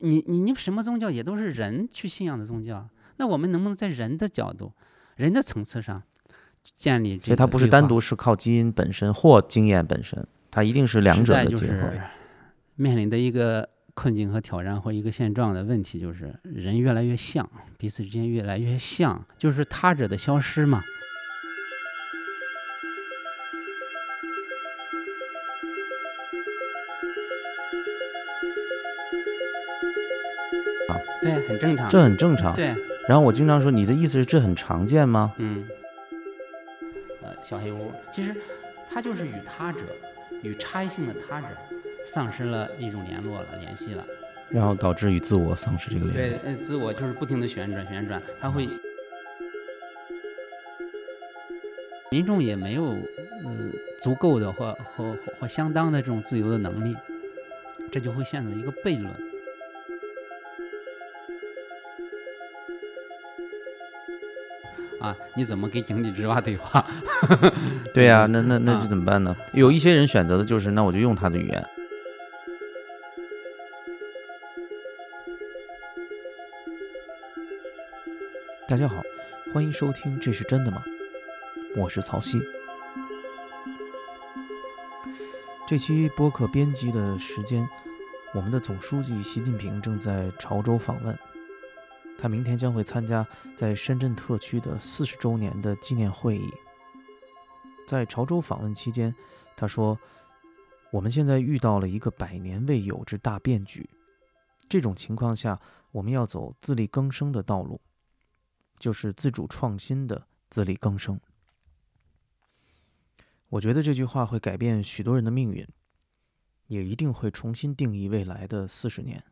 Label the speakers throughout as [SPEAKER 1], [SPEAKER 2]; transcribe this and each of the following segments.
[SPEAKER 1] 你你你什么宗教也都是人去信仰的宗教，那我们能不能在人的角度、人的层次上建立这个对话？
[SPEAKER 2] 所以它不是单独是靠基因本身或经验本身，它一定是两
[SPEAKER 1] 时
[SPEAKER 2] 者
[SPEAKER 1] 代
[SPEAKER 2] 的
[SPEAKER 1] 就
[SPEAKER 2] 结合。
[SPEAKER 1] 是面临的一个困境和挑战或一个现状的问题，就是人越来越像，彼此之间越来越像，就是他者的消失嘛。对，很正常。
[SPEAKER 2] 这很正常。
[SPEAKER 1] 啊对，
[SPEAKER 2] 然后我经常说，你的意思是这很常见吗？
[SPEAKER 1] 嗯，呃，小黑屋其实它就是与他者、与差异性的他者丧失了一种联络了、联系了。
[SPEAKER 2] 然后导致与自我丧失这个联
[SPEAKER 1] 对
[SPEAKER 2] 系。，
[SPEAKER 1] 呃，自我就是不停的旋转旋转，它会。民众也没有呃足够的或或或或相当的这种自由的能力，这就会陷入一个悖论。啊，你怎么给井底之蛙对话？
[SPEAKER 2] 对呀、那那那
[SPEAKER 1] 啊
[SPEAKER 2] 这怎么办呢？有一些人选择的就是，那我就用他的语言。大家好，欢迎收听《这是真的吗》，我是曹曦。这期播客编辑的时间，我们的总书记习近平正在潮州访问，他明天将会参加在深圳特区的四十周年的纪念会议。在潮州访问期间，他说：“我们现在遇到了一个百年未有之大变局，这种情况下，我们要走自力更生的道路，就是自主创新的自力更生。”我觉得这句话会改变许多人的命运，也一定会重新定义未来的四十年。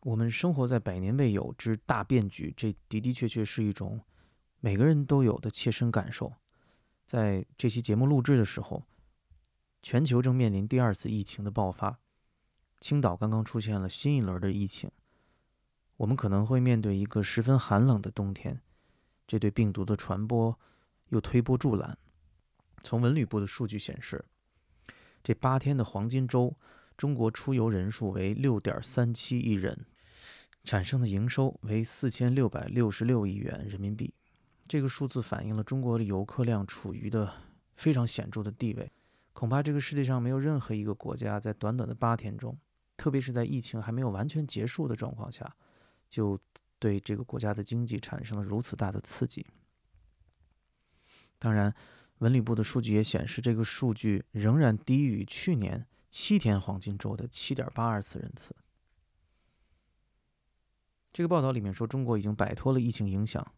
[SPEAKER 2] 我们生活在百年未有之大变局，这的的确确是一种每个人都有的切身感受。在这期节目录制的时候，全球正面临第二次疫情的爆发，青岛刚刚出现了新一轮的疫情，我们可能会面对一个十分寒冷的冬天，这对病毒的传播又推波助澜。从文旅部的数据显示，这八天的黄金周，中国出游人数为六点三七亿人，产生的营收为四千六百六十六亿元人民币。这个数字反映了中国的游客量处于的非常显著的地位。恐怕这个世界上没有任何一个国家在短短的八天中，特别是在疫情还没有完全结束的状况下，就对这个国家的经济产生了如此大的刺激。当然，文旅部的数据也显示，这个数据仍然低于去年七天黄金周的七点八二次人次。这个报道里面说，中国已经摆脱了疫情影响，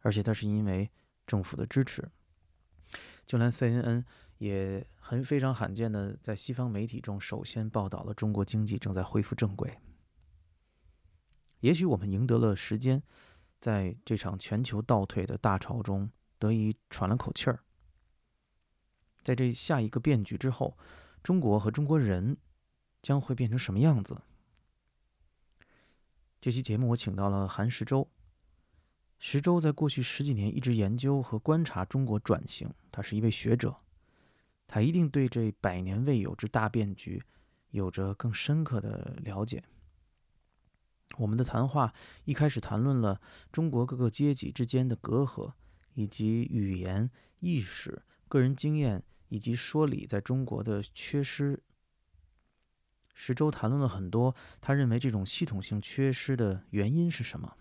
[SPEAKER 2] 而且它是因为政府的支持。就连 CNN 也很非常罕见的在西方媒体中首先报道了中国经济正在恢复正轨。也许我们赢得了时间，在这场全球倒退的大潮中得以喘了口气儿。在这下一个变局之后，中国和中国人将会变成什么样子？这期节目我请到了韩石洲，石洲在过去十几年一直研究和观察中国转型，他是一位学者，他一定对这百年未有之大变局有着更深刻的了解。我们的谈话一开始谈论了中国各个阶级之间的隔阂，以及语言、意识、个人经验以及说理在中国的缺失。石洲谈论了很多，他认为这种系统性缺失的原因是什么。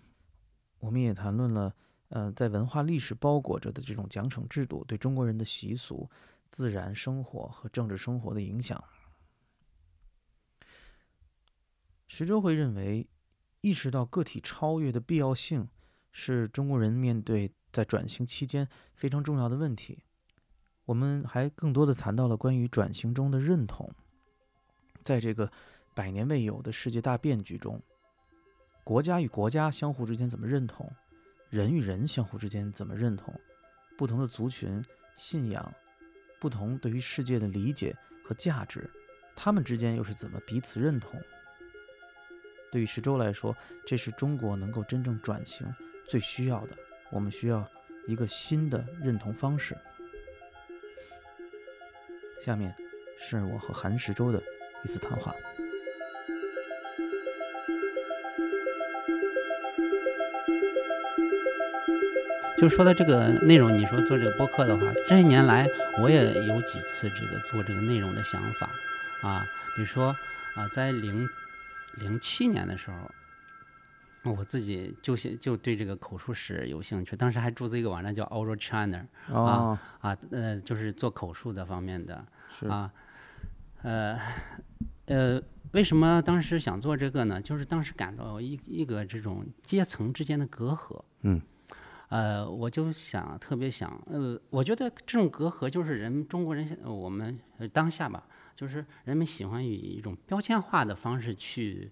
[SPEAKER 2] 我们也谈论了，呃，在文化历史包裹着的这种奖惩制度对中国人的习俗、自然生活和政治生活的影响。石洲会认为，意识到个体超越的必要性是中国人面对在转型期间非常重要的问题。我们还更多的谈到了关于转型中的认同，在这个百年未有的世界大变局中，国家与国家相互之间怎么认同，人与人相互之间怎么认同，不同的族群、信仰、不同对于世界的理解和价值，他们之间又是怎么彼此认同？对于石洲来说，这是中国能够真正转型最需要的。我们需要一个新的认同方式。下面是我和韩石洲的一次谈话。
[SPEAKER 1] 就说到这个内容，你说做这个播客的话，这些年来我也有几次这个做这个内容的想法啊，比如说啊，在零零七年的时候，我自己就写就对这个口述史有兴趣，当时还注册一个网站叫 Oral China
[SPEAKER 2] 哦，
[SPEAKER 1] 啊，呃，就是做口述的方面的
[SPEAKER 2] 是
[SPEAKER 1] 啊，呃呃，为什么当时想做这个呢？就是当时感到一一个这种阶层之间的隔阂，
[SPEAKER 3] 嗯，
[SPEAKER 1] 呃，我就想特别想，呃，我觉得这种隔阂就是人中国人现我们呃当下吧，就是人们喜欢以一种标签化的方式去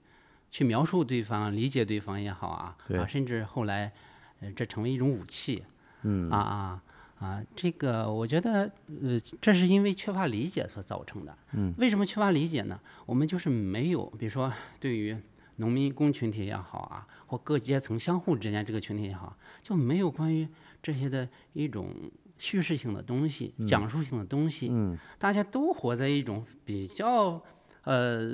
[SPEAKER 1] 去描述对方、理解对方也好啊，
[SPEAKER 3] 对
[SPEAKER 1] 啊，甚至后来，呃，这成为一种武器，
[SPEAKER 3] 嗯
[SPEAKER 1] 啊啊啊！这个我觉得，呃，这是因为缺乏理解所造成的。
[SPEAKER 3] 嗯，
[SPEAKER 1] 为什么缺乏理解呢？我们就是没有，比如说对于农民工群体也好啊，或各阶层相互之间这个群体也好，就没有关于这些的一种叙事性的东西、讲述性的东西。
[SPEAKER 3] 嗯，
[SPEAKER 1] 大家都活在一种比较，呃。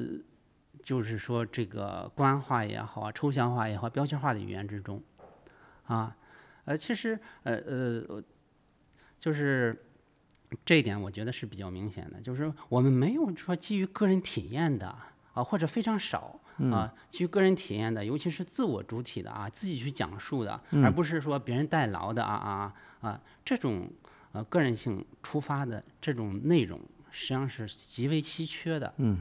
[SPEAKER 1] 就是说，这个官话也好啊，抽象化也好，标签化的语言之中，啊，呃，其实呃呃，我就是这一点，我觉得是比较明显的，就是我们没有说基于个人体验的啊，或者非常少
[SPEAKER 3] 嗯
[SPEAKER 1] 啊，基于个人体验的，尤其是自我主体的啊，自己去讲述的，
[SPEAKER 3] 嗯
[SPEAKER 1] 而不是说别人代劳的啊啊啊，这种呃个人性出发的这种内容，实际上是极为稀缺的。
[SPEAKER 3] 嗯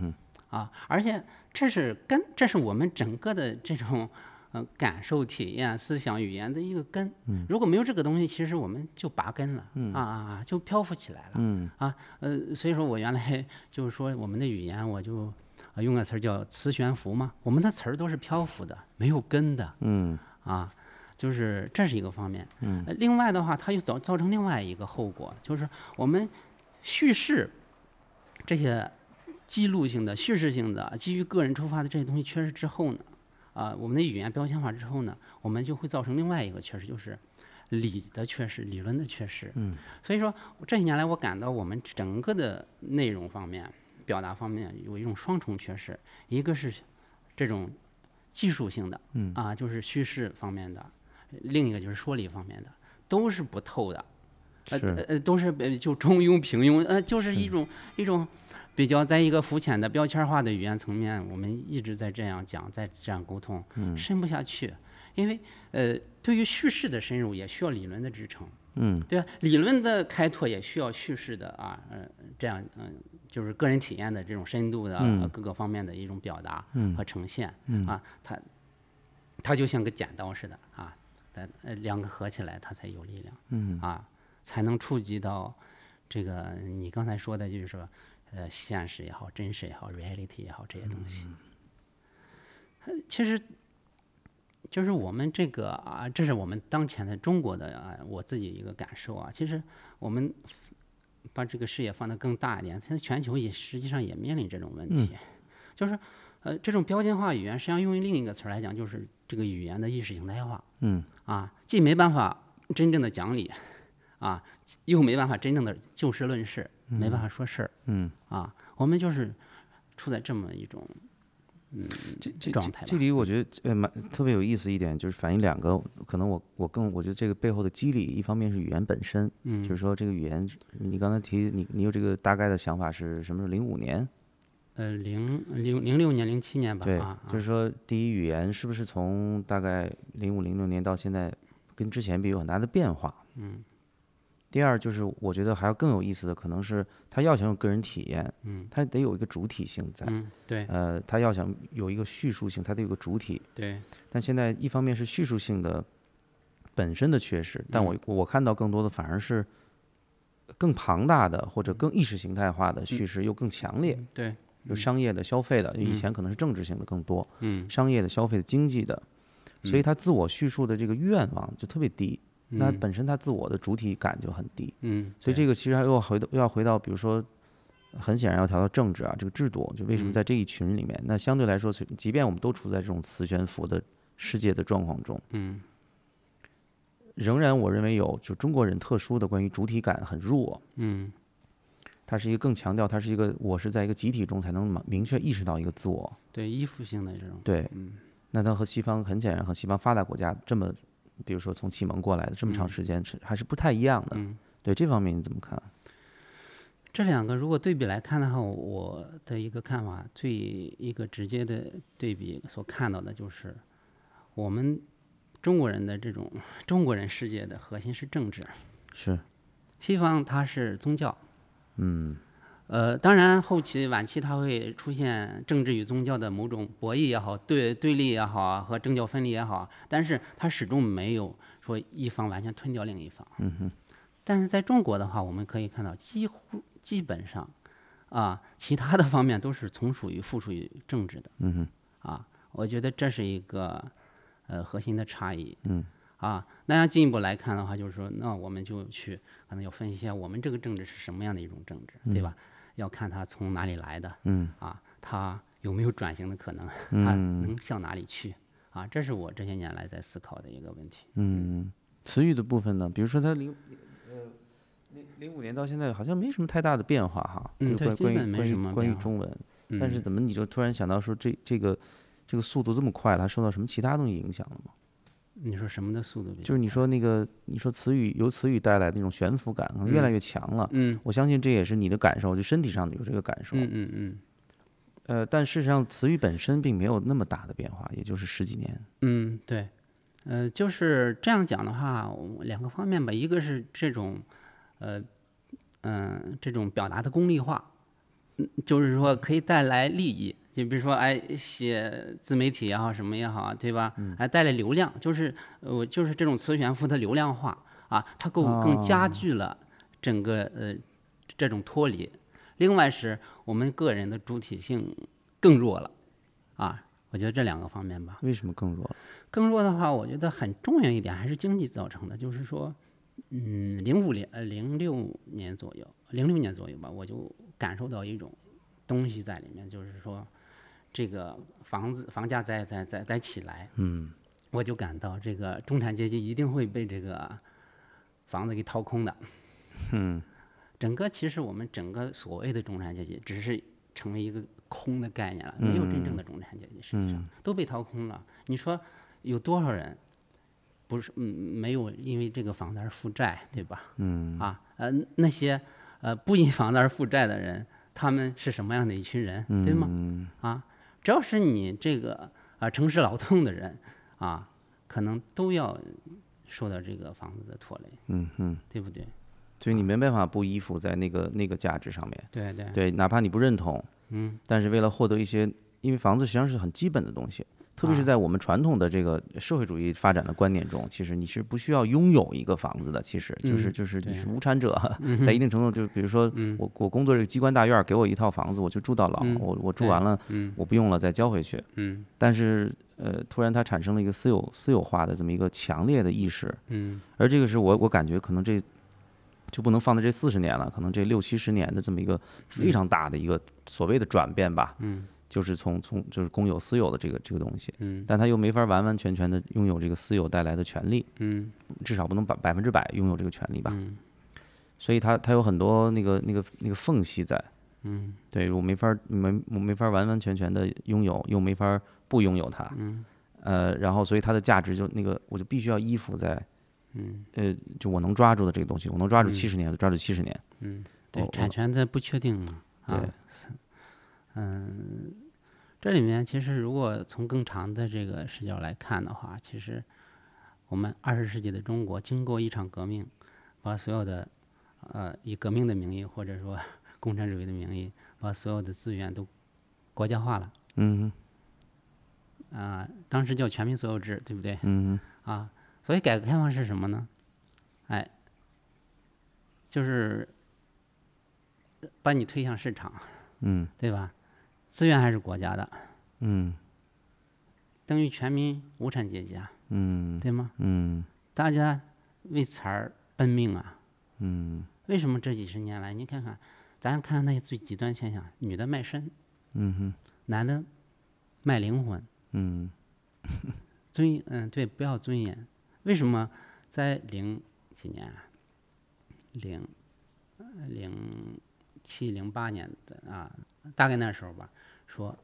[SPEAKER 3] 哼，
[SPEAKER 1] 啊，而且这是根，这是我们整个的这种呃感受、体验、思想、语言的一个根。嗯，如果没有这个东西，其实我们就拔根了，嗯、啊啊啊，就漂浮起来了。
[SPEAKER 3] 嗯
[SPEAKER 1] 啊，呃，所以说我原来 就是说我们的语言，我就、呃用个词儿叫词悬浮嘛，我们的词儿都是漂浮的，没有根的。
[SPEAKER 3] 嗯
[SPEAKER 1] 啊，就是这是一个方面。嗯，另外的话，它又造造成另外一个后果，就是我们叙事这些记录性的、叙事性的、基于个人出发的这些东西缺失之后呢，啊、我们的语言标签化之后呢，我们就会造成另外一个缺失，就是。理的缺失，理论的缺失。
[SPEAKER 3] 嗯，
[SPEAKER 1] 所以说这些年来，我感到我们整个的内容方面、表达方面有一种双重缺失，一个是这种技术性的，
[SPEAKER 3] 嗯
[SPEAKER 1] 啊，就是叙事方面的，另一个就是说理方面的，都是不透的，呃
[SPEAKER 3] 是
[SPEAKER 1] 呃呃，都是呃就中庸平庸，呃，就是一种一种比较在一个肤浅的标签化的语言层面，我们一直在这样讲，在这样沟通，
[SPEAKER 3] 嗯
[SPEAKER 1] 深不下去，因为呃，对于叙事的深入也需要理论的支撑。
[SPEAKER 3] 嗯
[SPEAKER 1] 对啊，理论的开拓也需要叙事的啊，嗯、这样嗯、就是个人体验的这种深度的、
[SPEAKER 3] 嗯
[SPEAKER 1] 呃各个方面的一种表达
[SPEAKER 3] 嗯
[SPEAKER 1] 和呈现、
[SPEAKER 3] 嗯
[SPEAKER 1] 啊，它它就像个剪刀似的啊，它呃两个合起来它才有力量
[SPEAKER 3] 嗯
[SPEAKER 1] 啊，才能触及到这个你刚才说的，就是说呃现实也好，真实也好，reality 也好这些东西。呃其实就是我们这个啊，这是我们当前的中国的啊，我自己一个感受啊。其实我们把这个视野放得更大一点，现在全球也实际上也面临这种问
[SPEAKER 3] 嗯
[SPEAKER 1] 题，就是呃，这种标签化语言，实际上用另一个词儿来讲，就是这个语言的意识形态化
[SPEAKER 3] 嗯
[SPEAKER 1] 啊，既没办法真正的讲理啊，又没办法真正的就事论事，没办法说事儿
[SPEAKER 3] 嗯，
[SPEAKER 1] 啊。我们就是处在这么一种嗯
[SPEAKER 3] 这这
[SPEAKER 1] 状态吧嗯
[SPEAKER 3] 这里我觉得呃蛮特别有意思一点，就是反映两个，可能我我更我觉得这个背后的机理，一方面是语言本身，
[SPEAKER 1] 嗯，
[SPEAKER 3] 就是说这个语言，你刚才提你你有这个大概的想法是什么时候？零五年
[SPEAKER 1] 呃，零零零六年、零七年吧，
[SPEAKER 3] 对
[SPEAKER 1] 啊，，
[SPEAKER 3] 就是
[SPEAKER 1] 是
[SPEAKER 3] 说第一语言是不是从大概零五零六年到现在，跟之前比有很大的变化？
[SPEAKER 1] 嗯
[SPEAKER 3] 第二就是我觉得还要更有意思的，可能是他要想有个人体验，
[SPEAKER 1] 嗯
[SPEAKER 3] 他得有一个主体性在，
[SPEAKER 1] 嗯，对
[SPEAKER 3] 呃，他要想有一个叙述性，他得有个主体。
[SPEAKER 1] 对，
[SPEAKER 3] 但现在一方面是叙述性的本身的缺失，但
[SPEAKER 1] 嗯
[SPEAKER 3] 我我看到更多的反而是更庞大的或者更意识形态化的叙事，又更强烈，
[SPEAKER 1] 对，
[SPEAKER 3] 有商业的、消费的，以
[SPEAKER 1] 嗯
[SPEAKER 3] 前可能是政治性的更多，
[SPEAKER 1] 嗯，
[SPEAKER 3] 商业的、消费的、经济的，所以他自我叙述的这个愿望就特别低，那
[SPEAKER 1] 嗯
[SPEAKER 3] 本身他自我的主体感就很低，
[SPEAKER 1] 嗯，
[SPEAKER 3] 所以
[SPEAKER 1] 对
[SPEAKER 3] 这个其实还又要回到又要回到，比如说，很显然要调到政治啊，这个制度，就为什么
[SPEAKER 1] 嗯
[SPEAKER 3] 在这一群里面，那相对来说，即便我们都处在这种磁悬浮的世界的状况中，
[SPEAKER 1] 嗯
[SPEAKER 3] 仍然我认为有就中国人特殊的关于主体感很弱，
[SPEAKER 1] 嗯
[SPEAKER 3] 它是一个更强调它是一个我是在一个集体中才能明确意识到一个自我，
[SPEAKER 1] 对依附性的这种，
[SPEAKER 3] 对，
[SPEAKER 1] 嗯
[SPEAKER 3] 那它和西方很显然和西方发达国家这么比如说从启蒙过来的这么长
[SPEAKER 1] 嗯
[SPEAKER 3] 时间，是还是不太一样的。
[SPEAKER 1] 嗯，
[SPEAKER 3] 对这方面你怎么看？
[SPEAKER 1] 这两个如果对比来看的话，我的一个看法，最一个直接的对比所看到的就是，我们中国人的这种中国人世界的核心是政治，
[SPEAKER 3] 是，
[SPEAKER 1] 西方它是宗教。
[SPEAKER 3] 嗯，
[SPEAKER 1] 呃，当然，后期晚期它会出现政治与宗教的某种博弈也好，对对立也好啊，和政教分离也好啊，但是它始终没有说一方完全吞掉另一方。嗯哼。但是在中国的话，我们可以看到，几乎基本上，啊，其他的方面都是从属于附属于政治的。嗯哼。啊，我觉得这是一个呃核心的差异。嗯。啊，那要进一步来看的话，就是说，那我们就去可能要分析一下，我们这个政治是什么样的一种政治，对吧？要看它从哪里来的，嗯，啊，它有没有转型的可能，它能向哪里去，啊，这是我这些年来在思考的一个问题。
[SPEAKER 3] 词语的部分呢，比如说它零呃零零五年到现在好像没什么太大的变化哈，
[SPEAKER 1] 嗯
[SPEAKER 3] 就
[SPEAKER 1] 对
[SPEAKER 3] 关
[SPEAKER 1] 基
[SPEAKER 3] 关
[SPEAKER 1] 本
[SPEAKER 3] 于
[SPEAKER 1] 没
[SPEAKER 3] 关
[SPEAKER 1] 什
[SPEAKER 3] 于
[SPEAKER 1] 么
[SPEAKER 3] 关于
[SPEAKER 1] 变化
[SPEAKER 3] 中文，
[SPEAKER 1] 嗯、
[SPEAKER 3] 但是怎么你就突然想到说这这个这个速度这么快了，它受到什么其他东西影响了吗？
[SPEAKER 1] 你说什么的速度比较
[SPEAKER 3] 就是你说那个你说词语由词语带来的那种悬浮感可能越来越强了，
[SPEAKER 1] 嗯
[SPEAKER 3] 我相信这也是你的感受，就身体上的有这个感受。
[SPEAKER 1] 嗯嗯嗯
[SPEAKER 3] 呃，但事实上词语本身并没有那么大的变化，也就是十几年。
[SPEAKER 1] 嗯，对，呃，就是这样讲的话，我两个方面吧，一个是这种，呃，嗯、这种表达的功利化，嗯就是说可以带来利益，就比如说哎，写自媒体也好，什么也好啊，对吧？还带来流量，就是呃，就是这种词源赋的流量化啊，它更更加剧了整个呃这种脱离。另外是我们个人的主体性更弱了，啊，我觉得这两个方面吧。
[SPEAKER 3] 为什么更弱了？
[SPEAKER 1] 更弱的话，我觉得很重要一点还是经济造成的，就是说，嗯，零五年、呃零六年左右，零六年左右吧，我就感受到一种东西在里面，就是说，这个房子房价在在在在起来，嗯，我就感到这个中产阶级一定会被这个房子给掏空的，嗯， 整个其实我们整个所谓的中产阶级，只是成为一个空的概念了，没有真正的中产阶级，实际上都被掏空了。你说有多少人不是嗯没有因为这个房子而负债，对吧？嗯啊呃那些呃不因房子而负债的人，他们是什么样的一群人，
[SPEAKER 3] 嗯
[SPEAKER 1] 对吗？啊，只要是你这个啊、呃城市劳动的人啊，可能都要受到这个房子的拖累，
[SPEAKER 3] 嗯哼，
[SPEAKER 1] 对不对？
[SPEAKER 3] 所以你没办法不依附在那个那个价值上面。
[SPEAKER 1] 对对
[SPEAKER 3] 对，哪怕你不认同，嗯，但是为了获得一些，因为房子实际上是很基本的东西，特
[SPEAKER 1] 啊
[SPEAKER 3] 别是在我们传统的这个社会主义发展的观念中，其实你是不需要拥有一个房子的，其实就是
[SPEAKER 1] 嗯
[SPEAKER 3] 就是你
[SPEAKER 1] 对嗯
[SPEAKER 3] 是无产者， 在一定程度就比如说我我工作这个机关大院儿给我一套房子，我就住到老，
[SPEAKER 1] 嗯
[SPEAKER 3] 我我住
[SPEAKER 1] 对
[SPEAKER 3] 完了
[SPEAKER 1] 嗯
[SPEAKER 3] 我不用了再交回去，
[SPEAKER 1] 嗯
[SPEAKER 3] 但是呃，突然它产生了一个私有私有化的这么一个强烈的意识，
[SPEAKER 1] 嗯
[SPEAKER 3] 而这个是我我感觉可能这就不能放在这四十年了，可能这六七十年的这么一个非常大的一个所谓的转变吧，
[SPEAKER 1] 嗯
[SPEAKER 3] 就是从从就是公有私有的这个这个东西，
[SPEAKER 1] 嗯
[SPEAKER 3] 但他又没法完完全全的拥有这个私有带来的权利，
[SPEAKER 1] 嗯
[SPEAKER 3] 至少不能百百分之百拥有这个权利吧，
[SPEAKER 1] 嗯
[SPEAKER 3] 所以他他有很多那个那个那个缝隙在，
[SPEAKER 1] 嗯
[SPEAKER 3] 对我没法儿没我没法儿完完全全的拥有，又没法儿不拥有它。
[SPEAKER 1] 嗯
[SPEAKER 3] 呃，然后所以它的价值就那个，我就必须要依附在，
[SPEAKER 1] 嗯
[SPEAKER 3] 呃，就我能抓住的这个东西，我能抓住
[SPEAKER 1] 嗯
[SPEAKER 3] 七十年，就抓住七十年。
[SPEAKER 1] 嗯，对
[SPEAKER 3] 我，
[SPEAKER 1] 产权的不确定嘛，啊
[SPEAKER 3] 对，
[SPEAKER 1] 是嗯，这里面其实如果从更长的这个视角来看的话，其实我们二十世纪的中国经过一场革命，把所有的呃以革命的名义或者说 共产主义的名义，把所有的资源都国家化了。
[SPEAKER 3] 嗯
[SPEAKER 1] 啊、当时叫全民所有制，对不对？
[SPEAKER 3] 嗯
[SPEAKER 1] 啊，所以改革开放是什么呢？哎，就是把你推向市场，
[SPEAKER 3] 嗯
[SPEAKER 1] 对吧？资源还是国家的，
[SPEAKER 3] 嗯
[SPEAKER 1] 等于全民无产阶级啊，
[SPEAKER 3] 嗯
[SPEAKER 1] 对吗？
[SPEAKER 3] 嗯
[SPEAKER 1] 大家为此而奔命啊。
[SPEAKER 3] 嗯
[SPEAKER 1] 为什么这几十年来，你看看，咱看看那些最极端现象，女的卖身，
[SPEAKER 3] 嗯哼
[SPEAKER 1] 男的卖灵魂，
[SPEAKER 3] 嗯
[SPEAKER 1] 尊嗯对，不要尊严。为什么在零几年啊？零呃零七零八年的啊，大概那时候吧，说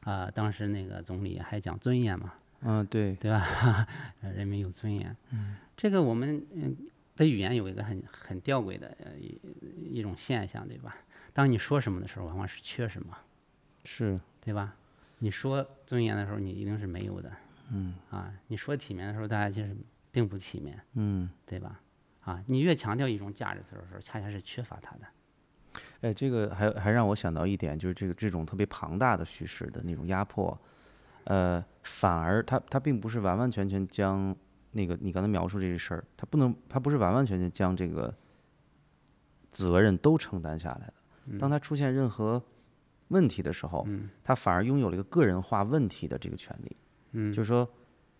[SPEAKER 1] 啊、当时那个总理还讲尊严嘛，
[SPEAKER 3] 嗯，对，
[SPEAKER 1] 对吧？ 呃人民有尊严。这个我们嗯的语言有一个很很吊诡的呃一一种现象，对吧？当你说什么的时候，往往是缺什么，
[SPEAKER 3] 是，
[SPEAKER 1] 对吧？你说尊严的时候，你一定是没有的
[SPEAKER 3] 嗯
[SPEAKER 1] 啊。你说体面的时候，大家其实并不体面，
[SPEAKER 3] 嗯。
[SPEAKER 1] 对吧？啊，你越强调一种价值的时候，恰恰是缺乏它的。
[SPEAKER 3] 哎，这个还还让我想到一点，就是这个这种特别庞大的叙事的那种压迫，呃，反而它它并不是完完全全将那个你刚才描述这个事儿，它不能它不是完完全全将这个责任都承担下来的。当它出现任何问题的时候，它反而拥有了一个个人化问题的这个权利。
[SPEAKER 1] 嗯
[SPEAKER 3] 就是说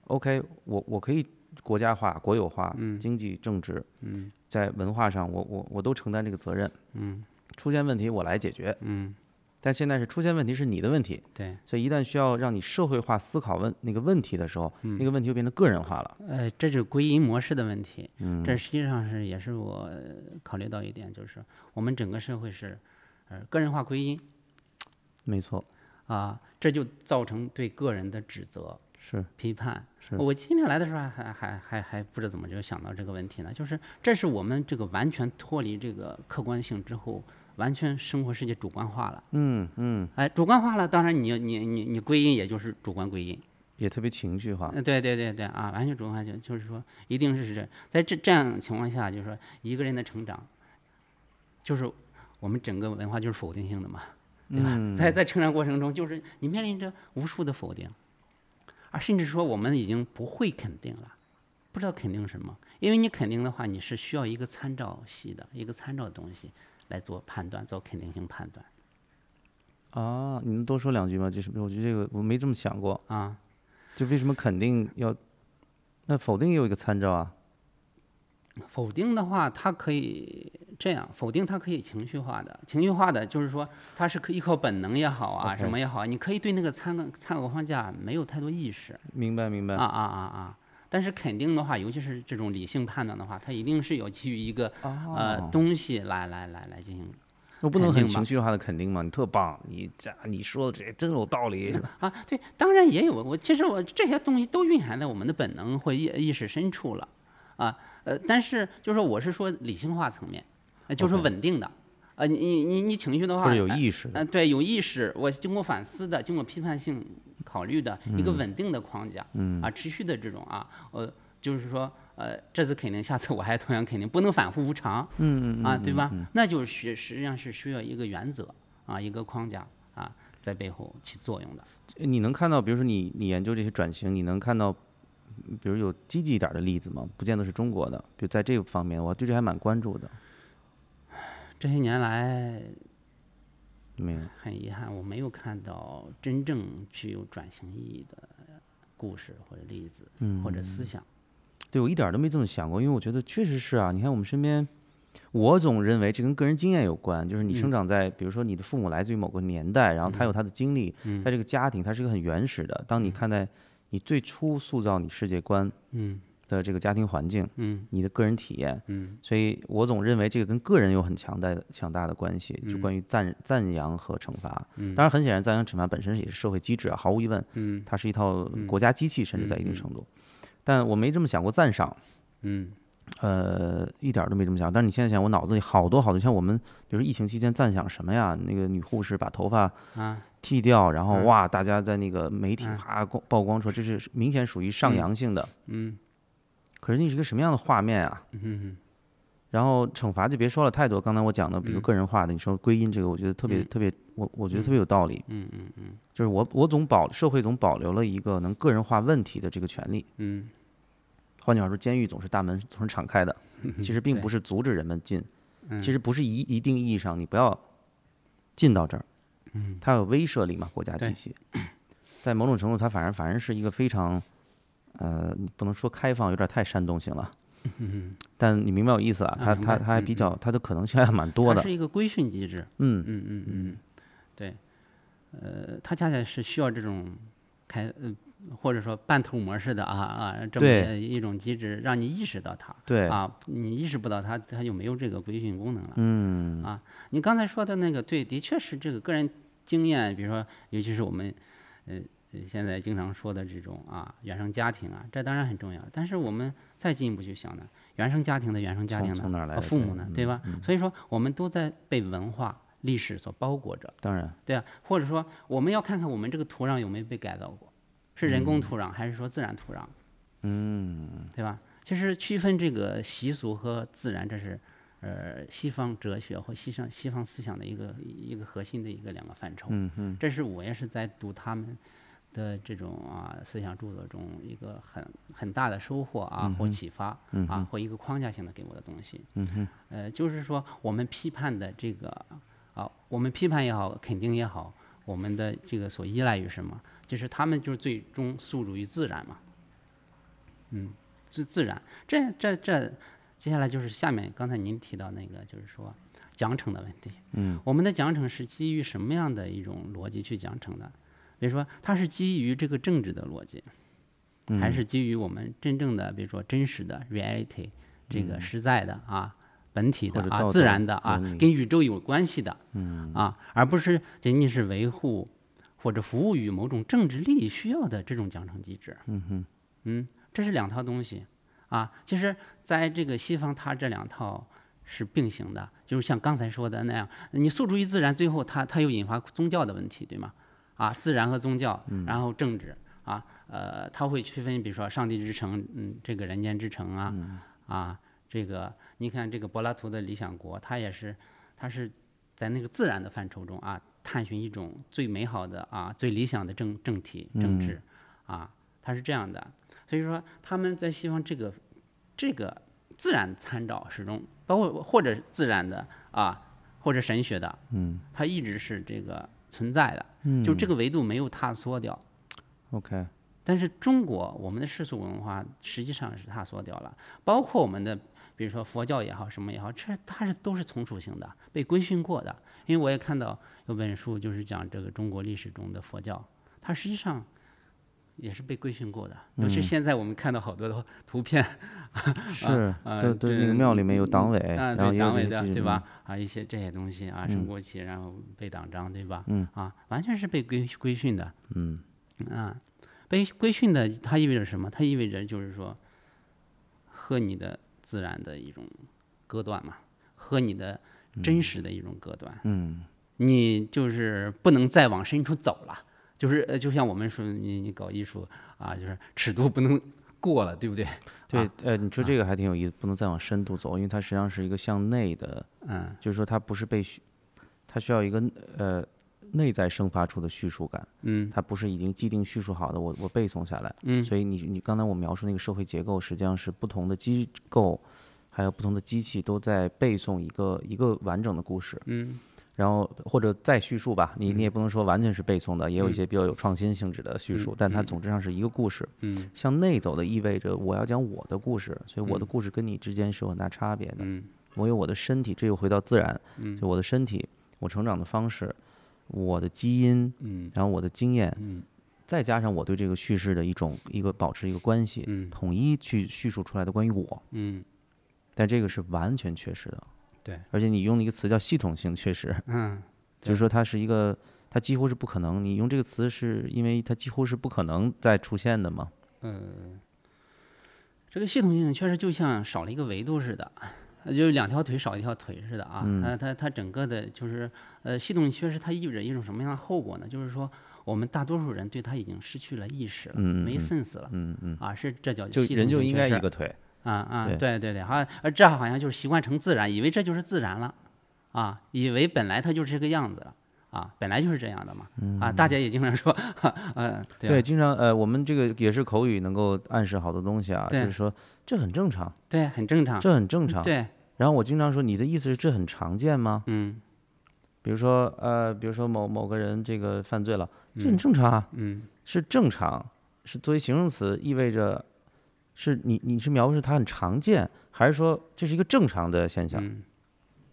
[SPEAKER 3] ，OK，我我可以国家化、国有化、经济、政治，
[SPEAKER 1] 嗯
[SPEAKER 3] 在文化上我我我都承担这个责任。
[SPEAKER 1] 嗯
[SPEAKER 3] 出现问题我来解决，
[SPEAKER 1] 嗯，
[SPEAKER 3] 但现在是出现问题是你的问题，
[SPEAKER 1] 对，
[SPEAKER 3] 所以一旦需要让你社会化思考问那个问题的时候，那个问题就变得个人化了。
[SPEAKER 1] 呃，这就是归因模式的问题。
[SPEAKER 3] 嗯，
[SPEAKER 1] 这实际上是也是我考虑到一点，就是我们整个社会是，呃，个人化归因
[SPEAKER 3] 没错，
[SPEAKER 1] 啊，这就造成对个人的指责、
[SPEAKER 3] 是
[SPEAKER 1] 批判。
[SPEAKER 3] 是
[SPEAKER 1] 我今天来的时候还还还还还不知道怎么就想到这个问题呢，就是这是我们这个完全脱离这个客观性之后，完全生活世界主观化了。
[SPEAKER 3] 嗯嗯，
[SPEAKER 1] 哎，主观化了，当然你你你你归因也就是主观归因。
[SPEAKER 3] 也特别情绪化。
[SPEAKER 1] 嗯，对对对对啊，完全主观化就就是说，一定是这在这这样的情况下，就是说一个人的成长，就是我们整个文化就是否定性的嘛，对吧？在在成长过程中，就是你面临着无数的否定，而甚至说我们已经不会肯定了，不知道肯定什么，因为你肯定的话，你是需要一个参照系的一个参照的东西来做判断，做肯定性判断
[SPEAKER 3] 啊，你能多说两句吗？就是我觉得这个我没这么想过，
[SPEAKER 1] 啊。
[SPEAKER 3] 就为什么肯定要，那否定也有一个参照啊。
[SPEAKER 1] 否定的话，它可以这样否定，它可以情绪化的，情绪化的就是说，它是可依靠本能也好啊
[SPEAKER 3] OK
[SPEAKER 1] 什么也好，你可以对那个参考参考框架没有太多意识
[SPEAKER 3] 明白明白
[SPEAKER 1] 啊啊啊啊。但是肯定的话，尤其是这种理性判断的话，它一定是有基于一个、呃
[SPEAKER 3] 啊，
[SPEAKER 1] 东西来来来来进行
[SPEAKER 3] 我不能
[SPEAKER 1] 肯
[SPEAKER 3] 很
[SPEAKER 1] 定吧
[SPEAKER 3] 情绪化的肯定嘛，你特棒，你这你说的这真有道理。
[SPEAKER 1] 啊。对，当然也有我，其实我这些东西都蕴含在我们的本能或意意识深处了啊。呃，但是就是说，我是说理性化层面，呃就是
[SPEAKER 3] OK
[SPEAKER 1] 稳定的。呃，你你你你情绪的
[SPEAKER 3] 或
[SPEAKER 1] 话，
[SPEAKER 3] 者有
[SPEAKER 1] 呃
[SPEAKER 3] 意识的
[SPEAKER 1] 嗯，对，有意识，我经过反思的，经过批判性考虑的一个稳定的框架，嗯，啊，持续的这种啊，呃，就是说，呃，这次肯定，下次我还同样肯定，不能反复无常，嗯嗯啊，对吧？那就是实实际上是需要一个原则啊，一个框架啊，在背后起作用的。
[SPEAKER 3] 你能看到，比如说你你研究这些转型，你能看到，嗯比如有积极一点儿的例子吗？不见得是中国的，比如在这个方面，我对这还蛮关注的。
[SPEAKER 1] 这些年来，
[SPEAKER 3] 没有，
[SPEAKER 1] 很遗憾，我没有看到真正具有转型意义的故事或者例子，
[SPEAKER 3] 嗯
[SPEAKER 1] 或者思想。
[SPEAKER 3] 对我一点儿都没这么想过，因为我觉得确实是啊。你看我们身边，我总认为这跟个人经验有关，就是你生长在，比如说你的父母来自于某个年代，然后他有他的经历，在这个家庭，它是一个很原始的。当你看待你最初塑造你世界观
[SPEAKER 1] 嗯
[SPEAKER 3] 的这个家庭环境，
[SPEAKER 1] 嗯
[SPEAKER 3] 你的个人体验，
[SPEAKER 1] 嗯
[SPEAKER 3] 所以我总认为这个跟个人有很强大的强大的关系，就
[SPEAKER 1] 嗯
[SPEAKER 3] 关于赞赞扬和惩罚。
[SPEAKER 1] 嗯
[SPEAKER 3] 当然，很显然，赞扬惩罚本身也是社会机制啊，毫无疑问，
[SPEAKER 1] 嗯
[SPEAKER 3] 它是一套国家机器，甚至在一定
[SPEAKER 1] 嗯
[SPEAKER 3] 程度。但我没这么想过赞赏，
[SPEAKER 1] 嗯
[SPEAKER 3] 呃，一点儿都没这么想。但是你现在想，我脑子里好多好多，像我们比如说疫情期间赞赏什么呀？那个女护士把头发
[SPEAKER 1] 啊
[SPEAKER 3] 剃掉，然后
[SPEAKER 1] 嗯
[SPEAKER 3] 哇，大家在那个媒体
[SPEAKER 1] 嗯
[SPEAKER 3] 啪光曝光说这是明显属于上
[SPEAKER 1] 嗯
[SPEAKER 3] 扬性的，
[SPEAKER 1] 嗯
[SPEAKER 3] 可是那是一个什么样的画面啊？
[SPEAKER 1] 嗯嗯。
[SPEAKER 3] 然后惩罚就别说了太多，刚才我讲的，比
[SPEAKER 1] 嗯
[SPEAKER 3] 如个人化的，你说归因这个，我觉得特别、
[SPEAKER 1] 嗯
[SPEAKER 3] 特别，我我觉
[SPEAKER 1] 嗯
[SPEAKER 3] 得特别有道理。
[SPEAKER 1] 嗯嗯嗯
[SPEAKER 3] 就是我我总保社会总保留了一个能个人化问题的这个权利。
[SPEAKER 1] 嗯
[SPEAKER 3] 换句话说，监狱总是大门总是敞开的，其实并不是阻止人们进，
[SPEAKER 1] 嗯
[SPEAKER 3] 其实不是一一定意义上你不要进到这儿，
[SPEAKER 1] 嗯
[SPEAKER 3] 它有威慑力嘛，国家
[SPEAKER 1] 对
[SPEAKER 3] 机器，在某种程度它反而反而是一个非常，呃，你不能说开放，有点太煽动性了。但你明白我意思啊？
[SPEAKER 1] 嗯啊
[SPEAKER 3] 它
[SPEAKER 1] 明
[SPEAKER 3] 它
[SPEAKER 1] 白
[SPEAKER 3] 它还
[SPEAKER 1] 嗯
[SPEAKER 3] 比较，它的可能性还蛮多
[SPEAKER 1] 它
[SPEAKER 3] 的
[SPEAKER 1] 是。一个规训机制。
[SPEAKER 3] 嗯，
[SPEAKER 1] 嗯嗯嗯，对，呃，它恰恰是需要这种开，呃，或者说半透模式的啊啊，这么
[SPEAKER 3] 对
[SPEAKER 1] 呃一种机制，让你意识到它。
[SPEAKER 3] 对，
[SPEAKER 1] 啊，你意识不到它，它就没有这个规训功能了。嗯，啊，你刚才说的那个，对，的确是这个个人经验，比如说，尤其是我们，呃，呃现在经常说的这种啊原生家庭啊，这当然很重要。但是我们再进一步去想呢，原生家庭的原生家
[SPEAKER 3] 从
[SPEAKER 1] 庭
[SPEAKER 3] 从哪儿
[SPEAKER 1] 呢，
[SPEAKER 3] 来
[SPEAKER 1] 和
[SPEAKER 3] 的
[SPEAKER 1] 呃父
[SPEAKER 3] 对
[SPEAKER 1] 母呢，
[SPEAKER 3] 嗯
[SPEAKER 1] 对吧？所以说我们都在被文化历史所包裹着。
[SPEAKER 3] 当然，
[SPEAKER 1] 对啊，或者说我们要看看我们这个土壤有没有被改造过，是人工土壤还是说自然土壤，
[SPEAKER 3] 嗯，
[SPEAKER 1] 对吧？其实区分这个习俗和自然，这是呃西方哲学和西方西方思想的一个一个核心的一个两个范畴。
[SPEAKER 3] 嗯嗯，
[SPEAKER 1] 这是我也是在读他们的这种啊思想著作中一个很很大的收获
[SPEAKER 3] 嗯
[SPEAKER 1] 啊或启发啊或一个框架性的给我的东西。嗯呃，就是说我们批判的这个啊，我们批判也好，肯定也好，我们的这个所依赖于什么？就是他们就是最终诉诸于自然嘛。嗯，自自然，这这这，接下来就是下面刚才您提到那个，就是说奖惩的问题。
[SPEAKER 3] 嗯
[SPEAKER 1] 我们的奖惩是基于什么样的一种逻辑去奖惩的？比如说，它是基于这个政治的逻辑，
[SPEAKER 3] 嗯
[SPEAKER 1] 还是基于我们真正的，比如说真实的 reality 这个实在的啊、本体的
[SPEAKER 3] 嗯或者道
[SPEAKER 1] 啊、
[SPEAKER 3] 德
[SPEAKER 1] 自然的啊
[SPEAKER 3] 伦理、
[SPEAKER 1] 跟宇宙有关系的，嗯啊，而不是仅仅是维护或者服务于某种政治利益需要的这种奖惩机制。嗯嗯，这是两套东西啊。其实，在这个西方，它这两套是并行的，就是像刚才说的那样，你诉诸于自然，最后它它又引发宗教的问题，对吗？啊，自然和宗教，然后政治啊，呃，它会区分，比如说上帝之城，嗯，这个人间之城啊，啊，这个你看这个柏拉图的《理想国》，它也是，它是在那个自然的范畴中啊，探寻一种最美好的啊，最理想的政政体政治啊，它是这样的。所以说他们在西方这个这个自然参照始终，包括或者自然的啊，或者神学的，嗯，它一直是这个存在的，嗯，就这个维度没有踏缩掉。
[SPEAKER 3] OK，
[SPEAKER 1] 但是中国我们的世俗文化实际上是踏缩掉了，包括我们的比如说佛教也好，什么也好，这它是都是从属性的，被规训过的。因为我也看到有本书就是讲这个中国历史中的佛教，它实际上。也是被规训过的，尤其是现在我们看到好多的图片，
[SPEAKER 3] 是，
[SPEAKER 1] 啊
[SPEAKER 3] 对对，那个
[SPEAKER 1] 这
[SPEAKER 3] 庙里面有党委，
[SPEAKER 1] 啊，
[SPEAKER 3] 哎然后
[SPEAKER 1] 对
[SPEAKER 3] 也
[SPEAKER 1] 党
[SPEAKER 3] 有
[SPEAKER 1] 委
[SPEAKER 3] 这
[SPEAKER 1] 的
[SPEAKER 3] 些，
[SPEAKER 1] 对吧？？啊，一些这些东西啊，升国旗，然后背党章，对吧？
[SPEAKER 3] 嗯，
[SPEAKER 1] 啊，完全是被规规训的
[SPEAKER 3] 嗯，
[SPEAKER 1] 啊，被规训的，它意味着什么？它意味着就是说，和你的自然的一种割断嘛，和你的真实的一种割断。
[SPEAKER 3] 嗯，
[SPEAKER 1] 你就是不能再往深处走了，就是呃，就像我们说，你你搞艺术啊，就是尺度不能过了，对不对？
[SPEAKER 3] 对，
[SPEAKER 1] 啊
[SPEAKER 3] 呃，你说这个还挺有意思，不能再往深度走，因为它实际上是一个向内的，
[SPEAKER 1] 嗯，
[SPEAKER 3] 就是说它不是被叙，它需要一个呃内在生发出的叙述感，
[SPEAKER 1] 嗯
[SPEAKER 3] 它不是已经既定叙述好的，我我背诵下来，
[SPEAKER 1] 嗯
[SPEAKER 3] 所以你你刚才我描述那个社会结构，实际上是不同的机构，还有不同的机器都在背诵一个一个完整的故事，
[SPEAKER 1] 嗯
[SPEAKER 3] 然后或者再叙述吧，你你也不能说完全是背诵的，
[SPEAKER 1] 嗯
[SPEAKER 3] 也有一些比较有创新性质的叙述，但它总之上是一个故事。
[SPEAKER 1] 嗯
[SPEAKER 3] 向内走的意味着我要讲我的故事，所以我
[SPEAKER 1] 嗯
[SPEAKER 3] 的故事跟你之间是有很大差别的。
[SPEAKER 1] 嗯
[SPEAKER 3] 我有我的身体，这又回到自然，
[SPEAKER 1] 嗯
[SPEAKER 3] 就我的身体，我成长的方式，我的基因，
[SPEAKER 1] 嗯
[SPEAKER 3] 然后我的经验，
[SPEAKER 1] 嗯
[SPEAKER 3] 再加上我对这个叙事的一种一个保持一个关系，
[SPEAKER 1] 嗯
[SPEAKER 3] 统一去叙述出来的关于我，
[SPEAKER 1] 嗯
[SPEAKER 3] 但这个是完全缺失的。
[SPEAKER 1] 对，
[SPEAKER 3] 而且你用了一个词叫系统性缺失，
[SPEAKER 1] 嗯。
[SPEAKER 3] 就是说它是一个，它几乎是不可能。你用这个词是因为它几乎是不可能再出现的嘛？
[SPEAKER 1] 这个系统性确实就像少了一个维度似的，呃就是两条腿少一条腿似的啊。
[SPEAKER 3] 嗯
[SPEAKER 1] 它它它整个的就是呃系统性缺失，它意味着一种什么样的后果呢？就是说我们大多数人对它已经失去了意识了，
[SPEAKER 3] 嗯嗯
[SPEAKER 1] 没
[SPEAKER 3] 嗯
[SPEAKER 1] sense 了。
[SPEAKER 3] 嗯嗯，
[SPEAKER 1] 啊，是这叫
[SPEAKER 3] 就
[SPEAKER 1] 系
[SPEAKER 3] 人
[SPEAKER 1] 统
[SPEAKER 3] 就
[SPEAKER 1] 性
[SPEAKER 3] 应
[SPEAKER 1] 缺
[SPEAKER 3] 该
[SPEAKER 1] 失
[SPEAKER 3] 一个腿，
[SPEAKER 1] 啊啊，
[SPEAKER 3] 对
[SPEAKER 1] 对对对，好像而这好像就是习惯成自然，以为这就是自然了，啊，以为本来它就是这个样子了，啊，本来就是这样的嘛，啊，大家也经常说，嗯，对啊
[SPEAKER 3] 经常呃，我们这个也是口语能够暗示好多东西啊，就
[SPEAKER 1] 对
[SPEAKER 3] 是说这很正常，
[SPEAKER 1] 对，很正常，
[SPEAKER 3] 这很正常。
[SPEAKER 1] 对，
[SPEAKER 3] 然后我经常说，你的意思是这很常见吗？
[SPEAKER 1] 嗯
[SPEAKER 3] 比如说呃，比如说某某个人这个犯罪了，这很
[SPEAKER 1] 嗯
[SPEAKER 3] 正常啊，
[SPEAKER 1] 嗯
[SPEAKER 3] 是正常，是作为形容词意味着。是你你是描述它很常见，还是说这是一个正常的现象？
[SPEAKER 1] 嗯，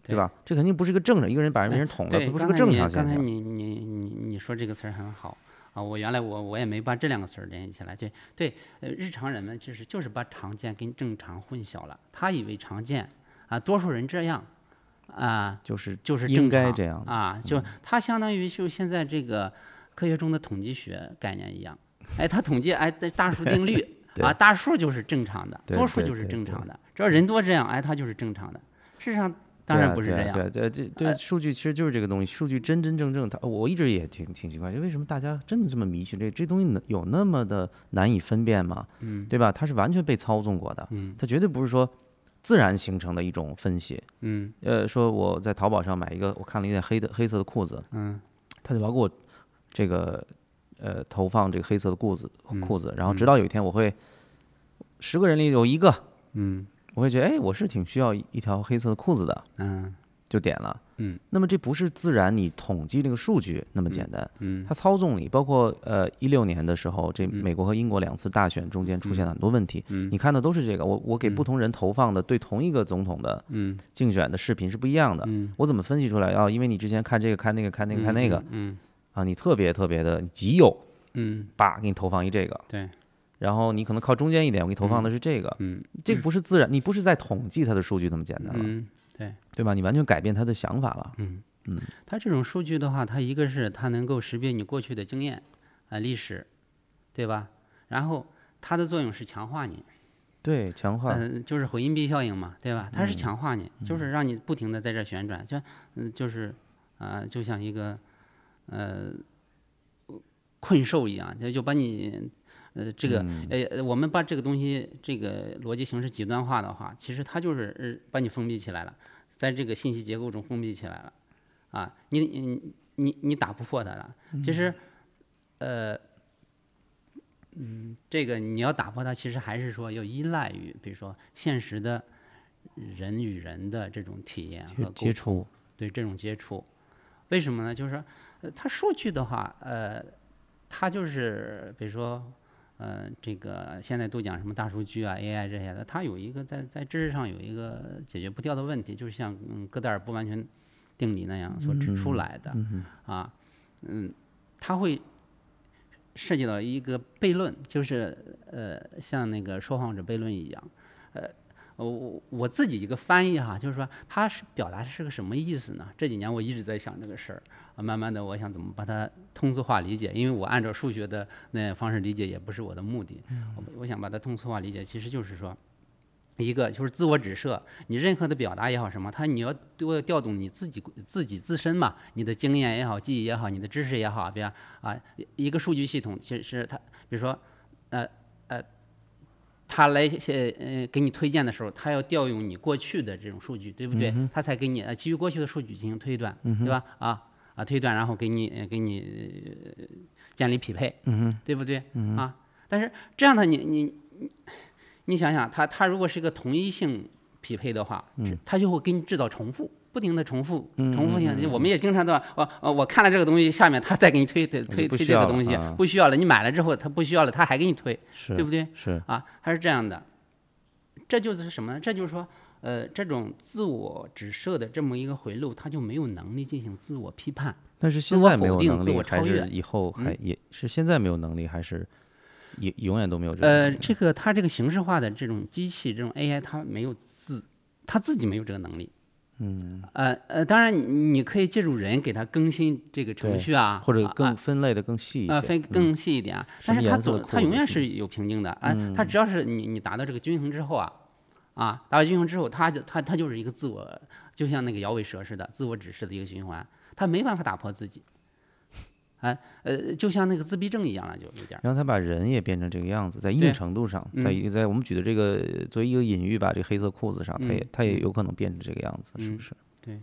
[SPEAKER 3] 对吧？这肯定不是一个正常，一个人把人别
[SPEAKER 1] 哎
[SPEAKER 3] 人捅了，
[SPEAKER 1] 对，
[SPEAKER 3] 这不是
[SPEAKER 1] 刚
[SPEAKER 3] 个
[SPEAKER 1] 才
[SPEAKER 3] 正
[SPEAKER 1] 你
[SPEAKER 3] 常现
[SPEAKER 1] 刚才
[SPEAKER 3] 象。
[SPEAKER 1] 你你你你说这个词儿很好啊，我原来我我也没把这两个词儿联系起来。对对，呃，日常人们就是就是把常见跟正常混淆了，他以为常见啊，多数人这样啊，
[SPEAKER 3] 就是
[SPEAKER 1] 就是
[SPEAKER 3] 应
[SPEAKER 1] 正
[SPEAKER 3] 该
[SPEAKER 1] 常
[SPEAKER 3] 这样的嗯
[SPEAKER 1] 啊，就他相当于就现在这个。科学中的统计学概念一样。哎，他统计哎大数定律
[SPEAKER 3] 对
[SPEAKER 1] 啊，大数就是正常的，
[SPEAKER 3] 对
[SPEAKER 1] 多数
[SPEAKER 3] 对
[SPEAKER 1] 就是
[SPEAKER 3] 对
[SPEAKER 1] 正
[SPEAKER 3] 对
[SPEAKER 1] 常的，只要人多这样，哎，它就是正常的。事实上当
[SPEAKER 3] 对
[SPEAKER 1] 然
[SPEAKER 3] 啊
[SPEAKER 1] 不是
[SPEAKER 3] 对
[SPEAKER 1] 这
[SPEAKER 3] 啊
[SPEAKER 1] 样
[SPEAKER 3] 对，啊对啊，这对
[SPEAKER 1] 呃
[SPEAKER 3] 数据其实就是这个东西，数据真真正正它，我一直也挺挺奇怪，就为什么大家真的这么迷信这这东西能有那么的难以分辨吗？
[SPEAKER 1] 嗯
[SPEAKER 3] 对吧？它是完全被操纵过的，
[SPEAKER 1] 嗯
[SPEAKER 3] 它绝对不是说自然形成的一种分析。
[SPEAKER 1] 嗯
[SPEAKER 3] 呃，说我在淘宝上买一个，我看了一件黑的黑色的裤子，
[SPEAKER 1] 嗯
[SPEAKER 3] 他就老给我这个呃投放这个黑色的裤子
[SPEAKER 1] 嗯
[SPEAKER 3] 裤子，然后直
[SPEAKER 1] 嗯
[SPEAKER 3] 到有一天我会十个人里有一个，
[SPEAKER 1] 嗯
[SPEAKER 3] 我会觉得哎，我是挺需要一一条黑色的裤子的，
[SPEAKER 1] 嗯
[SPEAKER 3] 就点了。
[SPEAKER 1] 嗯，
[SPEAKER 3] 那么这不是自然你统计这个数据那么简单，
[SPEAKER 1] 嗯
[SPEAKER 3] 它操纵你，包括呃一六年的时候，这
[SPEAKER 1] 嗯
[SPEAKER 3] 美国和英国两次大选中间出现了很多问题，
[SPEAKER 1] 嗯
[SPEAKER 3] 你看的都是这个，我我给不同人投放的对同一个总统的
[SPEAKER 1] 嗯
[SPEAKER 3] 竞选的视频是不一样的，
[SPEAKER 1] 嗯，
[SPEAKER 3] 我怎么分析出来啊？因为你之前看这个看那个看那个看那个
[SPEAKER 1] 嗯
[SPEAKER 3] 啊，你特别特别的你极右，
[SPEAKER 1] 嗯
[SPEAKER 3] 叭给你投放一这个，
[SPEAKER 1] 对，
[SPEAKER 3] 然后你可能靠中间一点，我给你投放的是这个，
[SPEAKER 1] 嗯
[SPEAKER 3] 这个不是自然，你不是在统计它的数据那么简单了，
[SPEAKER 1] 嗯对。
[SPEAKER 3] 对吧？你完全改变他的想法了，
[SPEAKER 1] 嗯
[SPEAKER 3] 嗯，
[SPEAKER 1] 它这种数据的话，它一个是它能够识别你过去的经验啊、历史，对吧？然后它的作用是强化你，
[SPEAKER 3] 对，强化，
[SPEAKER 1] 嗯、就是回音壁效应嘛，对吧？它是强化你，就是让你不停的在这儿旋转，就嗯、就是啊、就像一个呃困兽一样，就就把你。呃，这个，呃，我们把这个东西，这个逻辑形式极端化的话，其实它就是呃把你封闭起来了，在这个信息结构中封闭起来了，啊，你你你你打不破它了。其实，呃，嗯，这个你要打破它，其实还是说要依赖于，比如说现实的人与人的这种体验和
[SPEAKER 3] 接
[SPEAKER 1] 呃沟
[SPEAKER 3] 接触，
[SPEAKER 1] 对这种接触。为什么呢？就是说，呃，它数据的话，呃，它就是比如说，呃，这个现在都讲什么大数据啊、AI 这些的，它有一个在在知识上有一个解决不掉的问题，就是像嗯哥德尔不完全定理那样所指出来的、
[SPEAKER 3] 嗯
[SPEAKER 1] 啊，嗯，它会涉及到一个悖论，就是呃，像那个说谎者悖论一样，呃，我我自己一个翻译哈，就是说它是表达是个什么意思呢？这几年我一直在想这个事儿，啊，慢慢的我想怎么把它通俗化理解，因为我按照数学的那方式理解也不是我的目的，我我想把它通俗化理解，其实就是说。一个就是自我指涉，你任何的表达也好，什么，它你要多调动你自己自己自身嘛，你的经验也好，记忆也好，你的知识也好，比方啊，一个数据系统，其实它，比如说，呃呃，他来呃呃给你推荐的时候，他要调用你过去的这种数据，对不
[SPEAKER 3] 嗯
[SPEAKER 1] 对？他才给你呃基于过去的数据进行推断，对吧？啊啊推断，然后给你呃给你、呃建立匹配，
[SPEAKER 3] 嗯
[SPEAKER 1] 对不对？啊，但是这样的你你你你想想，他他如果是一个同一性匹配的话，
[SPEAKER 3] 嗯
[SPEAKER 1] 他就会给你制造重复。不停的重复，重复性，
[SPEAKER 3] 嗯
[SPEAKER 1] 我们也经常都我呃我看了这个东西，下面他再给你推推推
[SPEAKER 3] 不
[SPEAKER 1] 推
[SPEAKER 3] 需
[SPEAKER 1] 这个
[SPEAKER 3] 要了
[SPEAKER 1] 东西
[SPEAKER 3] 啊，
[SPEAKER 1] 不需要了。你买了之后，他不需要了，他还给你推，
[SPEAKER 3] 是
[SPEAKER 1] 对不对？
[SPEAKER 3] 是，
[SPEAKER 1] 啊，它是这样的，这就是什么呢？这就是说，呃，这种自我指涉的这么一个回路，它就没有能力进行自我批判。
[SPEAKER 3] 但是现
[SPEAKER 1] 我
[SPEAKER 3] 在没
[SPEAKER 1] 否
[SPEAKER 3] 有
[SPEAKER 1] 定
[SPEAKER 3] 能
[SPEAKER 1] 自
[SPEAKER 3] 力，
[SPEAKER 1] 我
[SPEAKER 3] 还
[SPEAKER 1] 超
[SPEAKER 3] 是
[SPEAKER 1] 越
[SPEAKER 3] 以后还
[SPEAKER 1] 嗯
[SPEAKER 3] 也是现在没有能力，还是也永远都没有这个
[SPEAKER 1] 呃，
[SPEAKER 3] 能力
[SPEAKER 1] 这个它这个形式化的这种机器，这种 AI，它没有自，它自己没有这个能力。嗯，呃呃，当然你你可以借助人给它更新这个程
[SPEAKER 3] 对
[SPEAKER 1] 序啊，
[SPEAKER 3] 或者
[SPEAKER 1] 啊
[SPEAKER 3] 更
[SPEAKER 1] 啊
[SPEAKER 3] 分类的更细一些，
[SPEAKER 1] 呃分
[SPEAKER 3] 嗯
[SPEAKER 1] 更细一点啊，但
[SPEAKER 3] 什么
[SPEAKER 1] 是它
[SPEAKER 3] 颜色的
[SPEAKER 1] 总它
[SPEAKER 3] 裤
[SPEAKER 1] 永
[SPEAKER 3] 子
[SPEAKER 1] 远
[SPEAKER 3] 是吗嗯
[SPEAKER 1] 是有瓶颈的啊，它只要是你你达到这个均衡之后啊，啊，达到均衡之后，它就它它就是一个自我，就像那个摇尾蛇似的，自我指示的一个循环，它没办法打破自己，哎呃，就像那个自闭症一样了，就有点儿，
[SPEAKER 3] 然后他把人也变成这个样子，在一定
[SPEAKER 1] 对
[SPEAKER 3] 程度上，
[SPEAKER 1] 嗯
[SPEAKER 3] 在一在我们举的这个作为一个隐喻吧，这黑色裤子上，他也
[SPEAKER 1] 嗯
[SPEAKER 3] 他也有可能变成这个样子，是不
[SPEAKER 1] 嗯
[SPEAKER 3] 是？
[SPEAKER 1] 对，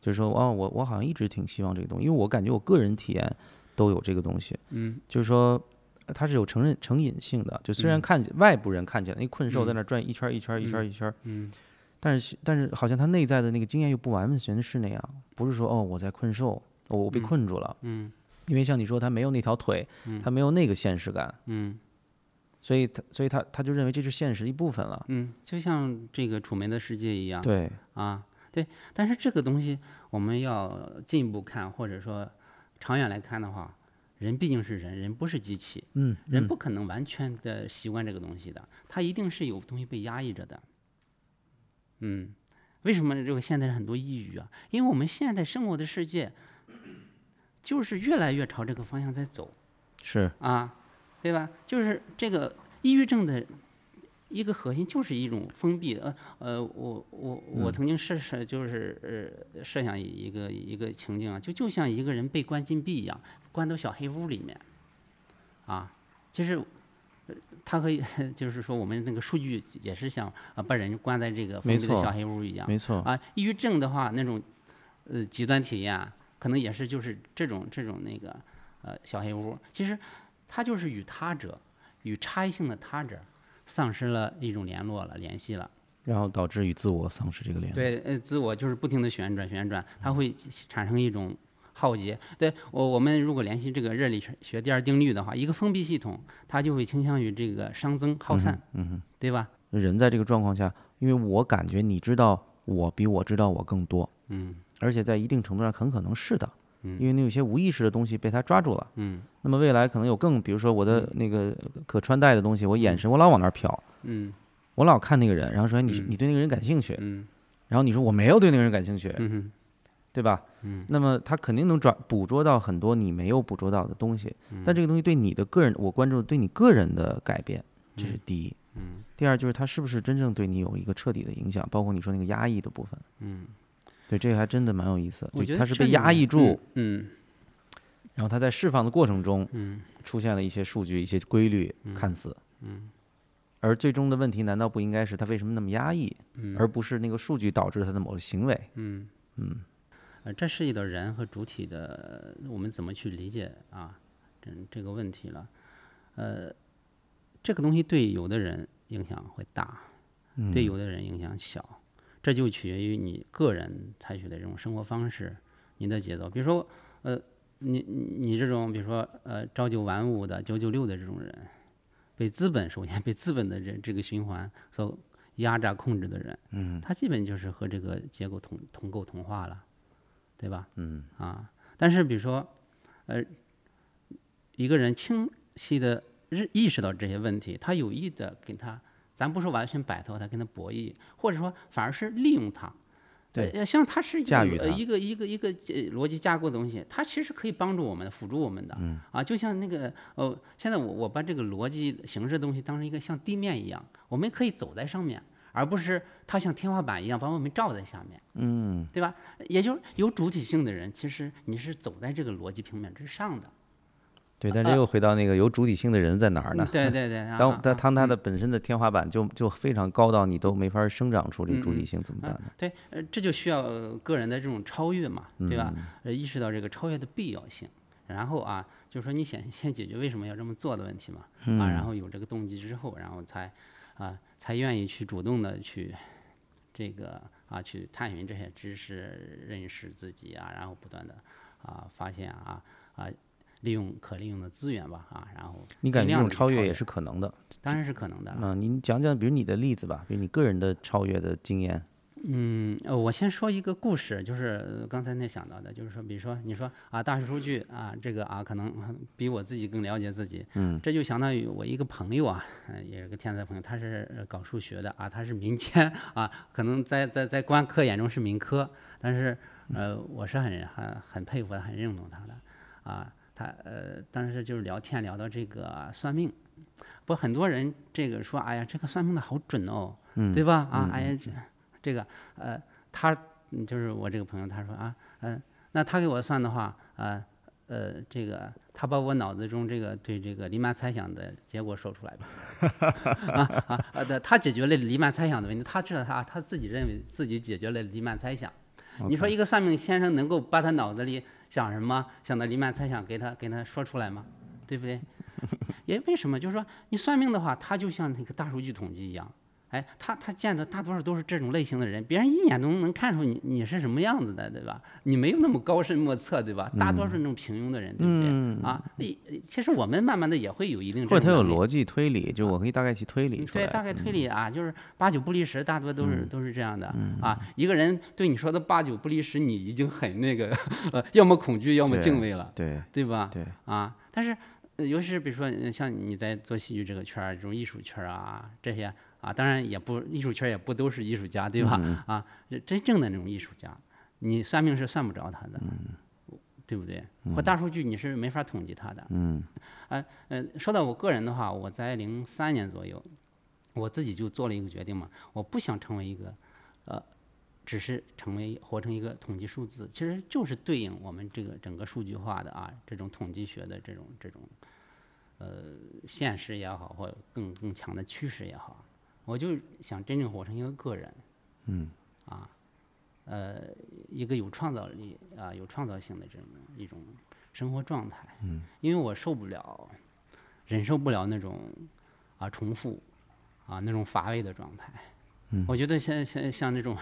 [SPEAKER 3] 就是说，哦，我我好像一直挺希望这个东西，因为我感觉我个人体验都有这个东西，
[SPEAKER 1] 嗯
[SPEAKER 3] 就是说。呃它是有承认成瘾性的，就虽然
[SPEAKER 1] 嗯
[SPEAKER 3] 看起外部人看起来那困兽在
[SPEAKER 1] 嗯
[SPEAKER 3] 那儿转一圈儿一圈儿一圈儿
[SPEAKER 1] 嗯
[SPEAKER 3] 一圈儿，
[SPEAKER 1] 嗯
[SPEAKER 3] 但是但是好像他内在的那个经验又不完全是那样，不是说哦我在困兽，哦我被
[SPEAKER 1] 嗯
[SPEAKER 3] 困住了，
[SPEAKER 1] 嗯
[SPEAKER 3] 因为像你说他没有那条腿，
[SPEAKER 1] 嗯
[SPEAKER 3] 他没有那个现实感，
[SPEAKER 1] 嗯
[SPEAKER 3] 所以他所以他他就认为这是现实的一部分了。
[SPEAKER 1] 嗯，就像这个《楚门的世界》一样，
[SPEAKER 3] 对，
[SPEAKER 1] 啊，对，但是这个东西我们要进一步看，或者说长远来看的话，人毕竟是人，人不是机器，
[SPEAKER 3] 嗯，
[SPEAKER 1] 人不可能完全的习惯这个东西的，他一定是有东西被压抑着的。嗯，为什么这个现代人很多抑郁啊？因为我们现在生活的世界就是越来越朝这个方向在走
[SPEAKER 3] 是
[SPEAKER 1] 啊，对吧？就是这个抑郁症的一个核心就是一种封闭。呃呃，我我
[SPEAKER 3] 嗯
[SPEAKER 1] 我曾经设设就是呃设想一个一个情境啊，就就像一个人被关禁闭一样，关到小黑屋里面，啊，就是。呃他和 就是说，我们那个数据也是想啊，把人关在这个封
[SPEAKER 3] 没
[SPEAKER 1] 闭的
[SPEAKER 3] 错
[SPEAKER 1] 小黑屋一样。
[SPEAKER 3] 没错，
[SPEAKER 1] 啊，抑郁症的话，那种呃极端体验啊，可能也是就是这种这种那个呃小黑屋，其实它就是与他者、与差异性的他者丧失了一种联络了、联系了。
[SPEAKER 3] 然后导致与自我丧失这个联系。
[SPEAKER 1] 对，呃，自我就是不停的旋转旋转，它会产生一种浩劫。对我，我们如果联系这个热力学学第二定律的话，一个封闭系统，它就会倾向于这个熵增耗散，
[SPEAKER 3] 嗯哼，
[SPEAKER 1] 对吧？
[SPEAKER 3] 人在这个状况下，因为我感觉你知道我比我知道我更多，
[SPEAKER 1] 嗯
[SPEAKER 3] 而且在一定程度上很可能是的，
[SPEAKER 1] 嗯
[SPEAKER 3] 因为你有些无意识的东西被他抓住了。
[SPEAKER 1] 嗯
[SPEAKER 3] 那么未来可能有更，比如说我的那个可穿戴的东西，我眼神我老往那儿瞟，
[SPEAKER 1] 嗯
[SPEAKER 3] 我老看那个人，然后说哎你
[SPEAKER 1] 嗯
[SPEAKER 3] 你对那个人感兴趣，
[SPEAKER 1] 嗯
[SPEAKER 3] 然后你说我没有对那个人感兴趣，
[SPEAKER 1] 嗯哼
[SPEAKER 3] 对吧？
[SPEAKER 1] 嗯
[SPEAKER 3] 那么他肯定能抓捕捉到很多你没有捕捉到的东西，
[SPEAKER 1] 嗯
[SPEAKER 3] 但这个东西对你的个人，我关注对你个人的改变，这是第一。
[SPEAKER 1] 嗯。
[SPEAKER 3] 第二就是他是不是真正对你有一个彻底的影响，包括你说那个压抑的部分。
[SPEAKER 1] 嗯，
[SPEAKER 3] 对，这个还真的蛮有意思。
[SPEAKER 1] 我
[SPEAKER 3] 就
[SPEAKER 1] 觉得
[SPEAKER 3] 呃他是
[SPEAKER 1] 这
[SPEAKER 3] 被
[SPEAKER 1] 里
[SPEAKER 3] 压
[SPEAKER 1] 面
[SPEAKER 3] 抑住，，
[SPEAKER 1] 嗯
[SPEAKER 3] 然后他在释放的过程中
[SPEAKER 1] 嗯
[SPEAKER 3] 出现了一些数据、一些规律，看似。
[SPEAKER 1] 嗯
[SPEAKER 3] 而最终的问题难道不应该是他为什么那么压抑，
[SPEAKER 1] 嗯，
[SPEAKER 3] 而不是那个数据导致他的某个行为？
[SPEAKER 1] 嗯
[SPEAKER 3] 嗯，
[SPEAKER 1] 呃，这涉及到人和主体的，我们怎么去理解啊？这这个问题了，呃，这个东西对有的人影响会大，对有的人影响小，这就取决于你个人采取的这种生活方式，你的节奏。比如说，呃，你你你这种，比如说呃朝九晚五的九九六的这种人，被资本首先被资本的这这个循环所压榨控制的人，
[SPEAKER 3] 嗯
[SPEAKER 1] 他基本就是和这个结构同同构同化了，对吧？
[SPEAKER 3] 嗯
[SPEAKER 1] 啊，但是比如说，呃，一个人清晰的认意识到这些问题，他有意的跟他，咱不说完全摆脱他，跟他博弈，或者说反而是利用他。
[SPEAKER 3] 对
[SPEAKER 1] 呃，像它是一
[SPEAKER 3] 驾驭
[SPEAKER 1] 个呃
[SPEAKER 3] 它
[SPEAKER 1] 一个一个一个呃逻辑架构的东西，它其实可以帮助我们的、辅助我们的。嗯、啊，就像那个呃，现在我我把这个逻辑形式的东西当成一个像地面一样，我们可以走在上面，而不是它像天花板一样把我们罩在下面。
[SPEAKER 3] 嗯，
[SPEAKER 1] 对吧？也就是有主体性的人，其实你是走在这个逻辑平面之上的。
[SPEAKER 3] 对。但这又回到那个有主体性的人在哪儿呢
[SPEAKER 1] 呃嗯？对对 对，啊
[SPEAKER 3] 当
[SPEAKER 1] 啊
[SPEAKER 3] 当当它
[SPEAKER 1] 嗯
[SPEAKER 3] 的本身的天花板就就非常高到你都没法生长出这个主
[SPEAKER 1] 嗯嗯
[SPEAKER 3] 体性，怎么办呢？
[SPEAKER 1] 对，呃，这就需要呃个人的这种超越嘛，对吧？
[SPEAKER 3] 嗯
[SPEAKER 1] 呃，意识到这个超越的必要性，然后啊，就是说你先 先解决为什么要这么做的问题嘛，啊，
[SPEAKER 3] 嗯
[SPEAKER 1] 然后有这个动机之后，然后才啊才愿意去主动的去这个啊去探寻这些知识，认识自己啊，然后不断的啊发现啊啊利用可利用的资源吧啊，然后
[SPEAKER 3] 你感
[SPEAKER 1] 尽
[SPEAKER 3] 觉这
[SPEAKER 1] 量
[SPEAKER 3] 种
[SPEAKER 1] 地去
[SPEAKER 3] 超越
[SPEAKER 1] 越啊
[SPEAKER 3] 也是可能的。
[SPEAKER 1] 当然是可能的了。
[SPEAKER 3] 嗯，您讲讲，比如你的例子吧，比如你个人的超越的经验。
[SPEAKER 1] 嗯，呃，我先说一个故事，就是呃刚才那想到的，就是说，比如说你说啊，大数据啊，这个啊，可能嗯比我自己更了解自己，嗯，这就相当于我一个朋友啊，呃也是个天才朋友，他是呃搞数学的啊，他是民间啊，可能在在在官科眼中是民科，但是呃，我是很很很佩服他，很认同他的啊，他呃，当时就是聊天聊到这个算命，不，很多人这个说，哎呀，这个算命的好准哦，对吧？啊，哎呀，这这个呃，他嗯就是我这个朋友，他说啊，嗯、那他给我算的话，呃呃，这个他把我脑子中这个对这个黎曼猜想的结果说出来吧，啊啊啊，对，他解决了黎曼猜想的问题，他知道他他自己认为自己解决了黎曼猜想。你说一个算命先生能够把他脑子里想什么想到黎曼猜想给他给他说出来吗？对不对？ 也为什么？就是说，你算命的话，它就像那个大数据统计一样，哎，他他见的大多数都是这种类型的人，别人一眼都能看出你你是什么样子的，对吧？你没有那么高深莫测，对吧？大
[SPEAKER 3] 嗯
[SPEAKER 1] 多数那种平庸的人，对不对？啊，一其实我们慢慢的也会有一定嗯这
[SPEAKER 3] 或者嗯他
[SPEAKER 1] 种
[SPEAKER 3] 有
[SPEAKER 1] 能力啊
[SPEAKER 3] 逻辑推理，就我可以大概去推理
[SPEAKER 1] 嗯
[SPEAKER 3] 出
[SPEAKER 1] 对，大
[SPEAKER 3] 来。嗯
[SPEAKER 1] 概推理啊，就是八九不离十，大多都是、都是这样的、啊。一个人对你说的八九不离十，你已经很那个，呃，要么恐惧，要么
[SPEAKER 3] 对
[SPEAKER 1] 敬畏了，
[SPEAKER 3] 对
[SPEAKER 1] 对吧？
[SPEAKER 3] 对，
[SPEAKER 1] 啊，但是、呃尤其是比如说呃像你在做戏剧这个圈儿，这种艺术圈儿啊这些啊，当然也不艺术圈儿也不都是艺术家，
[SPEAKER 3] 嗯
[SPEAKER 1] 对吧？啊，真正的那种艺术家，你算命是算不着他的，对不对？或大数据你是没法统计它的。
[SPEAKER 3] 嗯
[SPEAKER 1] 呃，说到我个人的话，我在零三年左右，我自己就做了一个决定嘛，我不想成为一个，呃，只是成为活成一个统计数字，其实就是对应我们这个整个数据化的啊这种统计学的这种这种，呃，现实也好，或者更更强的趋势也好，我就想真正活成一个个人，
[SPEAKER 3] 嗯
[SPEAKER 1] 啊，呃，一个有创造力啊、有创造性的这种一种生活状态。
[SPEAKER 3] 嗯，
[SPEAKER 1] 因为我受不了，忍受不了那种啊重复啊那种乏味的状态。
[SPEAKER 3] 嗯
[SPEAKER 1] 我觉得现在现在像这种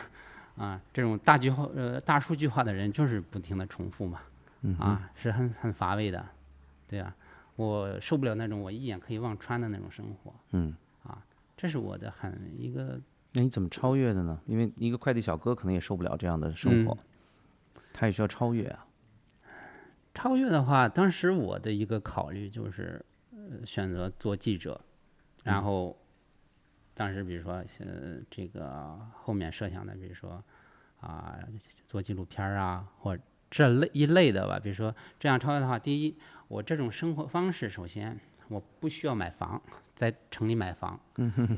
[SPEAKER 1] 啊这种大句化呃大数据化的人，就是不停的重复嘛，
[SPEAKER 3] 嗯哼
[SPEAKER 1] 啊是很很乏味的，对吧、我受不了那种我一眼可以望穿的那种生活，啊
[SPEAKER 3] 嗯，
[SPEAKER 1] 这是我的很一个
[SPEAKER 3] 那你怎么超越的呢？因为一个快递小哥可能也受不了这样的生活，
[SPEAKER 1] 嗯
[SPEAKER 3] 他也需要超越啊。
[SPEAKER 1] 超越的话，当时我的一个考虑就是，呃，选择做记者，
[SPEAKER 3] 嗯
[SPEAKER 1] 然后，当时比如说，呃，这个后面设想的，比如说，啊、做纪录片儿啊，或者这类一类的吧。比如说这样超越的话，第一，我这种生活方式，首先我不需要买房，在城里买房，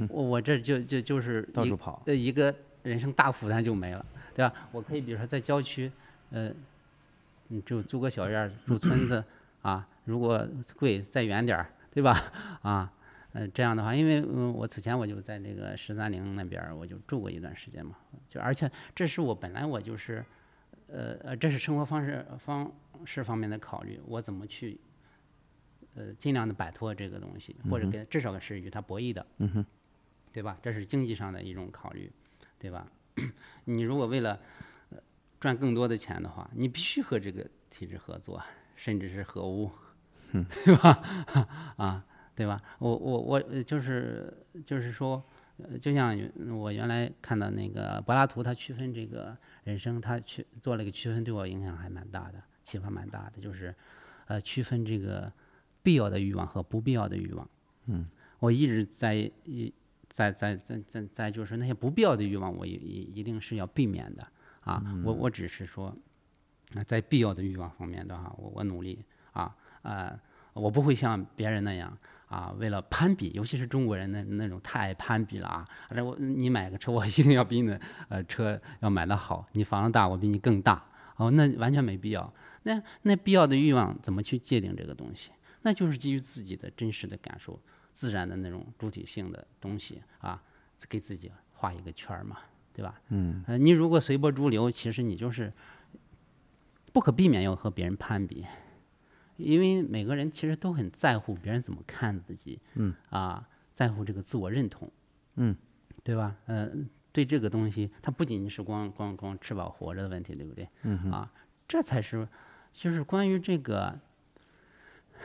[SPEAKER 1] 我我这就就就是
[SPEAKER 3] 嗯到
[SPEAKER 1] 一
[SPEAKER 3] 处跑，啊
[SPEAKER 1] 的一个人生大负担就没了，对吧？我可以比如说在郊区，呃，你就租个小院儿住村子啊，如果贵再远点儿，对吧？ 啊，呃，这样的话，因为嗯、我此前我就在这个十三陵那边儿我就住过一段时间嘛，就而且这是我本来我就是，呃呃，这是生活方式方式方面的考虑，我怎么去。呃，尽量的摆脱这个东西，或者跟至少是与它博弈的，
[SPEAKER 3] 嗯哼，
[SPEAKER 1] 对吧？这是经济上的一种考虑，对吧？ 你如果为了呃赚更多的钱的话，你必须和这个体制合作，甚至是合污， 对吧？啊，对吧？我我我呃就是就是说，呃就像原我原来看到那个柏拉图，他区分这个人生，他去做了一个区分，对我影响还蛮大的，启发蛮大的，就是呃区分这个必要的欲望和不必要的欲望。
[SPEAKER 3] 嗯，
[SPEAKER 1] 我一直在一在在在在在就是那些不必要的欲望，我一一一定是要避免的啊。我我只是说，啊在必要的欲望方面的话，我我努力啊呃，我不会像别人那样啊，为了攀比，尤其是中国人那那种太爱攀比了啊。而且我你买个车，我一定要比你的呃车要买得好，你房子大，我比你更大。哦，那完全没必要。那那必要的欲望怎么去界定这个东西？那就是基于自己的真实的感受自然的那种主体性的东西啊，给自己画一个圈儿嘛，对吧？嗯，呃，你如果随波逐流，其实你就是不可避免要和别人攀比，因为每个人其实都很在乎别人怎么看自己，嗯，啊，在乎这个自我认同，
[SPEAKER 3] 嗯，
[SPEAKER 1] 对吧？呃，对这个东西，它不仅仅是光光光吃饱活着的问题，对不对？嗯啊，这才是就是关于这个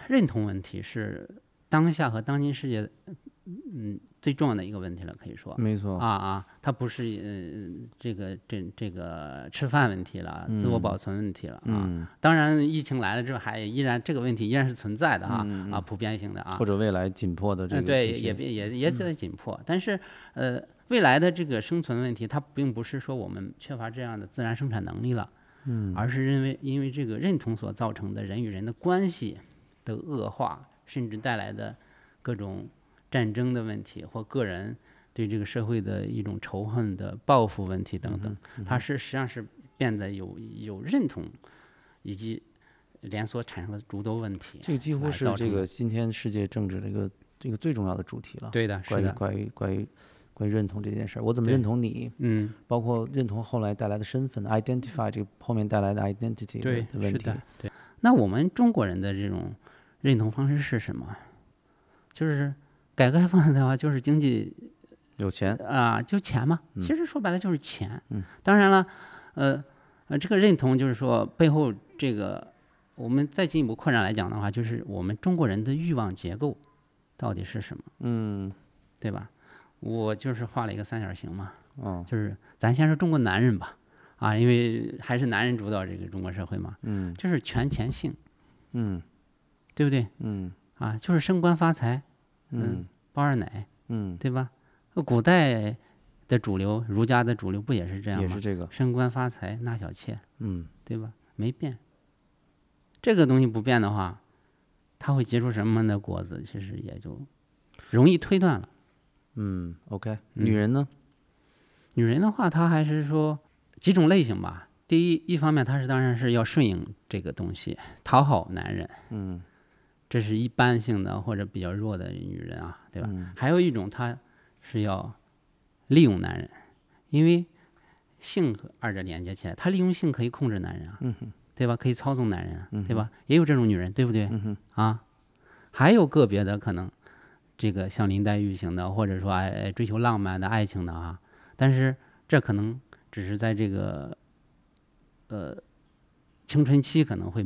[SPEAKER 1] 认同问题是当下和当今世界，嗯，最重要的一个问题了，可以说。
[SPEAKER 3] 没错
[SPEAKER 1] 啊啊，它不是呃这个这这个吃饭问题了，自我保存问题了啊。
[SPEAKER 3] 嗯，
[SPEAKER 1] 当然，疫情来了之后还依然这个问题依然是存在的啊、
[SPEAKER 3] 嗯
[SPEAKER 1] 啊，普遍性的啊
[SPEAKER 3] 或。者未来紧迫的这个
[SPEAKER 1] 嗯，对，
[SPEAKER 3] 这些嗯
[SPEAKER 1] 也别也也在紧迫，但是呃，未来的这个生存问题，它并不是说我们缺乏这样的自然生产能力了，嗯，而是因为因为这个认同所造成的人与人的关系的恶化，甚至带来的各种战争的问题或个人对这个社会的一种仇恨的报复问题
[SPEAKER 3] 嗯
[SPEAKER 1] 等等，它是实际上是变得有有认同以及连锁产生的诸多问题。
[SPEAKER 3] 这个几乎
[SPEAKER 1] 来
[SPEAKER 3] 是
[SPEAKER 1] 造
[SPEAKER 3] 这
[SPEAKER 1] 成的
[SPEAKER 3] 个今天世界政治的一个这个最重要的主题了。
[SPEAKER 1] 对的，是
[SPEAKER 3] 关于
[SPEAKER 1] 的，
[SPEAKER 3] 关于关于关于认同这件事儿，我怎么
[SPEAKER 1] 对
[SPEAKER 3] 认同你，
[SPEAKER 1] 嗯，
[SPEAKER 3] 包括认同后来带来的身份 identify 这个后面带来的 identity 的
[SPEAKER 1] 对，
[SPEAKER 3] 的问
[SPEAKER 1] 是
[SPEAKER 3] 题
[SPEAKER 1] 的，，对。那我们中国人的这种认同方式是什么？啊就是改革开放的话，就是经济
[SPEAKER 3] 有钱，
[SPEAKER 1] 啊、就钱嘛。
[SPEAKER 3] 嗯
[SPEAKER 1] 其实说白了就是钱。
[SPEAKER 3] 嗯
[SPEAKER 1] 当然了，呃呃，这个认同就是说背后这个，我们再进一步扩展来讲的话，就是我们中国人的欲望结构到底是什么，
[SPEAKER 3] 嗯，
[SPEAKER 1] 对吧？我就是画了一个三角形嘛，
[SPEAKER 3] 哦，
[SPEAKER 1] 就是咱先说中国男人吧，啊，因为还是男人主导这个中国社会嘛，
[SPEAKER 3] 嗯
[SPEAKER 1] 就是权钱性，
[SPEAKER 3] 嗯
[SPEAKER 1] 对不对？
[SPEAKER 3] 嗯
[SPEAKER 1] 啊，就是升官发财、
[SPEAKER 3] 嗯
[SPEAKER 1] 包二奶，
[SPEAKER 3] 嗯，
[SPEAKER 1] 对吧？那古代的主流，儒家的主流不也是这样
[SPEAKER 3] 也
[SPEAKER 1] 吗
[SPEAKER 3] 是？这个，
[SPEAKER 1] 升官发财纳小妾，
[SPEAKER 3] 嗯
[SPEAKER 1] 对吧？没变，这个东西不变的话，它会结出什么样的果子，其实也就容易推断了。
[SPEAKER 3] 嗯，OK，女人呢？
[SPEAKER 1] 女人的话，她还是说几种类型吧。第一，一方面她是当然是要顺应这个东西，讨好男人，
[SPEAKER 3] 嗯
[SPEAKER 1] 这是一般性的或者比较弱的女人啊，对吧？
[SPEAKER 3] 嗯
[SPEAKER 1] 还有一种，她是要利用男人，因为性和二者连接起来，她利用性可以控制男人啊，
[SPEAKER 3] 嗯哼
[SPEAKER 1] 对吧？可以操纵男人啊，对
[SPEAKER 3] 嗯
[SPEAKER 1] 吧？也有这种女人，对不对？
[SPEAKER 3] 嗯哼
[SPEAKER 1] 啊，还有个别的可能，这个像林黛玉型的，或者说爱爱追求浪漫的爱情的啊，但是这可能只是在这个呃青春期可能会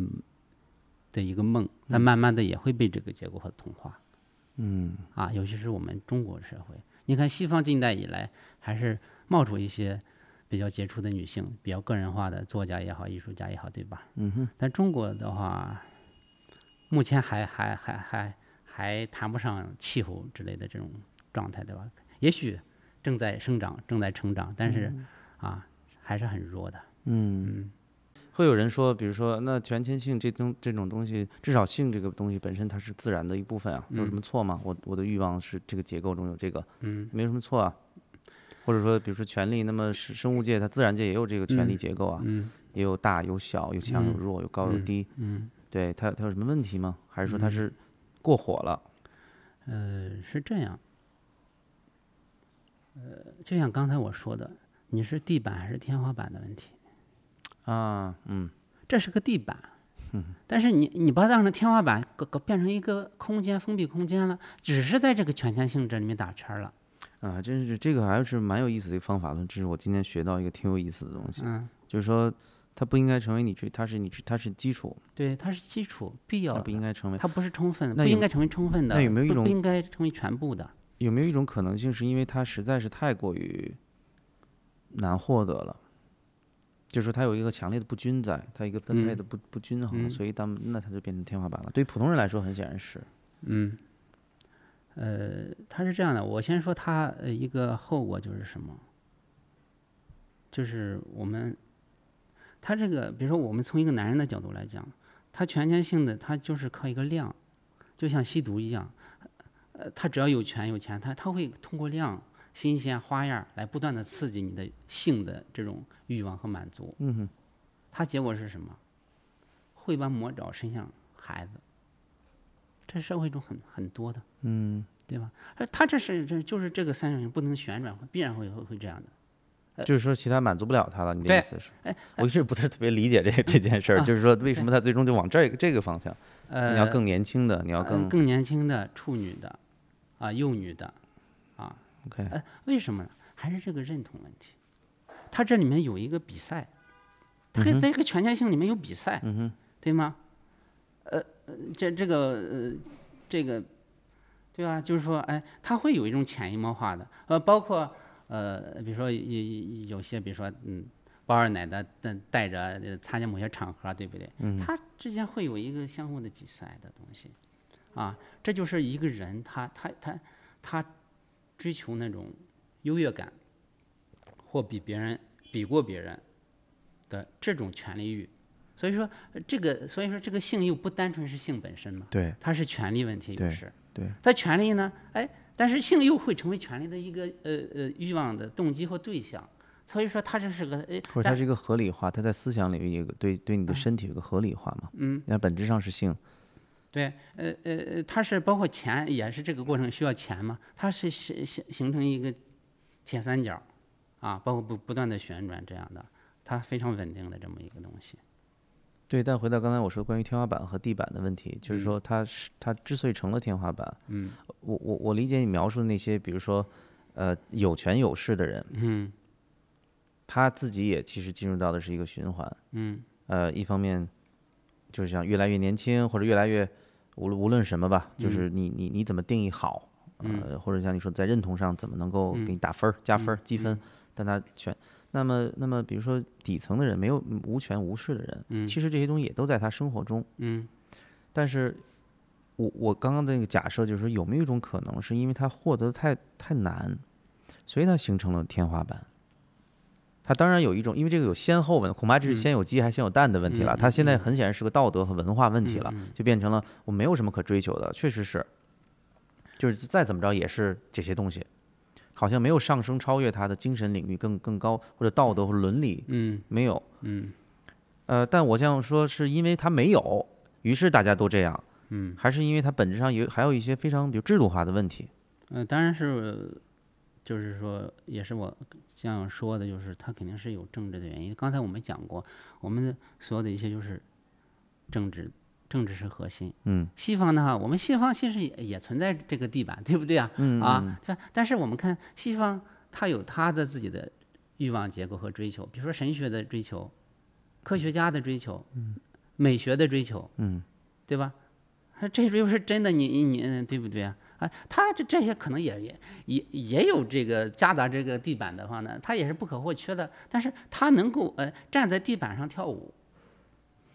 [SPEAKER 1] 的一个梦，但慢慢的也会被这个结构和同化
[SPEAKER 3] 嗯
[SPEAKER 1] 啊，尤其是我们中国社会，你看西方近代以来还是冒出一些。比较杰出的女性，比较个人化的作家也好，艺术家也好，对吧？
[SPEAKER 3] 嗯哼
[SPEAKER 1] 但中国的话，目前还还还还还谈不上气候之类的这种状态，对吧？也许正在生长，正在成长，但是、啊，还是很弱的。
[SPEAKER 3] 嗯，会有人说，比如说，那全天性这东这种东西，至少性这个东西本身它是自然的一部分啊，有什
[SPEAKER 1] 嗯
[SPEAKER 3] 么错吗？我我的欲望是这个结构中有这个，
[SPEAKER 1] 嗯，
[SPEAKER 3] 没有什么错啊。或者说，比如说权力，那么是生物界它自然界也有这个权力
[SPEAKER 1] 嗯
[SPEAKER 3] 结构啊，
[SPEAKER 1] 嗯
[SPEAKER 3] 也有大有小，有强有
[SPEAKER 1] 嗯
[SPEAKER 3] 弱，有高有
[SPEAKER 1] 嗯
[SPEAKER 3] 低，
[SPEAKER 1] 嗯，
[SPEAKER 3] 对它它有什么问题吗？还是说它是过火了？
[SPEAKER 1] 呃，是这样。呃，就像刚才我说的，你是地板还是天花板的问题，
[SPEAKER 3] 啊，嗯
[SPEAKER 1] 这是个地板。但是你你把它当成天花板，搞搞变成一个空间封闭空间了，只是在这个权限性质里面打圈儿了。
[SPEAKER 3] 啊，真是这个还是蛮有意思的一个方法论，这是我今天学到一个挺有意思的东西，
[SPEAKER 1] 嗯，
[SPEAKER 3] 就是说它不应该成为你追，它是你追，它是基础，
[SPEAKER 1] 对，它是基础必要
[SPEAKER 3] 它
[SPEAKER 1] 的，
[SPEAKER 3] 不应该成为。
[SPEAKER 1] 它不是充分的，
[SPEAKER 3] 那
[SPEAKER 1] 不
[SPEAKER 3] 有
[SPEAKER 1] 应该成为充分的，
[SPEAKER 3] 那有没有一
[SPEAKER 1] 不
[SPEAKER 3] 种
[SPEAKER 1] 不应该成为全部的？
[SPEAKER 3] 有没有一种可能性，是因为它实在是太过于难获得了？就是说，它有一个强烈的不均在，它一个分配
[SPEAKER 1] 嗯
[SPEAKER 3] 的不、不均衡，
[SPEAKER 1] 嗯
[SPEAKER 3] 所以当那它就变成天花板了。对于普通人来说，很显然是，
[SPEAKER 1] 嗯，呃，它是这样的，我先说它呃一个后果就是什么，就是我们，它这个，比如说我们从一个男人的角度来讲，它全天性的，它就是靠一个量，就像吸毒一样，呃，它只要有权有钱，它它会通过量、新鲜花样儿来不断的刺激你的性的这种欲望和满足。
[SPEAKER 3] 嗯哼，
[SPEAKER 1] 它结果是什么？会把魔爪伸向孩子，这社会中很很多的，
[SPEAKER 3] 嗯，
[SPEAKER 1] 对吧？而他这是这就是这个三角形不能旋转，必然会会会这样的。
[SPEAKER 3] 就是说其他满足不了他了。你的
[SPEAKER 1] 呃对呃嗯啊
[SPEAKER 3] 意思是？我一直不是特别理解这这件事儿，就是说为什
[SPEAKER 1] 对
[SPEAKER 3] 么他最终就往这个这个方向？
[SPEAKER 1] 呃，
[SPEAKER 3] 你要更年轻的，你要
[SPEAKER 1] 呃
[SPEAKER 3] 更、
[SPEAKER 1] 更年轻的处女的，啊、幼女的，啊，
[SPEAKER 3] OK，
[SPEAKER 1] 为什么呢？还是这个认同问题。它这里面有一个比赛，它在一个权限性里面有比赛，
[SPEAKER 3] 嗯嗯哼，
[SPEAKER 1] 对吗？呃，呃这这个呃，这个，对吧？就是说，哎，它会有一种潜移默化的，呃，包括呃，比如说有有有些，比如说嗯，包二奶的带带着呃参加某些场合，对不对？嗯，它之间会有一个相互的比赛的东西，啊，这就是一个人他他他他追求那种优越感，或比别人比过别人的这种权利欲。所以说，呃这个所以说这个性又不单纯是性本身嘛，
[SPEAKER 3] 对
[SPEAKER 1] 它是权利问题，
[SPEAKER 3] 对
[SPEAKER 1] 也是。
[SPEAKER 3] 对。
[SPEAKER 1] 它权利呢，哎，但是性又会成为权利的一个呃呃欲望的动机或对象，所以说它这是个哎，
[SPEAKER 3] 或者它
[SPEAKER 1] 但
[SPEAKER 3] 是一个合理化，它在思想领域有个对对
[SPEAKER 1] 嗯
[SPEAKER 3] 你的身体有个合理化嘛？嗯，那本质上是性，
[SPEAKER 1] 对，呃呃呃，它是包括钱也是这个过程需要钱嘛，它是形形形成一个铁三角，啊，包括不不断的旋转这样的，它非常稳定的这么一个东西。
[SPEAKER 3] 对，但回到刚才我说关于天花板和地板的问题，就是
[SPEAKER 1] 嗯
[SPEAKER 3] 说它是它之所以成了天花板，
[SPEAKER 1] 嗯
[SPEAKER 3] 我我我理解你描述的那些，比如说，呃，有权有势的人，
[SPEAKER 1] 嗯
[SPEAKER 3] 他自己也其实进入到的是一个循环，
[SPEAKER 1] 嗯
[SPEAKER 3] 呃，一方面就是像越来越年轻，或者越来越无论无论什么吧，
[SPEAKER 1] 嗯
[SPEAKER 3] 就是你你你怎么定义好，呃，或者像你说在认同上怎么能够
[SPEAKER 1] 嗯
[SPEAKER 3] 给你打分儿、加分儿、积分，但他全。那么，那么，比如说底层的人，没有无权无势的人，其实这些东西也都在他生活中。
[SPEAKER 1] 嗯
[SPEAKER 3] 但是我我刚刚的那个假设就是说，有没有一种可能，是因为它获得太太难，所以它形成了天花板？它当然有一种，因为这个有先后问，恐怕这是
[SPEAKER 1] 嗯
[SPEAKER 3] 先有鸡还是先有蛋的问题了。
[SPEAKER 1] 嗯
[SPEAKER 3] 它现在
[SPEAKER 1] 嗯
[SPEAKER 3] 很显然是个道德和文化问题了，
[SPEAKER 1] 嗯嗯
[SPEAKER 3] 就变成了我没有什么可追求的，确实是，就是再怎么着也是这些东西，好像没有上升超越它的精神领域更更高或者道德或者伦理
[SPEAKER 1] 嗯
[SPEAKER 3] 没有。
[SPEAKER 1] 嗯
[SPEAKER 3] 呃，但我想说，是因为它没有，于是大家都这样，
[SPEAKER 1] 嗯，
[SPEAKER 3] 还是因为它本质上有还有一些非常比如制度化的问题。
[SPEAKER 1] 呃，当然是，就是说，也是我这样说的，就是它肯定是有政治的原因。刚才我们讲过，我们所有的一切就是政治，政治是核心。
[SPEAKER 3] 嗯
[SPEAKER 1] 西方的话，我们西方其实也也存在这个地板，对不对啊？
[SPEAKER 3] 嗯
[SPEAKER 1] 啊，对吧？但是我们看西方，它有它的自己的欲望结构和追求，比如说神学的追求，科学家的追求，美学的追求，
[SPEAKER 3] 嗯，
[SPEAKER 1] 对吧？它这又是真的，你你你对不对啊？啊，他这这些可能也也也也有这个夹杂这个地板的话呢，它也是不可或缺的。但是它能够呃站在地板上跳舞，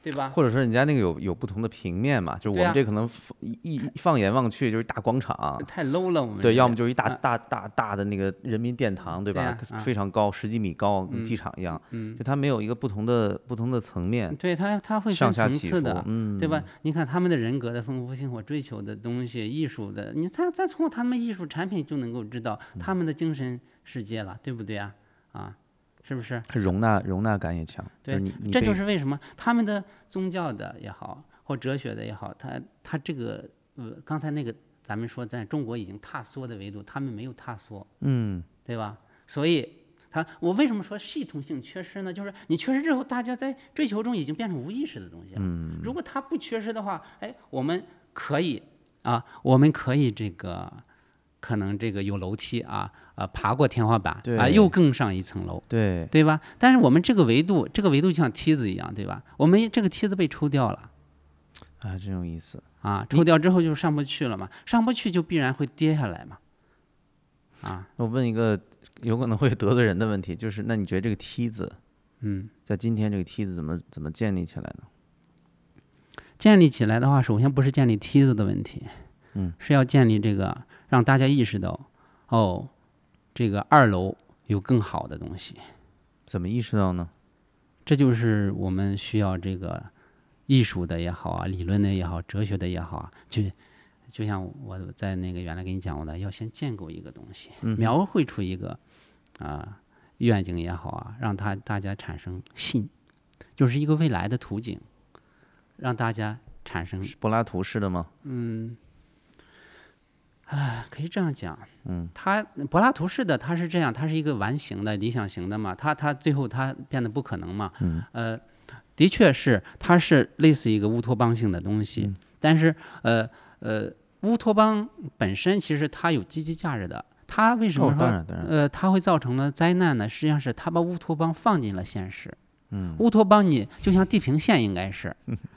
[SPEAKER 1] 对吧？
[SPEAKER 3] 或者说人家那个有有不同的平面嘛，就我
[SPEAKER 1] 对
[SPEAKER 3] 们
[SPEAKER 1] 啊呃
[SPEAKER 3] 这可能一一一放眼望去就是大广场，
[SPEAKER 1] 太 low 了，我们这
[SPEAKER 3] 对，要
[SPEAKER 1] 个
[SPEAKER 3] 么就是一大
[SPEAKER 1] 啊
[SPEAKER 3] 大大大的那个人民殿堂，对
[SPEAKER 1] 对
[SPEAKER 3] 吧
[SPEAKER 1] 啊啊？
[SPEAKER 3] 非常高，十几米高，跟机场一样，
[SPEAKER 1] 嗯
[SPEAKER 3] 就它没有一个不同的不同的层面，
[SPEAKER 1] 对他，他会
[SPEAKER 3] 上
[SPEAKER 1] 分
[SPEAKER 3] 下
[SPEAKER 1] 层
[SPEAKER 3] 起
[SPEAKER 1] 次
[SPEAKER 3] 伏
[SPEAKER 1] 的，，
[SPEAKER 3] 嗯，
[SPEAKER 1] 对吧？？你看他们的人格的丰富性，我追求的东西，艺术的，你再再从他们艺术产品就能够知道
[SPEAKER 3] 嗯
[SPEAKER 1] 他们的精神世界了，对不对啊？啊，是不是？
[SPEAKER 3] 容纳容纳感也强，
[SPEAKER 1] 对
[SPEAKER 3] 是你你
[SPEAKER 1] 这
[SPEAKER 3] 被
[SPEAKER 1] 就是为什么他们的宗教的也好，或哲学的也好，他他这个呃，刚才那个咱们说在中国已经踏缩的维度，他们没有踏缩，
[SPEAKER 3] 嗯
[SPEAKER 1] 对吧？所以他我为什么说系统性缺失呢？就是你缺失之后，大家在追求中已经变成无意识的东西了。
[SPEAKER 3] 嗯
[SPEAKER 1] 如果它不缺失的话，哎，我们可以啊，我们可以这个可能这个有楼梯啊，呃，爬过天花板啊，
[SPEAKER 3] 对
[SPEAKER 1] 又更上一层楼，
[SPEAKER 3] 对
[SPEAKER 1] 对吧？但是我们这个维度，这个维度就像梯子一样，对吧？我们这个梯子被抽掉了。
[SPEAKER 3] 啊，真有意思。
[SPEAKER 1] 啊，抽掉之后就上不去了嘛，上不去就必然会跌下来嘛，啊，
[SPEAKER 3] 那我问一个有可能会得罪人的问题，就是那你觉得这个梯子
[SPEAKER 1] 嗯，
[SPEAKER 3] 在今天这个梯子怎么怎么建立起来呢？
[SPEAKER 1] 建立起来的话，首先不是建立梯子的问题，
[SPEAKER 3] 嗯，
[SPEAKER 1] 是要建立这个让大家意识到，哦，这个二楼有更好的东西，
[SPEAKER 3] 怎么意识到呢？
[SPEAKER 1] 这就是我们需要这个艺术的也好啊，理论的也好，哲学的也好啊，去。就像我在那个原来跟你讲过的，要先建构一个东西，描绘出一个啊、愿景也好啊，让他大家产生信，就是一个未来的图景，让大家产生
[SPEAKER 3] 是柏拉图式的吗？
[SPEAKER 1] 嗯，哎，可以这样讲，
[SPEAKER 3] 嗯，
[SPEAKER 1] 他柏拉图式的他是这样，他是一个完形的理想型的嘛，他他最后他变得不可能嘛，
[SPEAKER 3] 嗯，
[SPEAKER 1] 呃，的确是，它是类似一个乌托邦性的东
[SPEAKER 3] 嗯
[SPEAKER 1] 西，但是呃呃，乌托邦本身其实它有积极价值的，它为什么
[SPEAKER 3] 哦，
[SPEAKER 1] 说、
[SPEAKER 3] 当然当然，
[SPEAKER 1] 呃，它会造成了灾难呢，实际上是它把乌托邦放进了现实。
[SPEAKER 3] 嗯
[SPEAKER 1] 乌托邦你就像地平线应该 是，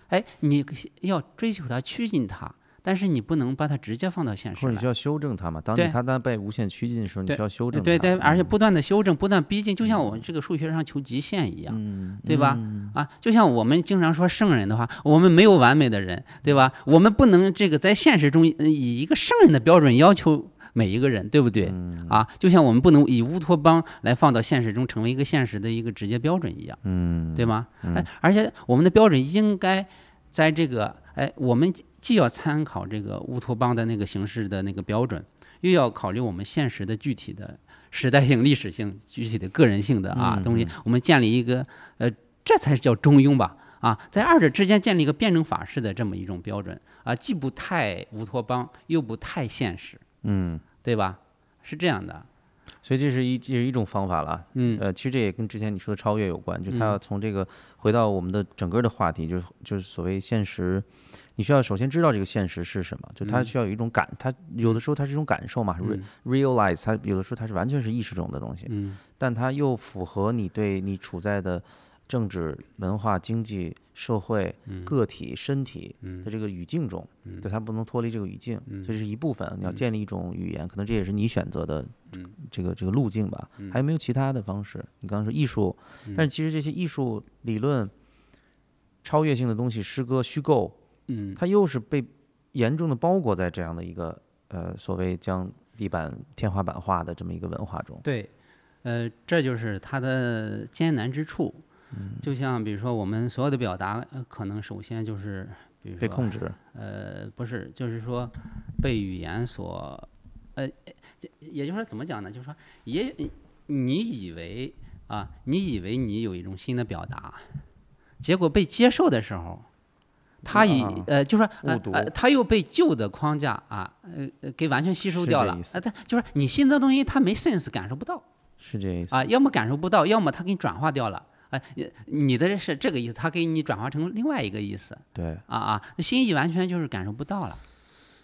[SPEAKER 1] 哎，你要追求它，趋近它，但是你不能把它直接放到现实
[SPEAKER 3] 或者你需
[SPEAKER 1] 来。
[SPEAKER 3] 要修正它嘛？当你
[SPEAKER 1] 对
[SPEAKER 3] 它它被无限趋近的时候，你
[SPEAKER 1] 对
[SPEAKER 3] 需要修正它。
[SPEAKER 1] 对对，而且
[SPEAKER 3] 嗯
[SPEAKER 1] 不断的修正，不断逼近，就像我们这个数学上求极限一样。
[SPEAKER 3] 嗯，
[SPEAKER 1] 对吧
[SPEAKER 3] 嗯
[SPEAKER 1] 啊，就像我们经常说圣人的话，我们没有完美的人，对吧？我们不能这个在现实中呃以一个圣人的标准要求每一个人，对不对？
[SPEAKER 3] 嗯
[SPEAKER 1] 啊，就像我们不能以乌托邦来放到现实中成为一个现实的一个直接标准一样，
[SPEAKER 3] 嗯，
[SPEAKER 1] 对吗？
[SPEAKER 3] 嗯
[SPEAKER 1] 哎，而且我们的标准应该在这个，哎，我们既要参考这个乌托邦的那个形式的那个标准，又要考虑我们现实的具体的时代性、历史性、具体的个人性的啊
[SPEAKER 3] 嗯
[SPEAKER 1] 东西，我们建立一个呃，这才叫中庸吧。啊，在二者之间建立一个辩证法式的这么一种标准啊，既不太乌托邦，又不太现实，
[SPEAKER 3] 嗯，
[SPEAKER 1] 对吧？是这样的，
[SPEAKER 3] 所以这是一这是一种方法了。
[SPEAKER 1] 嗯
[SPEAKER 3] 呃，其实这也跟之前你说的超越有关，就
[SPEAKER 1] 嗯
[SPEAKER 3] 它要从这个回到我们的整个的话题，就是就是所谓现实，你需要首先知道这个现实是什么，就它
[SPEAKER 1] 嗯
[SPEAKER 3] 需要有一种感，它有的时候它是一种感受嘛，re-，realize，它有的时候它是完全是意识中的东西，
[SPEAKER 1] 嗯
[SPEAKER 3] 但它又符合你对你处在的政治、文化、经济、社会、
[SPEAKER 1] 嗯
[SPEAKER 3] 个体、身体的这个语境中，对它不能脱离这个语境，
[SPEAKER 1] 嗯
[SPEAKER 3] 所以是一部分。你要建立一种语言，可能这也是你选择的这个这个路径吧。
[SPEAKER 1] 嗯
[SPEAKER 3] 还有没有其他的方式？你刚刚说艺术，但是其实这些艺术理论、超越性的东西，诗歌、虚构，
[SPEAKER 1] 嗯
[SPEAKER 3] 它又是被严重的包裹在这样的一个呃所谓将地板天花板化的这么一个文化中。
[SPEAKER 1] 对，呃，这就是它的艰难之处。
[SPEAKER 3] 嗯
[SPEAKER 1] 就像比如说我们所有的表达，呃可能首先就是比如说
[SPEAKER 2] 被控制，
[SPEAKER 1] 呃，不是，就是说被语言所，呃，也就是说怎么讲呢？就是说也你以为啊，你以为你有一种新的表达，结果被接受的时候，他以、
[SPEAKER 3] 啊
[SPEAKER 1] 呃，就是说
[SPEAKER 3] 误
[SPEAKER 1] 呃
[SPEAKER 3] 读
[SPEAKER 1] 呃，他又被旧的框架啊，呃呃，给完全吸收
[SPEAKER 3] 是
[SPEAKER 1] 掉
[SPEAKER 3] 这
[SPEAKER 1] 了
[SPEAKER 3] 意。思
[SPEAKER 1] 呃，他就是你新的东西，他没 sense 感受不到。
[SPEAKER 3] 是这意思。
[SPEAKER 1] 啊，要么感受不到，要么他给你转化掉了。哎，你你的是这个意思，他给你转化成另外一个意思
[SPEAKER 3] 对
[SPEAKER 1] 啊啊，那心意完全就是感受不到了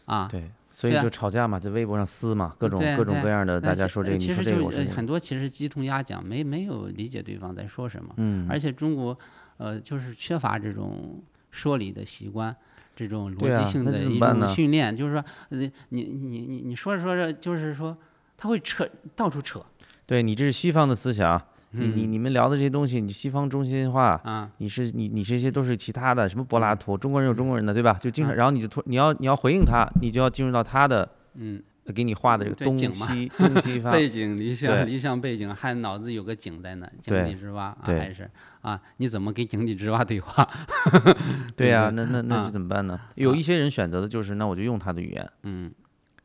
[SPEAKER 1] 啊。
[SPEAKER 3] 对，所以
[SPEAKER 1] 对啊
[SPEAKER 3] 就吵架嘛，在微博上撕嘛，各种
[SPEAKER 1] 对啊
[SPEAKER 3] 各种
[SPEAKER 1] 对啊
[SPEAKER 3] 各样的，
[SPEAKER 1] 呃
[SPEAKER 3] 大家
[SPEAKER 1] 其
[SPEAKER 3] 说
[SPEAKER 1] 呃
[SPEAKER 3] 这个，你
[SPEAKER 1] 其
[SPEAKER 3] 说
[SPEAKER 1] 实
[SPEAKER 3] 这个，
[SPEAKER 1] 就
[SPEAKER 3] 我说
[SPEAKER 1] 是
[SPEAKER 3] 那
[SPEAKER 1] 很
[SPEAKER 3] 个，
[SPEAKER 1] 多其实鸡同鸭讲，没没有理解对方在说什么，
[SPEAKER 3] 嗯，
[SPEAKER 1] 而且中国呃就是缺乏这种说理的习惯。这种
[SPEAKER 3] 对
[SPEAKER 1] 逻
[SPEAKER 3] 啊
[SPEAKER 1] 辑性
[SPEAKER 3] 那
[SPEAKER 1] 的
[SPEAKER 3] 这怎么
[SPEAKER 1] 一
[SPEAKER 3] 办
[SPEAKER 1] 种
[SPEAKER 3] 呢
[SPEAKER 1] 训练，就是说，呃，你你你你说着说着，就是说，他会扯到处扯，
[SPEAKER 3] 对你这是西方的思想，你你
[SPEAKER 1] 嗯
[SPEAKER 3] 你们聊的这些东西，你西方中心化，
[SPEAKER 1] 啊，
[SPEAKER 3] 你是你你这些都是其他的，什么柏拉图，中国人有中国人的，对吧？就经常，
[SPEAKER 1] 嗯
[SPEAKER 3] 然后你就突你要你要回应他，你就要进入到他的
[SPEAKER 1] 嗯，
[SPEAKER 3] 呃给你画的这个
[SPEAKER 1] 对
[SPEAKER 3] 东
[SPEAKER 1] 景嘛
[SPEAKER 3] 西 东西方，
[SPEAKER 1] 背景理
[SPEAKER 3] 啊对
[SPEAKER 1] 想理想背景，还脑子有个井在那，井
[SPEAKER 3] 对
[SPEAKER 1] 底之蛙啊，
[SPEAKER 3] 对
[SPEAKER 1] 还是啊？你怎么跟井底之蛙对 话？
[SPEAKER 3] 对
[SPEAKER 1] 对
[SPEAKER 3] 呀、
[SPEAKER 1] 对
[SPEAKER 3] 那那那
[SPEAKER 1] 啊
[SPEAKER 3] 这怎么办呢？有一些人选择的就是，那我就用他的语言，
[SPEAKER 1] 嗯，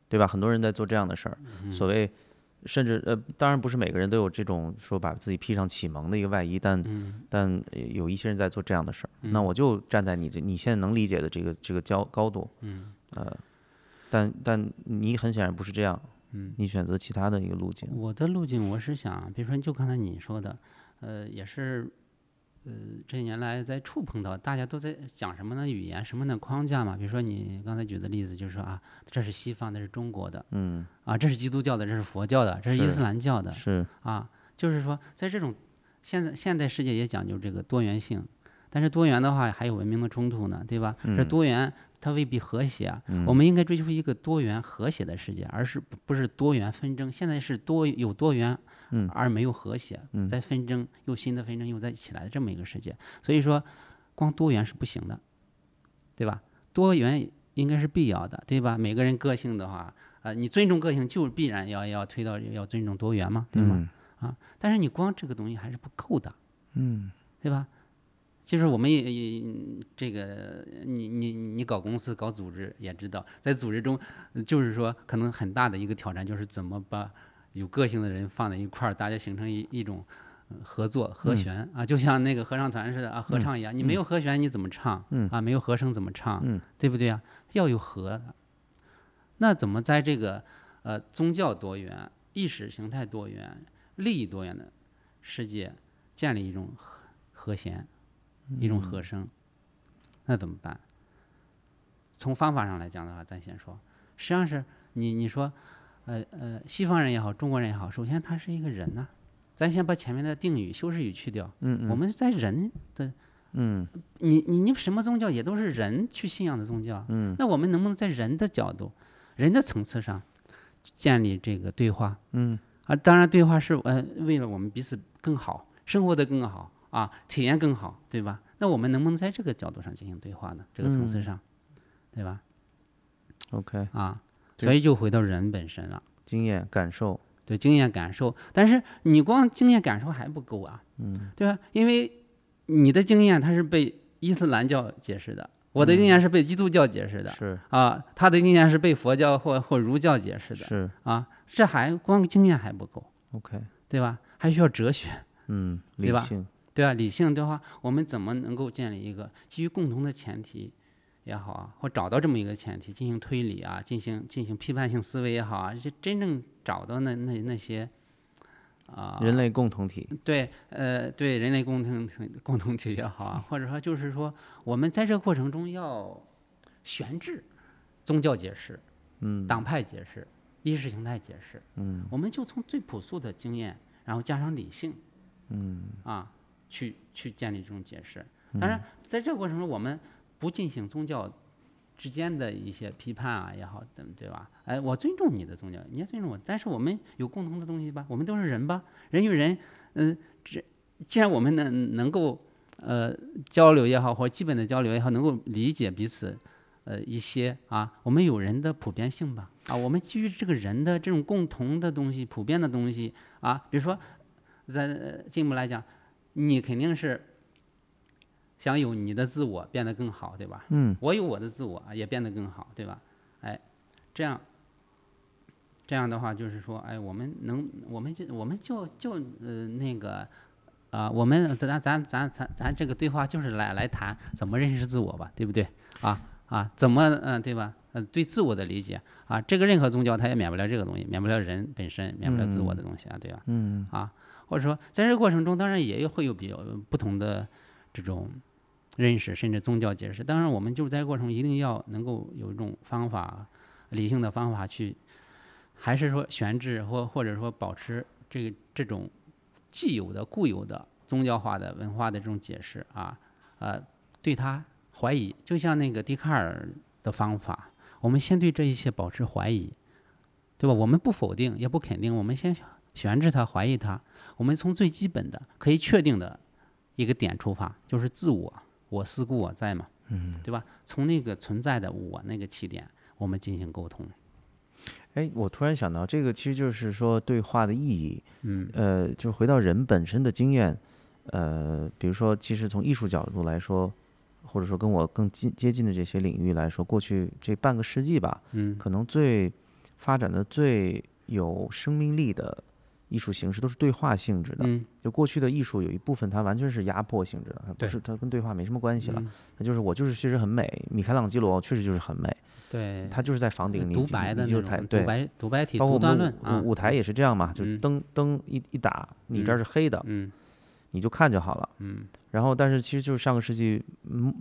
[SPEAKER 3] 对吧？很多人在做这样的事儿，所谓甚至呃，当然不是每个人都有这种说把自己披上启蒙的一个外衣，但
[SPEAKER 1] 嗯
[SPEAKER 3] 但呃有一些人在做这样的事儿。那我就站在你这你现在能理解的这个这个高高度，嗯呃，但但你很显然不是这样，嗯，你选择其他的一个路径，
[SPEAKER 1] 我的路径我是想，比如说就刚才你说的，呃，也是，呃，这些年来在触碰到大家都在讲什么呢？语言什么呢？框架嘛。比如说你刚才举的例子，就是说啊，这是西方的，这是中国的，
[SPEAKER 3] 嗯，
[SPEAKER 1] 啊，这是基督教的，这是佛教的，这是伊
[SPEAKER 3] 是
[SPEAKER 1] 斯兰教的，
[SPEAKER 3] 是
[SPEAKER 1] 啊，就是说，在这种现在现代世界也讲究这个多元性，但是多元的话还有文明的冲突呢，对吧？
[SPEAKER 3] 嗯
[SPEAKER 1] 这多元它未必和谐啊。我们应该追求一个多元和谐的世界，而是不不是多元纷争。现在是多有多元，
[SPEAKER 3] 嗯
[SPEAKER 1] 而没有和谐，在纷争又新的纷争又在起来的这么一个世界。所以说，光多元是不行的，对吧？多元应该是必要的，对吧？每个人个性的话，呃，你尊重个性，就是必然要要推到要尊重多元嘛，对吗？
[SPEAKER 3] 嗯
[SPEAKER 1] 但是你光这个东西还是不够的，嗯，对吧？就是我们也也这个，你你你搞公司搞组织也知道，在组织中，呃就是说可能很大的一个挑战就是怎么把有个性的人放在一块儿，大家形成一一种呃合作
[SPEAKER 3] 嗯
[SPEAKER 1] 和弦、啊，就像那个合唱团似的啊，合唱一样，你没有和弦你怎么唱？
[SPEAKER 3] 嗯
[SPEAKER 1] 啊，没有和声怎么唱？
[SPEAKER 3] 嗯
[SPEAKER 1] 对不对啊？要有和的。那怎么在这个呃宗教多元、意识形态多元、利益多元的世界建立一种和和弦，一种
[SPEAKER 3] 嗯
[SPEAKER 1] 和声，那怎么办？从方法上来讲的话，咱先说，实际上是你你说，呃呃，西方人也好，中国人也好，首先他是一个人呐、咱先把前面的定语、修饰语去掉，
[SPEAKER 3] 嗯
[SPEAKER 1] 我们在人的
[SPEAKER 3] 嗯
[SPEAKER 1] 你你你什么宗教也都是人去信仰的宗教，
[SPEAKER 3] 嗯，
[SPEAKER 1] 那我们能不能在人的角度、人的层次上建立这个对话？
[SPEAKER 3] 嗯，
[SPEAKER 1] 啊，当然对话是呃为了我们彼此更好，生活的更好啊，体验更好，对吧？那我们能不能在这个角度上进行对话呢？这个层次上，对吧？
[SPEAKER 3] 嗯，OK，
[SPEAKER 1] 啊，
[SPEAKER 3] 对
[SPEAKER 1] 所以就回到人本身了。
[SPEAKER 3] 经验感受，
[SPEAKER 1] 对经验感受，但是你光经验感受还不够啊，嗯，对吧？因为你的经验它是被伊斯兰教解释的，我的经验是被基督教解释的，
[SPEAKER 3] 嗯是
[SPEAKER 1] 啊，他的经验是被佛教或或儒教解释的，
[SPEAKER 3] 是
[SPEAKER 1] 啊，这还光经验还不够，
[SPEAKER 3] ，OK，
[SPEAKER 1] 对吧？还需要哲学，
[SPEAKER 3] 嗯，
[SPEAKER 1] 对
[SPEAKER 3] 理
[SPEAKER 1] 吧
[SPEAKER 3] 性，
[SPEAKER 1] 对吧？理性的话，我们怎么能够建立一个基于共同的前提也好啊，或找到这么一个前提进行推理啊，进行进行批判性思维也好啊，就真正找到那那那些。啊，
[SPEAKER 3] 人类共同体，
[SPEAKER 1] 对，呃，对人类共同体共同体也好啊，或者说就是说，我们在这个过程中要悬置宗教解释、
[SPEAKER 3] 嗯，
[SPEAKER 1] 党派解释、意识形态解释，
[SPEAKER 3] 嗯，
[SPEAKER 1] 我们就从最朴素的经验，然后加上理性，嗯，啊，去去建立这种解释。
[SPEAKER 3] 嗯
[SPEAKER 1] 当然，在这个过程中，我们不进行宗教之间的一些批判啊也好，等对吧？哎，我尊重你的宗教，你也尊重我，但是我们有共同的东西吧，我们都是人吧，人与人，嗯，这既然我们能能够呃交流也好，或者基本的交流也好，能够理解彼此。呃，一些啊，我们有人的普遍性吧，啊，我们基于这个人的这种共同的东西、普遍的东西啊，比如说在呃进一步来讲，你肯定是想有你的自我变得更好，对吧？
[SPEAKER 2] 嗯，
[SPEAKER 1] 我有我的自我也变得更好，对吧？哎，这样，这样的话就是说，哎，我们能，我们就我们就就呃那个啊、我们咱咱咱咱咱这个对话就是来来谈怎么认识自我吧，对不对？啊啊，怎么嗯、呃对吧？嗯、对自我的理解啊，这个任何宗教它也免不了这个东西，免不了人本身，免不了自我的东西啊，对吧？
[SPEAKER 2] 嗯
[SPEAKER 1] 啊，或者说在这个过程中，当然也有会有比较不同的这种认识，甚至宗教解释。当然，我们就是在这个过程中一定要能够有一种方法，理性的方法去，还是说悬置或或者说保持这个这种既有的固有的宗教化的文化的这种解释啊，呃，对它怀疑，就像那个笛卡尔的方法，我们先对这一切保持怀疑。对吧？我们不否定，也不肯定，我们先悬置它、怀疑它，我们从最基本的可以确定的一个点出发，就是自我，我思故我在嘛，嗯，对吧？从那个存在的我那个起点，我们进行沟通，
[SPEAKER 3] 哎，我突然想到，这个其实就是说对话的意义，
[SPEAKER 1] 嗯
[SPEAKER 3] 呃，就是回到人本身的经验，呃，比如说，其实从艺术角度来说，或者说跟我更近接近的这些领域来说，过去这半个世纪吧，
[SPEAKER 1] 嗯
[SPEAKER 3] 可能最发展的最有生命力的艺术形式都是对话性质的。
[SPEAKER 1] 嗯，
[SPEAKER 3] 就过去的艺术有一部分它完全是压迫性质的，它不
[SPEAKER 1] 对
[SPEAKER 3] 是它跟对话没什么关系了。
[SPEAKER 1] 嗯
[SPEAKER 3] 它就是我就是确实很美，米开朗基罗确实就是很美，
[SPEAKER 1] 对，呃
[SPEAKER 3] 他就是在房顶你
[SPEAKER 1] 独
[SPEAKER 3] 你
[SPEAKER 1] 白的
[SPEAKER 3] 你
[SPEAKER 1] 那
[SPEAKER 3] 就是台
[SPEAKER 1] 种独
[SPEAKER 3] 对，
[SPEAKER 1] 白独白体、
[SPEAKER 3] 包括
[SPEAKER 1] 独
[SPEAKER 3] 我
[SPEAKER 1] 断
[SPEAKER 3] 们
[SPEAKER 1] 论
[SPEAKER 3] 舞
[SPEAKER 1] 啊，
[SPEAKER 3] 舞舞台也是这样嘛，就是
[SPEAKER 1] 嗯
[SPEAKER 3] 灯灯一一打，你这儿
[SPEAKER 1] 嗯
[SPEAKER 3] 是黑的，
[SPEAKER 1] 嗯
[SPEAKER 3] 你就看就好了。
[SPEAKER 1] 嗯
[SPEAKER 3] 然后，但是其实就是上个世纪嗯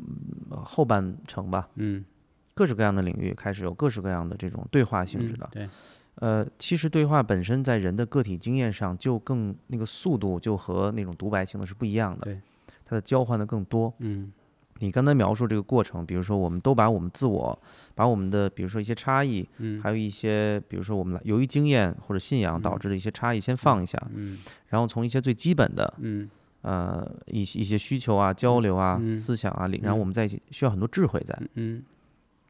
[SPEAKER 3] 后半程吧，
[SPEAKER 1] 嗯，
[SPEAKER 3] 各式各样的领域开始有各式各样的这种对话性
[SPEAKER 1] 嗯
[SPEAKER 3] 质的。
[SPEAKER 1] 对，
[SPEAKER 3] 呃，其实对话本身在人的个体经验上就更那个速度就和那种独白性的是不一样的，
[SPEAKER 1] 对
[SPEAKER 3] 它的交换的更多。
[SPEAKER 1] 嗯
[SPEAKER 3] 你刚才描述这个过程，比如说我们都把我们自我，把我们的比如说一些差异，
[SPEAKER 1] 嗯
[SPEAKER 3] 还有一些比如说我们来由于经验或者信仰导
[SPEAKER 1] 嗯
[SPEAKER 3] 致的一些差异先放一下，
[SPEAKER 1] 嗯
[SPEAKER 3] 然后从一些最基本的
[SPEAKER 1] 嗯
[SPEAKER 3] 呃一些一些需求啊、交流啊、
[SPEAKER 1] 嗯
[SPEAKER 3] 思想啊，里然
[SPEAKER 1] 嗯
[SPEAKER 3] 后我们在一起需要很多智慧在，
[SPEAKER 1] 嗯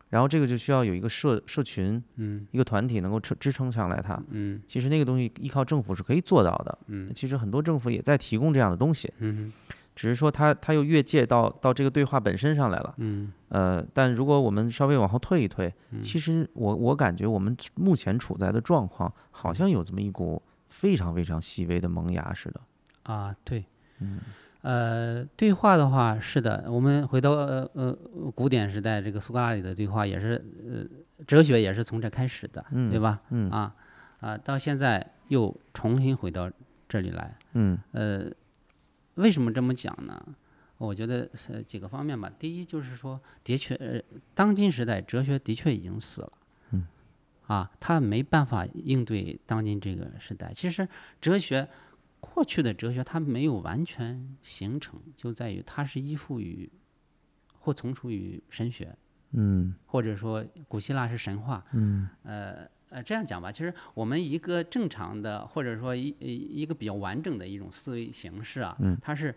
[SPEAKER 3] 然后这个就需要有一个社社群、
[SPEAKER 1] 嗯
[SPEAKER 3] 一个团体能够支支撑上来它。
[SPEAKER 1] 嗯
[SPEAKER 3] 其实那个东西依靠政府是可以做到的，
[SPEAKER 1] 嗯
[SPEAKER 3] 其实很多政府也在提供这样的东西，
[SPEAKER 1] 嗯
[SPEAKER 3] 只是说它它又越界到到这个对话本身上来了。
[SPEAKER 1] 嗯
[SPEAKER 3] 呃，但如果我们稍微往后退一退，
[SPEAKER 1] 嗯
[SPEAKER 3] 其实我我感觉我们目前处在的状况，好像有这么一股非常非常细微的萌芽似的。
[SPEAKER 1] 啊，对。
[SPEAKER 3] 嗯
[SPEAKER 1] 呃，对话的话，是的，我们回到呃呃古典时代，这个苏格拉底的对话也是呃哲学也是从这开始的，对
[SPEAKER 3] 嗯
[SPEAKER 1] 吧？
[SPEAKER 3] 嗯
[SPEAKER 1] 啊啊，到现在又重新回到这里来。
[SPEAKER 3] 嗯
[SPEAKER 1] 呃，为什么这么讲呢？我觉得是几个方面吧。第一就是说，的确，呃当今时代哲学的确已经死了，
[SPEAKER 3] 嗯，
[SPEAKER 1] 啊，它没办法应对当今这个时代。其实哲学，过去的哲学它没有完全形成，就在于它是依附于或从属于神学，
[SPEAKER 3] 嗯
[SPEAKER 1] 或者说古希腊是神话，
[SPEAKER 3] 嗯
[SPEAKER 1] 呃呃，这样讲吧，其实我们一个正常的，或者说一呃一个比较完整的一种思维形式啊，
[SPEAKER 3] 嗯
[SPEAKER 1] 它是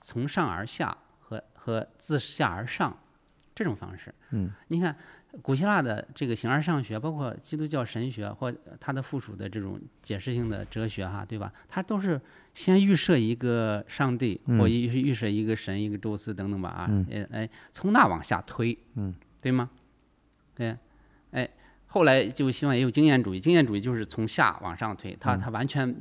[SPEAKER 1] 从上而下和和自下而上这种方式。
[SPEAKER 3] 嗯，
[SPEAKER 1] 你看古希腊的这个形而上学，包括基督教神学或它的附属的这种解释性的哲学哈、对吧？它都是先预设一个上帝，
[SPEAKER 3] 嗯
[SPEAKER 1] 或预预设一个神、一个宙斯等等吧啊，
[SPEAKER 3] 嗯
[SPEAKER 1] 呃哎，从那往下推，
[SPEAKER 3] 嗯，
[SPEAKER 1] 对吗？对，哎，后来就希望也有经验主义，经验主义就是从下往上推，
[SPEAKER 3] 嗯
[SPEAKER 1] 它它完全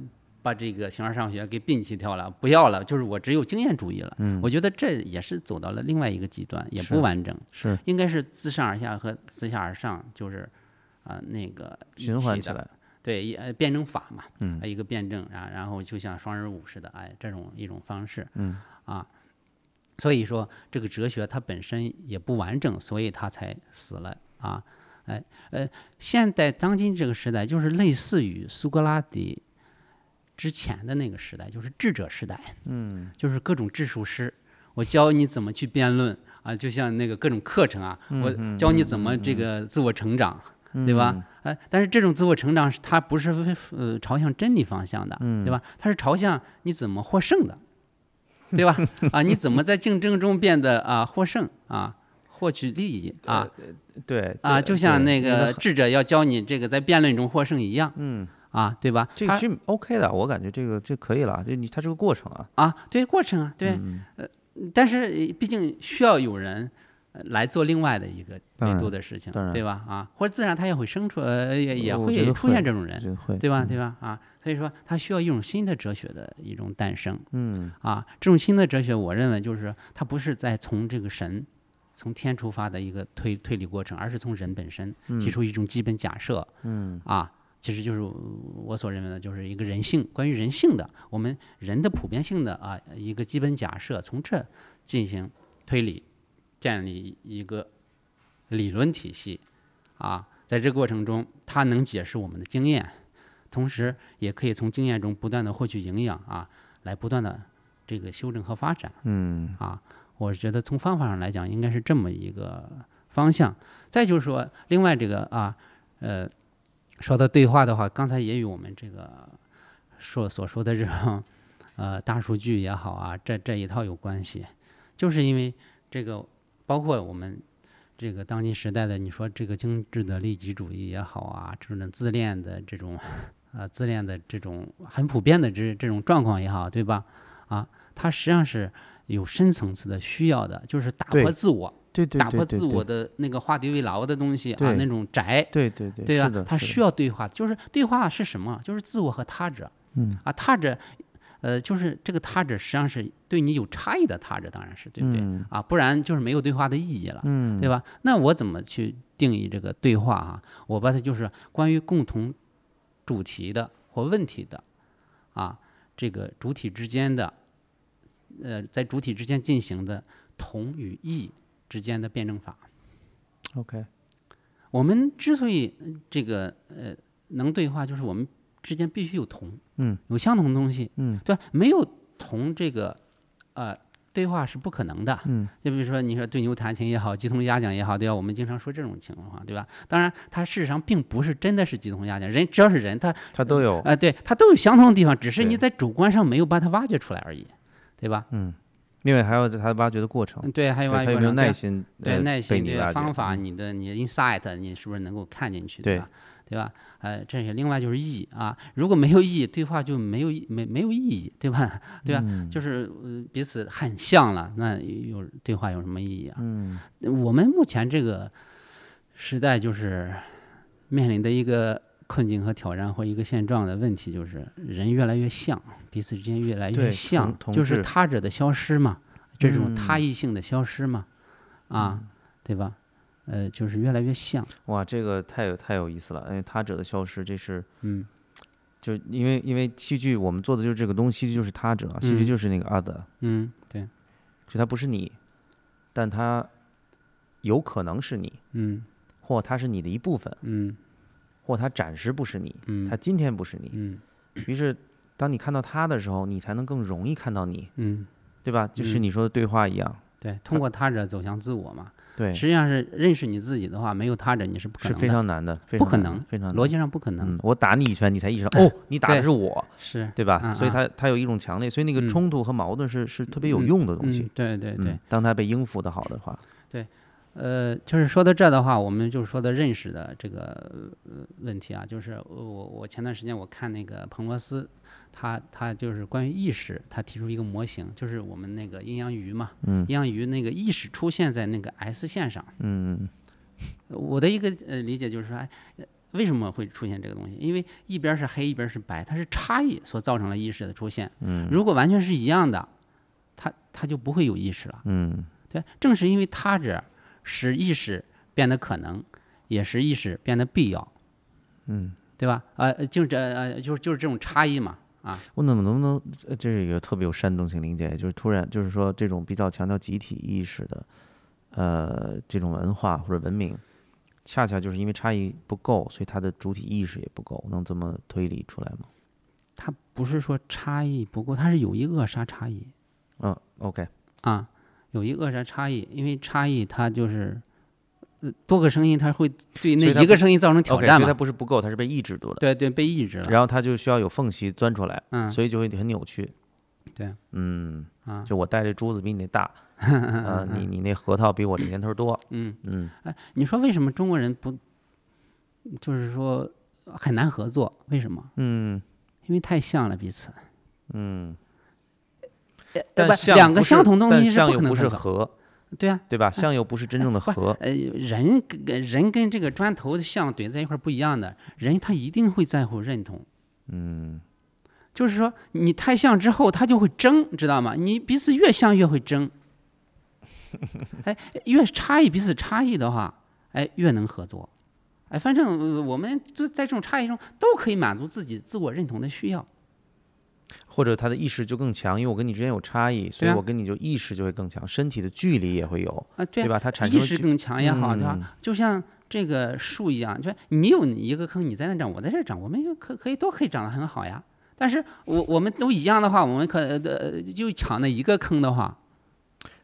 [SPEAKER 1] 把这个形而上学给摒弃掉了，不要了，就是我只有经验主义了。
[SPEAKER 3] 嗯，
[SPEAKER 1] 我觉得这也是走到了另外一个极端，也
[SPEAKER 3] 是
[SPEAKER 1] 不完整，
[SPEAKER 3] 是
[SPEAKER 1] 应该是自上而下和自下而上，就是啊、呃那个一
[SPEAKER 3] 循环
[SPEAKER 1] 起
[SPEAKER 3] 起
[SPEAKER 1] 的
[SPEAKER 3] 来。
[SPEAKER 1] 对，一呃辩证法嘛，
[SPEAKER 3] 嗯
[SPEAKER 1] 呃一个辩证，然然后就像双人舞似的，哎，这种一种方式，
[SPEAKER 3] 嗯，
[SPEAKER 1] 啊，所以说这个哲学它本身也不完整，所以它才死了啊，哎呃，现代当今这个时代就是类似于苏格拉底之前的那个时代，就是智者时代，
[SPEAKER 3] 嗯
[SPEAKER 1] 就是各种智术师，我教你怎么去辩论啊，就像那个各种课程啊，
[SPEAKER 3] 嗯
[SPEAKER 1] 我教你怎么这个自我成长，对吧？哎、但是这种自我成长是它不是非呃朝向真理方向的，
[SPEAKER 3] 嗯
[SPEAKER 1] 对吧？它是朝向你怎么获胜的，对吧？ 啊，你怎么在竞争中变得啊获胜啊，获取利益啊
[SPEAKER 3] 对
[SPEAKER 1] 啊，就像那
[SPEAKER 3] 对那
[SPEAKER 1] 个
[SPEAKER 3] 很
[SPEAKER 1] 智者要教你这个在辩论中获胜一样。
[SPEAKER 3] 嗯
[SPEAKER 1] 啊，对吧？
[SPEAKER 3] 这个
[SPEAKER 1] 它
[SPEAKER 3] 其实 OK 的，我感觉这个这可以了，这你它是个过程啊。
[SPEAKER 1] 啊，对过程啊，对，
[SPEAKER 3] 嗯
[SPEAKER 1] 但是呃毕竟需要有人呃来做另外的一个
[SPEAKER 3] 当
[SPEAKER 1] 维
[SPEAKER 3] 然
[SPEAKER 1] 度的事情
[SPEAKER 3] 当，然
[SPEAKER 1] 对吧？啊，或者自然它也会生出，呃，也也
[SPEAKER 3] 我觉
[SPEAKER 1] 会
[SPEAKER 3] 得
[SPEAKER 1] 出现
[SPEAKER 3] 会
[SPEAKER 1] 这种
[SPEAKER 3] 我
[SPEAKER 1] 人，
[SPEAKER 3] 觉得会，嗯
[SPEAKER 1] 对吧？对吧？啊，所以说它需要一种新的哲学的一种诞生
[SPEAKER 3] 嗯，
[SPEAKER 1] 啊，这种新的哲学，我认为就是它不是在从这个神。从天出发的一个推推理过程，而是从人本身
[SPEAKER 3] 嗯
[SPEAKER 1] 提出一种基本假设，
[SPEAKER 3] 嗯
[SPEAKER 1] 啊，其实就是我所认为的，就是一个人性，关于人性的，我们人的普遍性的啊一个基本假设，从这进行推理，建立一个理论体系啊，在这过程中，它能解释我们的经验，同时也可以从经验中不断的获取营养啊，来不断的这个修正和发展。
[SPEAKER 3] 嗯
[SPEAKER 1] 啊，我觉得从方法上来讲，应该是这么一个方向。再就是说，另外这个啊，呃，说到对话的话，刚才也与我们这个说所说的这种呃大数据也好啊，这这一套有关系，就是因为这个包括我们。这个当今时代的，你说这个精致的利己主义也好啊，这种自恋的这种，呃，自恋的这种很普遍的这这种状况也好，对吧？啊，它实际上是有深层次的需要的，就是打
[SPEAKER 3] 对
[SPEAKER 1] 破自我，
[SPEAKER 3] 对对
[SPEAKER 1] 打
[SPEAKER 3] 对
[SPEAKER 1] 破
[SPEAKER 3] 对
[SPEAKER 1] 自我
[SPEAKER 3] 对
[SPEAKER 1] 的那个化敌为牢的东西啊
[SPEAKER 3] 对，
[SPEAKER 1] 那种宅，
[SPEAKER 3] 对对对，
[SPEAKER 1] 对
[SPEAKER 3] 是
[SPEAKER 1] 吧
[SPEAKER 3] 的？
[SPEAKER 1] 他
[SPEAKER 3] 是的
[SPEAKER 1] 需要对话，就是对话是什么？就是自我和他者。
[SPEAKER 3] 嗯
[SPEAKER 1] 啊，他者，呃，就是这个他者实际上是对你有差异的他者，当然是对不对？
[SPEAKER 3] 嗯
[SPEAKER 1] 啊，不然就是没有对话的意义了，
[SPEAKER 3] 嗯，
[SPEAKER 1] 对吧？那我怎么去定义这个对话啊？我把它就是关于共同主题的或问题的，啊，这个主体之间的，呃，在主体之间进行的同与异之间的辩证法。
[SPEAKER 3] ？OK，
[SPEAKER 1] 我们之所以呃这个呃能对话，就是我们之间必须有同，
[SPEAKER 3] 嗯，
[SPEAKER 1] 有相同的东西，
[SPEAKER 3] 嗯
[SPEAKER 1] 对吧，没有同这个呃对话是不可能的，
[SPEAKER 3] 嗯，
[SPEAKER 1] 就比如说你说对牛弹琴也好，鸡同鸭讲也好，对吧？我们经常说这种情况，对吧？当然，它事实上并不是真的是鸡同鸭讲，人只要是人，他
[SPEAKER 3] 它都有，
[SPEAKER 1] 呃对他都有相同的地方，只是你
[SPEAKER 3] 哦对
[SPEAKER 1] 在主观上没有把它挖掘出来而已，对吧？
[SPEAKER 3] 嗯，另外还有它挖掘的过程，
[SPEAKER 1] 嗯，对，还有挖掘
[SPEAKER 3] 对它有
[SPEAKER 1] 过
[SPEAKER 3] 没
[SPEAKER 1] 程对啊
[SPEAKER 3] 有耐心？
[SPEAKER 1] 对
[SPEAKER 3] 呃
[SPEAKER 1] 耐
[SPEAKER 3] 被
[SPEAKER 1] 心、
[SPEAKER 3] 你
[SPEAKER 1] 对
[SPEAKER 3] 挖掘
[SPEAKER 1] 方法、
[SPEAKER 3] 嗯
[SPEAKER 1] 你的你的 insight，你是不是能够看进去，对
[SPEAKER 3] 对
[SPEAKER 1] 吧？对吧？呃，这是另外就是意义啊，如果没有意义，对话就没有意没没有意义，对吧？ 对吧？就是、
[SPEAKER 3] 嗯
[SPEAKER 1] 呃、彼此很像了，那有对话有什么意义啊？
[SPEAKER 3] 嗯
[SPEAKER 1] 我们目前这个时代就是面临的一个困境和挑战，或一个现状的问题，就是人越来越像，彼此之间越来越
[SPEAKER 3] 对
[SPEAKER 1] 像，
[SPEAKER 3] 同同
[SPEAKER 1] 就是
[SPEAKER 3] 质
[SPEAKER 1] 他者的消失嘛，这种
[SPEAKER 3] 嗯
[SPEAKER 1] 他异性的消失嘛，啊，对吧？呃，就是越来越像，
[SPEAKER 3] 哇，这个太有太有意思了！哎，他者的消失，这是
[SPEAKER 1] 嗯，
[SPEAKER 3] 就因为因为戏剧我们做的就是这个东西，戏剧就是他者，戏剧
[SPEAKER 1] 嗯
[SPEAKER 3] 就是那个 other，、
[SPEAKER 1] 嗯，对，
[SPEAKER 3] 就它不是你，但它有可能是你，
[SPEAKER 1] 嗯
[SPEAKER 3] 或它是你的一部分，
[SPEAKER 1] 嗯
[SPEAKER 3] 或它暂时不是你，
[SPEAKER 1] 嗯
[SPEAKER 3] 它今天不是你。
[SPEAKER 1] 嗯
[SPEAKER 3] 于是，当你看到他的时候，你才能更容易看到你，
[SPEAKER 1] 嗯，
[SPEAKER 3] 对吧？就是
[SPEAKER 1] 嗯
[SPEAKER 3] 你说的对话一样，
[SPEAKER 1] 对，通过他者走向自我嘛，
[SPEAKER 3] 对，
[SPEAKER 1] 实际上是认识你自己的话，没有他者你是不可
[SPEAKER 3] 是
[SPEAKER 1] 能
[SPEAKER 3] 非
[SPEAKER 1] 的，
[SPEAKER 3] 常难的，非
[SPEAKER 1] 不
[SPEAKER 3] 常
[SPEAKER 1] 可
[SPEAKER 3] 难的
[SPEAKER 1] 能
[SPEAKER 3] 非常
[SPEAKER 1] 逻
[SPEAKER 3] 难
[SPEAKER 1] 辑上不可能，
[SPEAKER 3] 嗯，我打你一拳，你才意识到，哦，你打的
[SPEAKER 1] 对
[SPEAKER 3] 是我，
[SPEAKER 1] 是
[SPEAKER 3] 对吧？所以
[SPEAKER 1] 嗯嗯
[SPEAKER 3] 它它有一种强烈，所以那个
[SPEAKER 1] 嗯
[SPEAKER 3] 冲突和矛盾是是特别有
[SPEAKER 1] 嗯
[SPEAKER 3] 用的东
[SPEAKER 1] 嗯
[SPEAKER 3] 西。，
[SPEAKER 1] 对对对
[SPEAKER 3] 嗯，，当它被应付的好的话，
[SPEAKER 1] 呃，就是说到这儿的话，我们就是说的认识的这个呃问题啊，就是我我前段时间我看那个彭罗斯，他他就是关于意识，他提出一个模型，就是我们那个阴阳鱼嘛，
[SPEAKER 3] 嗯
[SPEAKER 1] 阴阳鱼那个意识出现在那个 S 线上。
[SPEAKER 3] 嗯
[SPEAKER 1] 我的一个呃理解就是说，哎，呃为什么会出现这个东西？因为一边儿是黑，一边儿是白，它是差异所造成了意识的出现。
[SPEAKER 3] 嗯
[SPEAKER 1] 如果完全是一样的，它它就不会有意识了。
[SPEAKER 3] 嗯
[SPEAKER 1] 对，正是因为他者，使意识变得可能，也使意识变得必要，
[SPEAKER 3] 嗯，
[SPEAKER 1] 对吧？呃，就这呃，就是就是这种差异嘛，啊，
[SPEAKER 3] 我怎么能不能，呃这是一个特别有煽动性理解，就是突然就是说这种比较强调集体意识的，呃，这种文化或者文明，恰恰就是因为差异不够，所以它的主体意识也不够，能这么推理出来吗？
[SPEAKER 1] 它不是说差异不够，它是有意扼杀差异
[SPEAKER 3] 嗯，OK，
[SPEAKER 1] 啊，有意扼杀差异，因为差异它就是。呃，多个声音它会对那
[SPEAKER 3] 所以它
[SPEAKER 1] 一个
[SPEAKER 3] 不
[SPEAKER 1] 声音造成挑
[SPEAKER 3] OK，
[SPEAKER 1] 战
[SPEAKER 3] 所以
[SPEAKER 1] 嘛？
[SPEAKER 3] 它不是不够，它是被抑制住的，
[SPEAKER 1] 对对，被抑制了。
[SPEAKER 3] 然后它就需要有缝隙钻出来，
[SPEAKER 1] 嗯
[SPEAKER 3] 所以就会很扭曲。
[SPEAKER 1] 对，
[SPEAKER 3] 嗯，
[SPEAKER 1] 啊
[SPEAKER 3] 就我带这珠子比你那 大，呃，你你那核桃比我这年头多，
[SPEAKER 1] 嗯，
[SPEAKER 3] 嗯
[SPEAKER 1] 哎，你说为什么中国人不，就是说很难合作。为什么？
[SPEAKER 3] 嗯
[SPEAKER 1] 因为太像了彼此。
[SPEAKER 3] 嗯，
[SPEAKER 1] 呃
[SPEAKER 3] 但
[SPEAKER 1] 不
[SPEAKER 3] 像
[SPEAKER 1] 两个
[SPEAKER 3] 不是
[SPEAKER 1] 相同东
[SPEAKER 3] 但
[SPEAKER 1] 西是
[SPEAKER 3] 像
[SPEAKER 1] 不
[SPEAKER 3] 又
[SPEAKER 1] 可能
[SPEAKER 3] 不是
[SPEAKER 1] 合作。
[SPEAKER 3] 和，
[SPEAKER 1] 对啊，
[SPEAKER 3] 对吧？像又不是真正的
[SPEAKER 1] 不
[SPEAKER 3] 和，
[SPEAKER 1] 呃，人跟人跟这个砖头像怼在一块儿不一样的，人他一定会在乎认同。
[SPEAKER 3] 嗯
[SPEAKER 1] 就是说，你太像之后，他就会争，知道吗？你彼此越像越会争，哎，越差异彼此差异的话，哎，越能合作，哎，反正呃我们就在这种差异中都可以满足自己自我认同的需要，
[SPEAKER 3] 或者他的意识就更强，因为我跟你之间有差异，所以
[SPEAKER 1] 对啊
[SPEAKER 3] 我跟你就意识就会更强，身体的距离也会有，
[SPEAKER 1] 啊，对
[SPEAKER 3] 对
[SPEAKER 1] 啊，
[SPEAKER 3] 吧？它产生
[SPEAKER 1] 意
[SPEAKER 3] 的
[SPEAKER 1] 识
[SPEAKER 3] 距
[SPEAKER 1] 更强也好，对吧？
[SPEAKER 3] 嗯
[SPEAKER 1] 就像这个树一样，就是你有你一个坑，你在那长，我在这长，我们也可可以都可以长得很好呀。但是我我们都一样的话，我们可呃就抢那一个坑的话，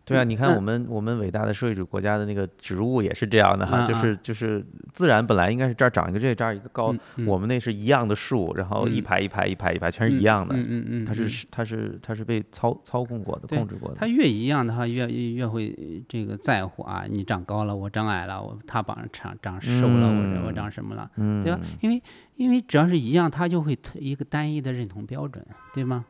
[SPEAKER 3] 对啊，你看
[SPEAKER 1] 嗯
[SPEAKER 3] 我们我们伟大的社会主义国家的那个植物也是这样的哈，
[SPEAKER 1] 嗯嗯
[SPEAKER 3] 就是就是自然本来应该是这儿长一个这个这儿一个高
[SPEAKER 1] 嗯，嗯
[SPEAKER 3] 我们那是一样的树，然后一
[SPEAKER 1] 嗯
[SPEAKER 3] 排一排一排一排全是
[SPEAKER 1] 嗯
[SPEAKER 3] 一样的
[SPEAKER 1] 嗯，嗯嗯，
[SPEAKER 3] 它
[SPEAKER 1] 嗯
[SPEAKER 3] 是它是它是被操操控过的、
[SPEAKER 1] 对
[SPEAKER 3] 控制过的
[SPEAKER 1] 他。越一样的话，越越越会呃这个在乎啊，你长高了，我长矮了，我他长长长瘦了，我这我
[SPEAKER 3] 嗯
[SPEAKER 1] 长什么了，
[SPEAKER 3] 嗯，
[SPEAKER 1] 对啊吧？因为因为只要是一样，他就会一个单一的认同标准，对吗？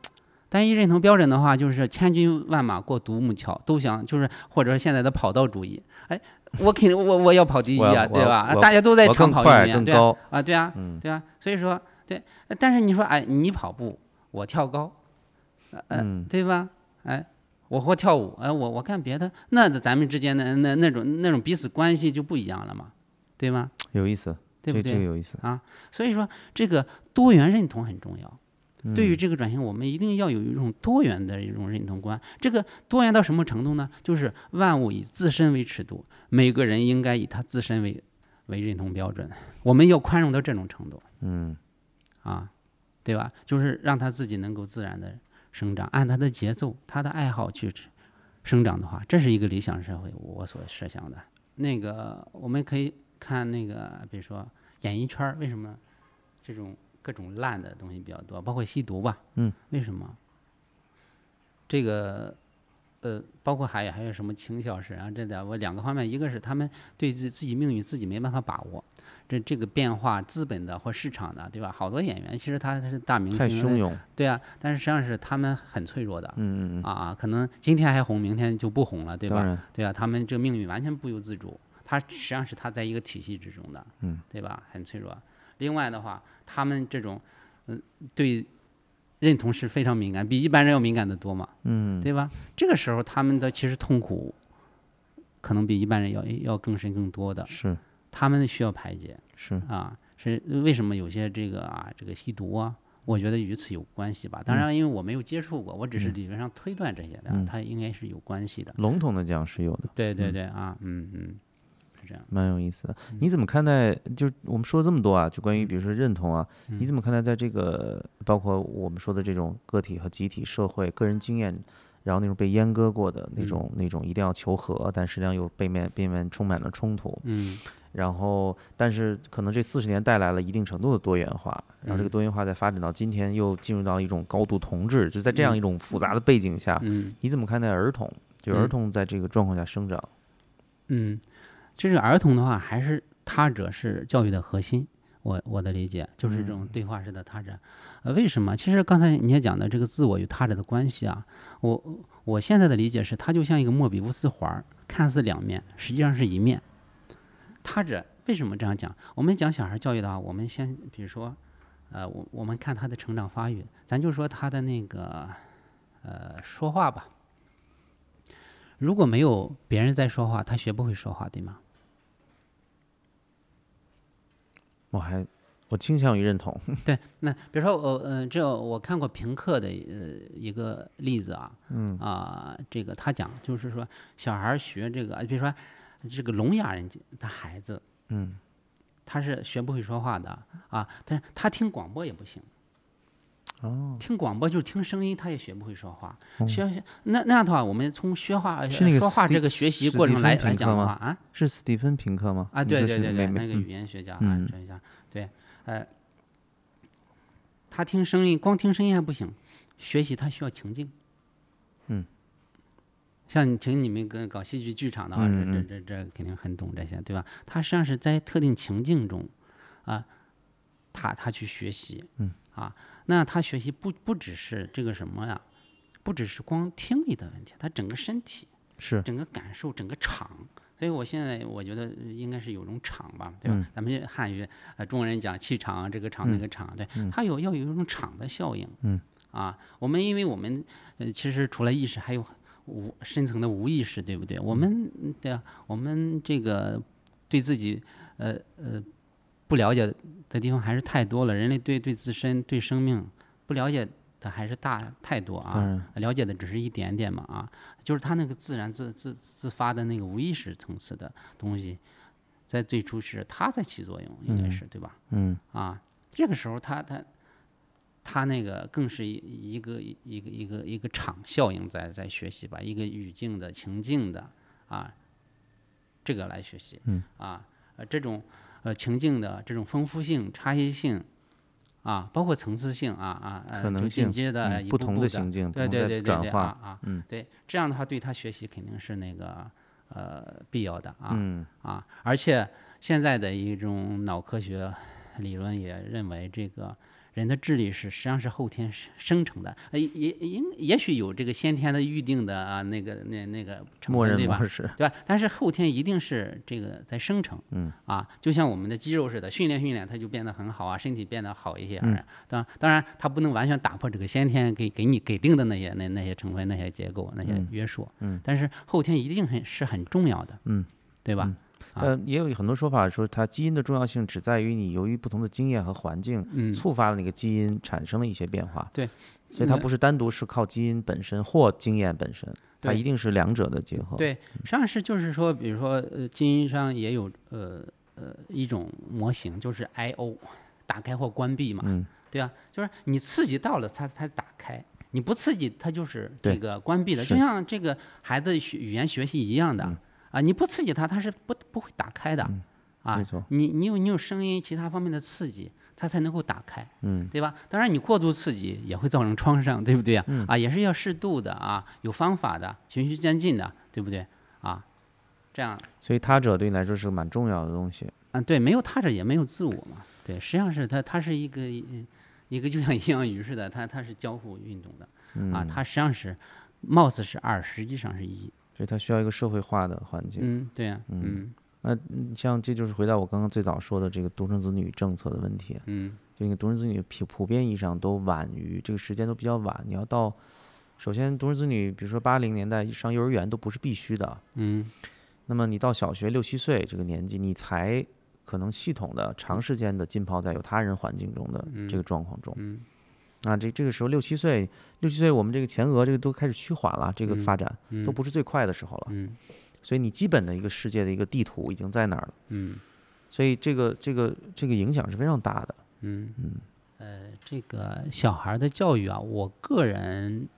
[SPEAKER 1] 单一认同标准的话，就是千军万马过独木桥，都想就是或者说现在的跑道主义，哎，我肯定我我要跑第一
[SPEAKER 3] 我要
[SPEAKER 1] 啊，对
[SPEAKER 3] 我
[SPEAKER 1] 吧？啊
[SPEAKER 3] 我
[SPEAKER 1] 大家都在
[SPEAKER 3] 我
[SPEAKER 1] 长
[SPEAKER 3] 更
[SPEAKER 1] 跑
[SPEAKER 3] 快
[SPEAKER 1] 里面，
[SPEAKER 3] 更
[SPEAKER 1] 对啊
[SPEAKER 3] 高，
[SPEAKER 1] 啊，对啊，
[SPEAKER 3] 嗯
[SPEAKER 1] 对啊，所以说对，呃但是你说哎，你跑步，我跳高，呃
[SPEAKER 3] 嗯
[SPEAKER 1] 对吧？哎，我或跳舞，哎，我我干别的，那咱们之间的那那种那种彼此关系就不一样了嘛，对吗？
[SPEAKER 3] 有意思，
[SPEAKER 1] 对不
[SPEAKER 3] 这这个
[SPEAKER 1] 对？
[SPEAKER 3] 有意思。
[SPEAKER 1] 所以说，这个多元认同很重要。对于
[SPEAKER 3] 嗯
[SPEAKER 1] 这个转型，我们一定要有一种多元的一种认同观。这个多元到什么程度呢？就是万物以自身为尺度，每个人应该以他自身为为认同标准。我们要宽容到这种程度。
[SPEAKER 3] 嗯
[SPEAKER 1] 啊，对吧？就是让他自己能够自然的生长，按他的节奏、他的爱好去生长的话，这是一个理想社会，我所设想的。那个我们可以看那个，比如说演艺圈儿，为什么这种各种烂的东西比较多，包括吸毒吧？
[SPEAKER 3] 嗯，
[SPEAKER 1] 为什么？这个呃，包括还有还有什么轻小事啊，这点我两个方面，一个是他们对自自己命运自己没办法把握，这这个变化资本的或市场的，对吧？好多演员其实他是大明星，
[SPEAKER 3] 太汹涌，
[SPEAKER 1] 对啊，但是实际上是他们很脆弱的。
[SPEAKER 3] 嗯嗯嗯，
[SPEAKER 1] 啊，可能今天还红，明天就不红了，对吧？
[SPEAKER 3] 当然，
[SPEAKER 1] 对啊，他们这个命运完全不由自主，他实际上是他在一个体系之中的，
[SPEAKER 3] 嗯，
[SPEAKER 1] 对吧？很脆弱。另外的话，他们这种，嗯、对认同是非常敏感，比一般人要敏感的多嘛，
[SPEAKER 3] 嗯
[SPEAKER 1] 对吧？这个时候他们的其实痛苦，可能比一般人要要更深更多的，
[SPEAKER 3] 是
[SPEAKER 1] 他们需要排解
[SPEAKER 3] 是，
[SPEAKER 1] 啊，是为什么有些这个啊这个吸毒啊？我觉得与此有关系吧，当然，因为我没有接触过，我只是理论上推断这些的，
[SPEAKER 3] 嗯
[SPEAKER 1] 它应该是有关系的。
[SPEAKER 3] 笼统的讲是有的。
[SPEAKER 1] 对对
[SPEAKER 3] 嗯
[SPEAKER 1] 对啊，嗯嗯，是这样。
[SPEAKER 3] 蛮有意思的。
[SPEAKER 1] 嗯
[SPEAKER 3] 你怎么看待？就是我们说了这么多啊，就关于比如说认同啊，
[SPEAKER 1] 嗯
[SPEAKER 3] 你怎么看待在这个包括我们说的这种个体和集体、社会、个人经验，然后那种被阉割过的那
[SPEAKER 1] 嗯
[SPEAKER 3] 种、那种一定要求和，但实际上又背面背面充满了冲突。
[SPEAKER 1] 嗯
[SPEAKER 3] 然后，但是可能这四十年带来了一定程度的多元化，然后这个
[SPEAKER 1] 嗯
[SPEAKER 3] 多元化再发展到今天，又进入到一种高度同质，就在这样一种复杂的背景下，
[SPEAKER 1] 嗯
[SPEAKER 3] 你怎么看待儿童？就
[SPEAKER 1] 嗯
[SPEAKER 3] 儿童在这个状况下生长，
[SPEAKER 1] 嗯，这个儿童的话，还是他者是教育的核心。我我的理解就是这种对话式的他者。呃，为什么？其实刚才你也讲的这个自我与他者的关系啊，我我现在的理解是，它就像一个莫比乌斯环儿，看似两面，实际上是一面。他者为什么这样讲？我们讲小孩教育的话，我们先比如说，呃，我我们看他的成长发育，咱就说他的那个呃说话吧。如果没有别人在说话，他学不会说话，对吗？
[SPEAKER 3] 我还我倾向于认同。
[SPEAKER 1] 对，那比如说我，呃，这我看过评课的呃一个例子啊，嗯啊、这个他讲就是说，小孩儿学这个，比如说这个聋哑人的孩子，
[SPEAKER 3] 嗯，
[SPEAKER 1] 他是学不会说话的啊，但是他听广播也不行。
[SPEAKER 3] 哦，
[SPEAKER 1] 听广播就是听声音，他也学不会说话。学学那那样的话，我们从学话、呃
[SPEAKER 3] 是那个
[SPEAKER 1] 说话
[SPEAKER 3] 史蒂
[SPEAKER 1] 这个学习
[SPEAKER 3] 史
[SPEAKER 1] 过
[SPEAKER 3] 蒂
[SPEAKER 1] 程
[SPEAKER 3] 芬
[SPEAKER 1] 来
[SPEAKER 3] 平
[SPEAKER 1] 来讲
[SPEAKER 3] 课
[SPEAKER 1] 的
[SPEAKER 3] 吗
[SPEAKER 1] 话啊，
[SPEAKER 3] 是斯蒂芬平克吗？
[SPEAKER 1] 啊，
[SPEAKER 3] 你
[SPEAKER 1] 对
[SPEAKER 3] 说
[SPEAKER 1] 对
[SPEAKER 3] 是
[SPEAKER 1] 对
[SPEAKER 3] 美
[SPEAKER 1] 对，
[SPEAKER 3] 美
[SPEAKER 1] 那个
[SPEAKER 3] 嗯
[SPEAKER 1] 语言学家啊
[SPEAKER 3] 嗯，
[SPEAKER 1] 这一下，对，呃，他听声音，光听声音还不行，学习他需要情境。
[SPEAKER 3] 嗯，
[SPEAKER 1] 像你请你们跟搞戏剧剧场的话，这
[SPEAKER 3] 嗯嗯
[SPEAKER 1] 这这这肯定很懂这些，对吧？他实际上是在特定情境中啊，他他去学习，
[SPEAKER 2] 嗯
[SPEAKER 1] 啊，那他学习不不只是这个什么呀，不只是光听力的问题，他整个身体、
[SPEAKER 2] 是
[SPEAKER 1] 整个感受、整个场。所以我现在我觉得呃应该是有种场吧，对吧？
[SPEAKER 2] 嗯
[SPEAKER 1] 咱们这汉语呃中国人讲气场啊，这个场那个场，对，它有要有一种场的效应。
[SPEAKER 2] 嗯
[SPEAKER 1] 啊，我们因为我们呃其实除了意识还有。无深层的无意识，对不对？我们嗯对啊，我们这个对自己呃呃不了解的地方还是太多了。人类对对自身、对生命不了解的还是大太多
[SPEAKER 2] 当
[SPEAKER 1] 啊，
[SPEAKER 2] 然
[SPEAKER 1] 了解的只是一点点嘛啊，就是他那个自然自自自发的那个无意识层次的东西，在最初是它在起作用，应该
[SPEAKER 2] 嗯
[SPEAKER 1] 是、对吧？
[SPEAKER 2] 嗯
[SPEAKER 1] 啊，这个时候他他他那个更是一一个一个一个一个场效应在在学习吧，一个语境的情境的啊，这个来学习，
[SPEAKER 2] 嗯
[SPEAKER 1] 啊，呃这种呃情境的这种丰富性、差异性。啊，包括层次性啊啊，呃
[SPEAKER 3] 可能
[SPEAKER 1] 逐
[SPEAKER 3] 性
[SPEAKER 1] 进阶的、
[SPEAKER 3] 嗯
[SPEAKER 1] 一
[SPEAKER 3] 不
[SPEAKER 1] 步
[SPEAKER 3] 同
[SPEAKER 1] 步
[SPEAKER 3] 的
[SPEAKER 1] 的
[SPEAKER 3] 情境，不
[SPEAKER 1] 对
[SPEAKER 3] 同
[SPEAKER 1] 对
[SPEAKER 3] 的
[SPEAKER 1] 对对
[SPEAKER 3] 转
[SPEAKER 1] 对
[SPEAKER 3] 化，
[SPEAKER 1] 啊啊，
[SPEAKER 3] 嗯
[SPEAKER 1] 对，这样的话对他学习肯定是那个呃必要的啊、
[SPEAKER 3] 嗯
[SPEAKER 1] 啊，而且现在的一种脑科学理论也认为这个。人的智力是实际上是后天生生成的，呃，也也应也许有这个先天的预定的啊，那个那那个成
[SPEAKER 2] 默
[SPEAKER 1] 分
[SPEAKER 2] 认
[SPEAKER 1] 对吧？
[SPEAKER 2] 模式，
[SPEAKER 1] 对吧？但是后天一定是这个在生成，
[SPEAKER 3] 嗯
[SPEAKER 1] 啊，就像我们的肌肉似的，训练训练它就变得很好啊，身体变得好一些、
[SPEAKER 2] 嗯
[SPEAKER 1] 当然，当然它不能完全打破这个先天给给你给定的那些那那些成分、那些结构、那些
[SPEAKER 2] 嗯
[SPEAKER 1] 约束，
[SPEAKER 3] 嗯
[SPEAKER 1] 但是后天一定很是很重要的，
[SPEAKER 2] 嗯，
[SPEAKER 1] 对吧？啊
[SPEAKER 2] 呃，
[SPEAKER 3] 但也有很多说法说，它基因的重要性只在于你由于不同的经验和环境，
[SPEAKER 1] 嗯，
[SPEAKER 3] 触发了那个基因产生了一些变化。
[SPEAKER 1] 对，嗯
[SPEAKER 3] 所以它
[SPEAKER 1] 那
[SPEAKER 3] 不是单独是靠基因本身或经验本身，它
[SPEAKER 1] 对
[SPEAKER 3] 一定是两者的结合。
[SPEAKER 1] 对实际上是就是说，比如说呃，基因上也有呃呃一种模型，就是 I O，打开或关闭嘛，
[SPEAKER 3] 嗯
[SPEAKER 1] 对啊，就是你刺激到了它，它打开；你不刺激，它就是
[SPEAKER 3] 对
[SPEAKER 1] 这个关闭的。
[SPEAKER 3] 是
[SPEAKER 1] 就像这个孩子学语言学习一样的、
[SPEAKER 3] 嗯
[SPEAKER 1] 啊，你不刺激他，他是不不会打开的、
[SPEAKER 3] 嗯
[SPEAKER 1] 啊
[SPEAKER 3] 没。错，
[SPEAKER 1] 你你有你有声音，其他方面的刺激，它才能够打开，
[SPEAKER 3] 嗯
[SPEAKER 1] 对吧？当然，你过度刺激也会造成创伤，对不对啊？
[SPEAKER 3] 嗯
[SPEAKER 1] 啊，也是要适度的啊，有方法的，循序渐进的，对不对啊？这样，
[SPEAKER 3] 所以他者对你来说是个蛮重要的东西。
[SPEAKER 1] 啊，对，没有他者也没有自我嘛。对，实际上是它，它是一个嗯一个就像阴阳鱼似的，它它是交互运动的
[SPEAKER 3] 嗯
[SPEAKER 1] 啊，它实际上是貌似是二，实际上是一。
[SPEAKER 3] 所以它需要一个社会化的环境。
[SPEAKER 1] 嗯，对呀、嗯
[SPEAKER 3] 那嗯像这就是回到我刚刚最早说的这个独生子女政策的问题，啊
[SPEAKER 1] 嗯
[SPEAKER 3] 就那个独生子女普普遍意义上都晚于这个时间都比较晚，你要到首先独生子女，比如说八零年代上幼儿园都不是必须的，
[SPEAKER 1] 嗯
[SPEAKER 3] 那么你到小学六七岁这个年纪，你才可能系统的长时间的浸泡在有他人环境中的这个状况中。
[SPEAKER 1] 嗯
[SPEAKER 3] 啊，这这个时候六七岁，六七岁我们这个前额这个都开始趋缓了，这个
[SPEAKER 1] 嗯
[SPEAKER 3] 发展
[SPEAKER 1] 嗯，
[SPEAKER 3] 都不是最快的时候了，
[SPEAKER 1] 嗯
[SPEAKER 3] 所以你基本的一个世界的一个地图已经在那儿了。
[SPEAKER 1] 嗯
[SPEAKER 3] 所以这个这个这个影响是非常大的。
[SPEAKER 1] 嗯嗯。呃，这个小孩儿的教育啊，我个人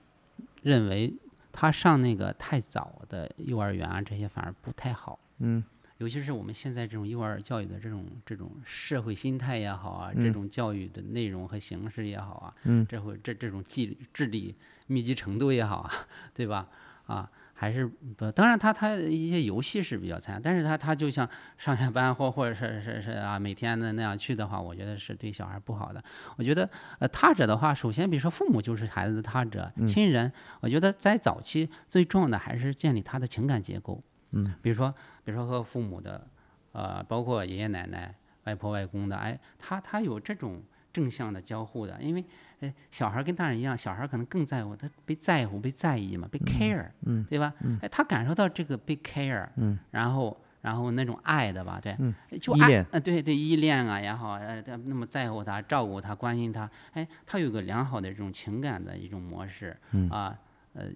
[SPEAKER 1] 认为他上那个太早的幼儿园啊，这些反而不太好。
[SPEAKER 3] 嗯
[SPEAKER 1] 尤其是我们现在这种幼儿教育的这种这种社会心态也好啊，
[SPEAKER 3] 嗯
[SPEAKER 1] 这种教育的内容和形式也好啊，
[SPEAKER 3] 嗯
[SPEAKER 1] 这会这这种智智力密集程度也好啊， 对吧？啊，还是不，当然他他一些游戏是比较参加，但是他他就像上下班或或者是是是啊，每天的那样去的话，我觉得是对小孩不好的。我觉得呃，他者的话，首先比如说父母就是孩子的他者，亲人，我觉得在早期最重要的还是建立他的情感结构。
[SPEAKER 3] 嗯，
[SPEAKER 1] 比如说，比如说和父母的，呃，包括爷爷奶奶、外婆外公的，哎，他他有这种正向的交互的，因为，哎，小孩儿跟大人一样，小孩儿可能更在乎，他被在乎、被在意嘛，被 care，
[SPEAKER 3] 嗯
[SPEAKER 1] 对吧？哎，他感受到这个被 care，
[SPEAKER 3] 嗯，
[SPEAKER 1] 然后。然后那种爱的吧，对，
[SPEAKER 3] 嗯
[SPEAKER 1] 就
[SPEAKER 3] 依
[SPEAKER 1] 爱
[SPEAKER 3] 恋
[SPEAKER 1] 啊，对对，依恋啊也好，呃，他那么在乎他、照顾他、关心他，哎，他有个良好的这种情感的一种模式，
[SPEAKER 3] 嗯
[SPEAKER 1] 啊，呃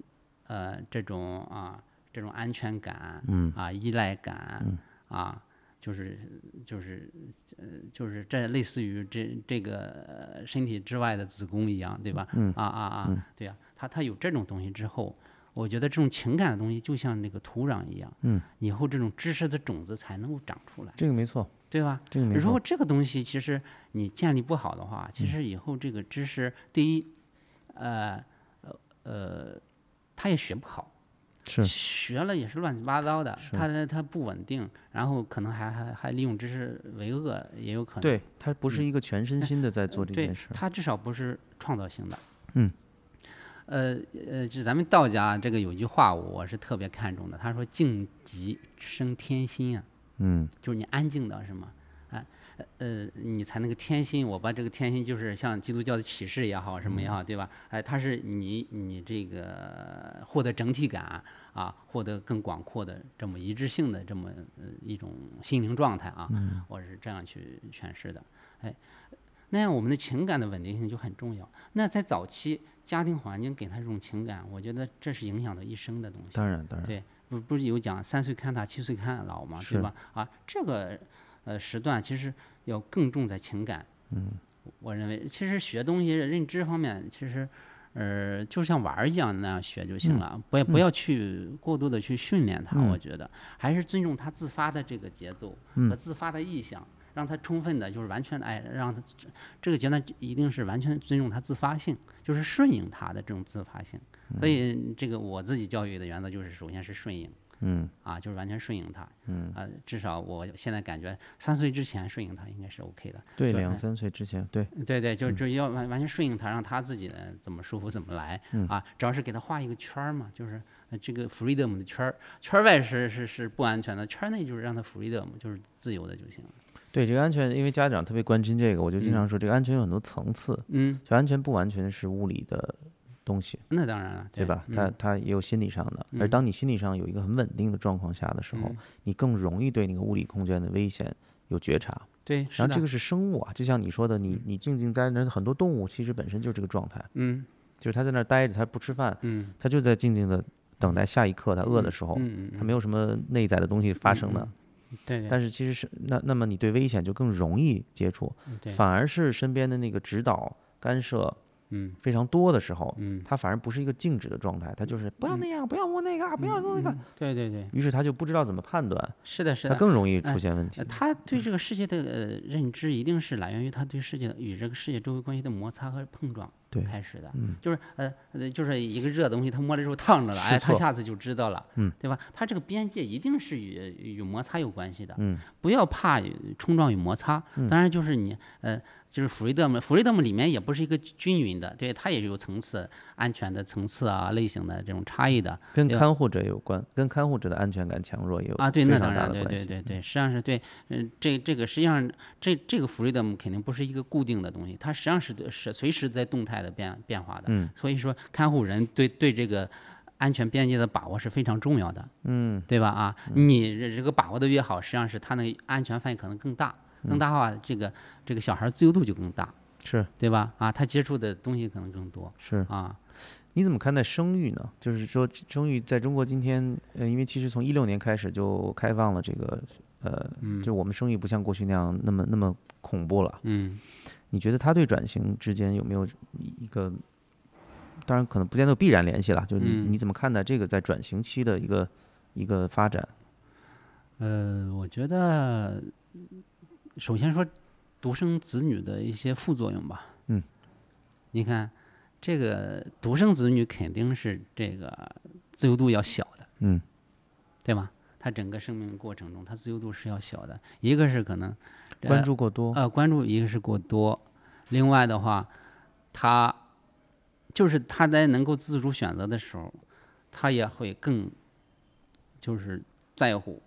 [SPEAKER 1] 呃，这种啊这种安全感，
[SPEAKER 3] 嗯
[SPEAKER 1] 啊依赖感，
[SPEAKER 3] 嗯
[SPEAKER 1] 啊就是就是呃就是这类似于这这个呃身体之外的子宫一样，对吧？
[SPEAKER 3] 嗯
[SPEAKER 1] 啊啊啊，
[SPEAKER 3] 嗯
[SPEAKER 1] 对呀、他他有这种东西之后。我觉得这种情感的东西就像那个土壤一样，
[SPEAKER 3] 嗯，
[SPEAKER 1] 以后这种知识的种子才能够长出来，
[SPEAKER 3] 这个没错，
[SPEAKER 1] 对吧？
[SPEAKER 3] 这个没
[SPEAKER 1] 如
[SPEAKER 3] 错
[SPEAKER 1] 果。这个东西其实你建立不好的话，其实以后这个知识，第一，呃呃呃，他也学不好，
[SPEAKER 2] 是
[SPEAKER 1] 学了也是乱七八糟的，
[SPEAKER 2] 是
[SPEAKER 1] 它它不稳定，然后可能还还还利用知识为恶，也有可能。
[SPEAKER 2] 对，
[SPEAKER 3] 他不是一个全身心的在做这
[SPEAKER 1] 对
[SPEAKER 3] 件事儿，
[SPEAKER 1] 它至少不是创造性的。
[SPEAKER 2] 嗯。
[SPEAKER 1] 呃呃，就咱们道家这个有句话，我是特别看重的。他说“静极生天心”啊，
[SPEAKER 3] 嗯，
[SPEAKER 1] 就是你安静到什么，啊，呃呃，你才能够天心。我把这个天心，就是像基督教的启示也好，什么也
[SPEAKER 3] 嗯
[SPEAKER 1] 好，对吧？哎，它是你你这个获得整体感啊，获得更广阔的这么一致性的这么呃一种心灵状态啊，我是这样去诠释的。哎，那样我们的情感的稳定性就很重要。那在早期家庭环境给他这种情感，我觉得这是影响到一生的东西。
[SPEAKER 3] 当然当然，
[SPEAKER 1] 对不不是有讲三岁看大，七岁看老嘛，
[SPEAKER 3] 是
[SPEAKER 1] 对吧？啊，这个呃时段其实要更重在情感。嗯，我认为其实学东西认知方面，其实呃就像玩儿一样那样学就行了，不要不要去过度的去训练它。我觉得还是尊重他自发的这个节奏和自发的意向。让他充分的，就是完全的哎，让他这个阶段一定是完全尊重他自发性，就是顺应他的这种自发性。
[SPEAKER 3] 嗯
[SPEAKER 1] 所以这个我自己教育的原则就是，首先是顺应
[SPEAKER 3] 嗯
[SPEAKER 1] 啊，就是完全顺应他。
[SPEAKER 3] 嗯，
[SPEAKER 1] 啊，至少我现在感觉三岁之前顺应他应该是 OK 的。
[SPEAKER 3] 对，
[SPEAKER 1] 就
[SPEAKER 3] 两
[SPEAKER 1] 哎
[SPEAKER 3] 三岁之前，对，
[SPEAKER 1] 对对，
[SPEAKER 3] 嗯
[SPEAKER 1] 就就要完完全顺应他，让他自己的怎么舒服怎么来
[SPEAKER 3] 嗯
[SPEAKER 1] 啊。主要是给他画一个圈儿嘛，就是呃这个 freedom 的圈儿，圈儿外是是是不安全的，圈儿内就是让他 freedom，就是自由的就行了。
[SPEAKER 3] 对这个安全，因为家长特别关心这个，我就经常说这个安全有很多层次，
[SPEAKER 1] 嗯，
[SPEAKER 3] 就安全不完全是物理的东西，
[SPEAKER 1] 那当然了，
[SPEAKER 3] 对嗯吧？
[SPEAKER 1] 嗯
[SPEAKER 3] 它它也有心理上的，而当你心理上有一个很稳定的状况下的时候
[SPEAKER 1] 嗯，
[SPEAKER 3] 你更容易对那个物理空间的危险有觉察。
[SPEAKER 1] 对，是
[SPEAKER 3] 然后这
[SPEAKER 1] 的，
[SPEAKER 3] 个是生物啊，就像你说的，你你静静待着，很多动物其实本身就是这个状态，
[SPEAKER 1] 嗯
[SPEAKER 3] 就是它在那儿待着，它不吃饭，
[SPEAKER 1] 嗯，
[SPEAKER 3] 它就在静静的等待下一刻它饿的时候，
[SPEAKER 1] 嗯嗯
[SPEAKER 3] 它没有什么内在的东西发生的。
[SPEAKER 1] 嗯，对对
[SPEAKER 3] 但是其实是那那么你对危险就更容易接触，
[SPEAKER 1] 嗯对，
[SPEAKER 3] 反而是身边的那个指导干涉
[SPEAKER 1] 嗯
[SPEAKER 3] 非常多的时候，
[SPEAKER 1] 嗯，
[SPEAKER 3] 它反而不是一个静止的状态，它就是不要那样，不要摸那个，不
[SPEAKER 1] 嗯
[SPEAKER 3] 要弄那个，
[SPEAKER 1] 对对对，
[SPEAKER 3] 于是他就不知道怎么判断，
[SPEAKER 1] 是的，是
[SPEAKER 3] 他
[SPEAKER 1] 的。
[SPEAKER 3] 更容易
[SPEAKER 1] 哎
[SPEAKER 3] 出现问题嗯
[SPEAKER 1] 呃，。他对这个世界的呃认知，一定是来源于他对世界的与这个世界周围关系的摩擦和碰撞
[SPEAKER 3] 对嗯
[SPEAKER 1] 开始的。就是呃呃，就是一个热的东西，他摸了之后烫着了，
[SPEAKER 3] 试
[SPEAKER 1] 哎，他
[SPEAKER 3] 错
[SPEAKER 1] 下次就知道了，
[SPEAKER 3] 嗯，
[SPEAKER 1] 对吧？他这个边界一定是与与摩擦有关系的，
[SPEAKER 3] 嗯，
[SPEAKER 1] 不要怕与冲撞与摩擦。当然，就是你呃，就是 freedom freedom 里面也不是一个均匀的，对，它也有层次、安全的层次啊、类型的这种差异的。
[SPEAKER 3] 跟
[SPEAKER 1] 对
[SPEAKER 3] 看护者有关，跟看护者的安全感强弱也有
[SPEAKER 1] 啊，对，
[SPEAKER 3] 非
[SPEAKER 1] 那
[SPEAKER 3] 常
[SPEAKER 1] 当
[SPEAKER 3] 大
[SPEAKER 1] 然，
[SPEAKER 3] 的
[SPEAKER 1] 对
[SPEAKER 3] 关
[SPEAKER 1] 对
[SPEAKER 3] 系
[SPEAKER 1] 对对，实际上是对，嗯、这这个实际上这这个 freedom 肯定不是一个固定的东西，它实际上是是随时在动态的变变化的，
[SPEAKER 3] 嗯，
[SPEAKER 1] 所以说看护人对对这个安全边界的把握是非常重要的，
[SPEAKER 3] 嗯，
[SPEAKER 1] 对吧？啊，你这这个把握的越好，实际上是他那个安全范围可能更大，
[SPEAKER 3] 嗯
[SPEAKER 1] 更大的话，这个这个小孩儿自由度就更大，
[SPEAKER 3] 是
[SPEAKER 1] 对吧？啊，他接触的东西可能更多
[SPEAKER 3] 是。
[SPEAKER 1] 啊，
[SPEAKER 3] 你怎么看待生育呢？就是说，生育在中国今天，呃，因为其实从一六年开始就开放了这个，呃，
[SPEAKER 1] 嗯
[SPEAKER 3] 就我们生育不像过去那样那么那么恐怖了。
[SPEAKER 1] 嗯
[SPEAKER 3] 你觉得它对转型之间有没有一个，当然可能不见得有必然联系啦，就是你、
[SPEAKER 1] 嗯
[SPEAKER 3] 你怎么看待这个在转型期的一个一个发展？
[SPEAKER 1] 呃，我觉得首先说独生子女的一些副作用吧。
[SPEAKER 3] 嗯，
[SPEAKER 1] 你看这个独生子女肯定是这个自由度要小的，
[SPEAKER 3] 嗯，
[SPEAKER 1] 对吧？他整个生命过程中，他自由度是要小的。一个是可能呃
[SPEAKER 3] 关注过多，
[SPEAKER 1] 呃，关注一个是过多，另外的话，他就是他在能够自主选择的时候，他也会更就是在乎，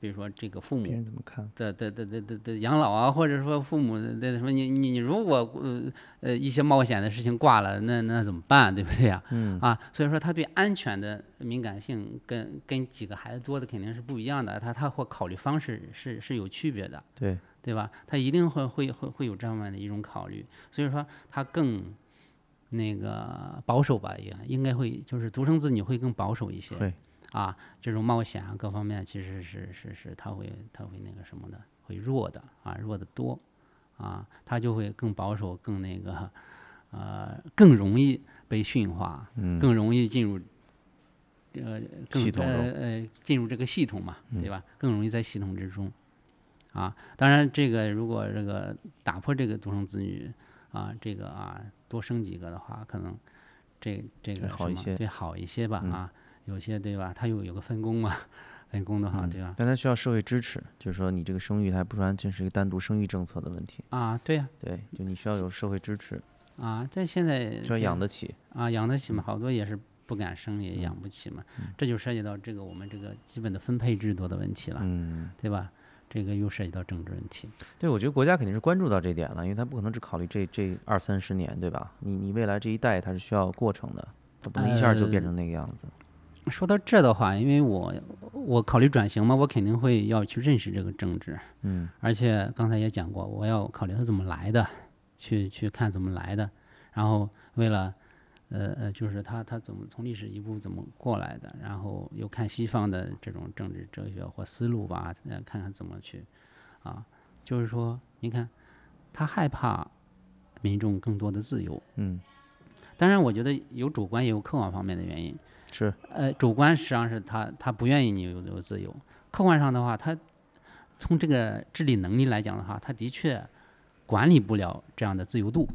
[SPEAKER 1] 比如说这个父
[SPEAKER 3] 别
[SPEAKER 1] 母
[SPEAKER 3] 人怎么看？
[SPEAKER 1] 的的的的的的养老啊，或者说父母的的什么，你你你如果呃呃一些冒险的事情挂了，那那怎么办，对不对呀、啊？
[SPEAKER 3] 嗯
[SPEAKER 1] 所以说他对安全的敏感性跟跟几个孩子多的肯定是不一样的，他他会考虑方式是是有区别的。
[SPEAKER 3] 对，
[SPEAKER 1] 对吧？他一定会会会会有这样的一种考虑，所以说他更那个保守吧，也应该会就是独生子女会更保守一些
[SPEAKER 3] 会，
[SPEAKER 1] 啊，这种冒险啊各方面其实是是是他会他会那个什么的，会弱的啊，弱的多啊，他就会更保守，更那个 呃更容易被驯化，
[SPEAKER 3] 嗯，
[SPEAKER 1] 更容易进入呃更
[SPEAKER 3] 系统中嗯
[SPEAKER 1] 呃呃进入这个系统嘛，对吧？更容易在系统之中啊。当然，这个如果这个打破这个独生子女啊，这个啊多生几个的话，可能这这个
[SPEAKER 3] 好
[SPEAKER 1] 什
[SPEAKER 3] 一
[SPEAKER 1] 么
[SPEAKER 3] 些嗯
[SPEAKER 1] 对好一些吧啊。有些对吧？它有有个分工嘛，分工的话，
[SPEAKER 3] 嗯
[SPEAKER 1] 对吧？
[SPEAKER 2] 但
[SPEAKER 3] 但它需要社会支持，就是说你这个生育，它还不是完全是一个单独生育政策的问题，
[SPEAKER 1] 啊，对呀、
[SPEAKER 3] 对，就你需要有社会支持，
[SPEAKER 1] 啊，但现在
[SPEAKER 3] 需要
[SPEAKER 1] 对
[SPEAKER 3] 养得嗯起，
[SPEAKER 1] 啊，养得起嘛，好多也是不敢生，也养不起嘛，
[SPEAKER 3] 嗯
[SPEAKER 1] 这就涉及到这个我们这个基本的分配制度的问题了，
[SPEAKER 3] 嗯，
[SPEAKER 1] 对吧？这个又涉及到政治问题，
[SPEAKER 3] 对，我觉得国家肯定是关注到这点了，因为它不可能只考虑这这二三十年，对吧？你你未来这一代它是需要过程的，它不能一下就变
[SPEAKER 1] 呃
[SPEAKER 3] 成那个样子。
[SPEAKER 1] 说到这的话，因为我我考虑转型嘛，我肯定会要去认识这个政治，
[SPEAKER 3] 嗯
[SPEAKER 1] 而且刚才也讲过，我要考虑它怎么来的，去去看怎么来的，然后为了呃呃，就是它它怎么从历史一步怎么过来的，然后又看西方的这种政治哲学或思路吧，呃，看看怎么去啊，就是说，你看他害怕民众更多的自由，
[SPEAKER 3] 嗯，
[SPEAKER 1] 当然我觉得有主观也有客观方面的原因，
[SPEAKER 3] 是，
[SPEAKER 1] 呃，主观实际上是他他不愿意你有有自由，客观上的话，他从这个治理能力来讲的话，他的确管理不了这样的自由度。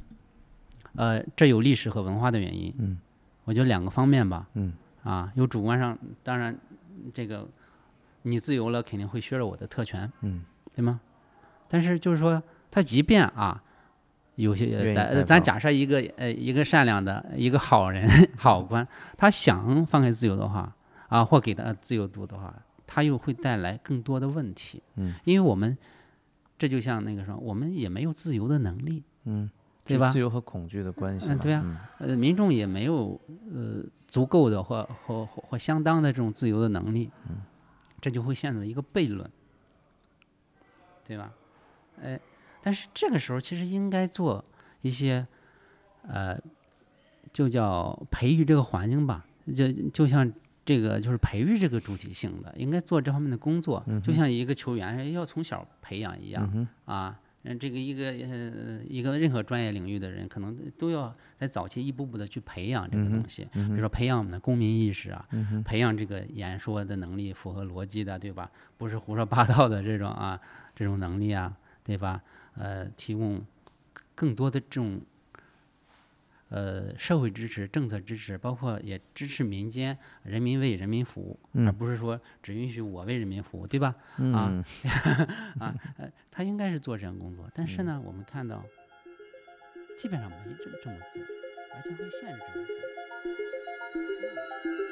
[SPEAKER 1] 呃，这有历史和文化的原因。
[SPEAKER 3] 嗯，
[SPEAKER 1] 我觉得两个方面吧。
[SPEAKER 3] 嗯，
[SPEAKER 1] 啊，有主观上，当然这个你自由了，肯定会削弱我的特权，
[SPEAKER 3] 嗯
[SPEAKER 1] 对吗？但是就是说，他即便啊。有些
[SPEAKER 3] 愿意
[SPEAKER 1] 呃
[SPEAKER 3] 开
[SPEAKER 1] 咱咱
[SPEAKER 3] 放
[SPEAKER 1] 假设一个呃一个善良的一个好人 好官，他想放开自由的话，啊，或给他自由度的话，他又会带来更多的问题。
[SPEAKER 3] 嗯，
[SPEAKER 1] 因为我们这就像那个什么，我们也没有自由的能力，
[SPEAKER 3] 嗯，
[SPEAKER 1] 对
[SPEAKER 3] 是
[SPEAKER 1] 吧
[SPEAKER 3] 自？由和恐惧的关系嘛。
[SPEAKER 1] 嗯对啊
[SPEAKER 3] 嗯
[SPEAKER 1] 呃，民众也没有呃足够的或或或或相当的这种自由的能力，嗯，这就会陷入一个悖论，对吧？哎，但是这个时候其实应该做一些呃，就叫培育这个环境吧，就就像。这个就是培育这个主体性的，应该做这方面的工作，就像一个球员要从小培养一样、啊。嗯，这个一个呃一个任何专业领域的人，可能都要在早期一步步的去培养这个东西，比如说培养我们的公民意识啊，培养这个演说的能力，符合逻辑的，对吧？不是胡说八道的这种啊，这种能力啊，对吧？呃，提供更多的这种呃社会支持、政策支持，包括也支持民间人民为人民服务，而
[SPEAKER 3] 嗯
[SPEAKER 1] 不是说只允许我为人民服务，对吧？啊
[SPEAKER 3] 嗯，
[SPEAKER 1] 他应该是做这样工作，但是呢，我们看到基本上没这这么做，而且会限制这么做。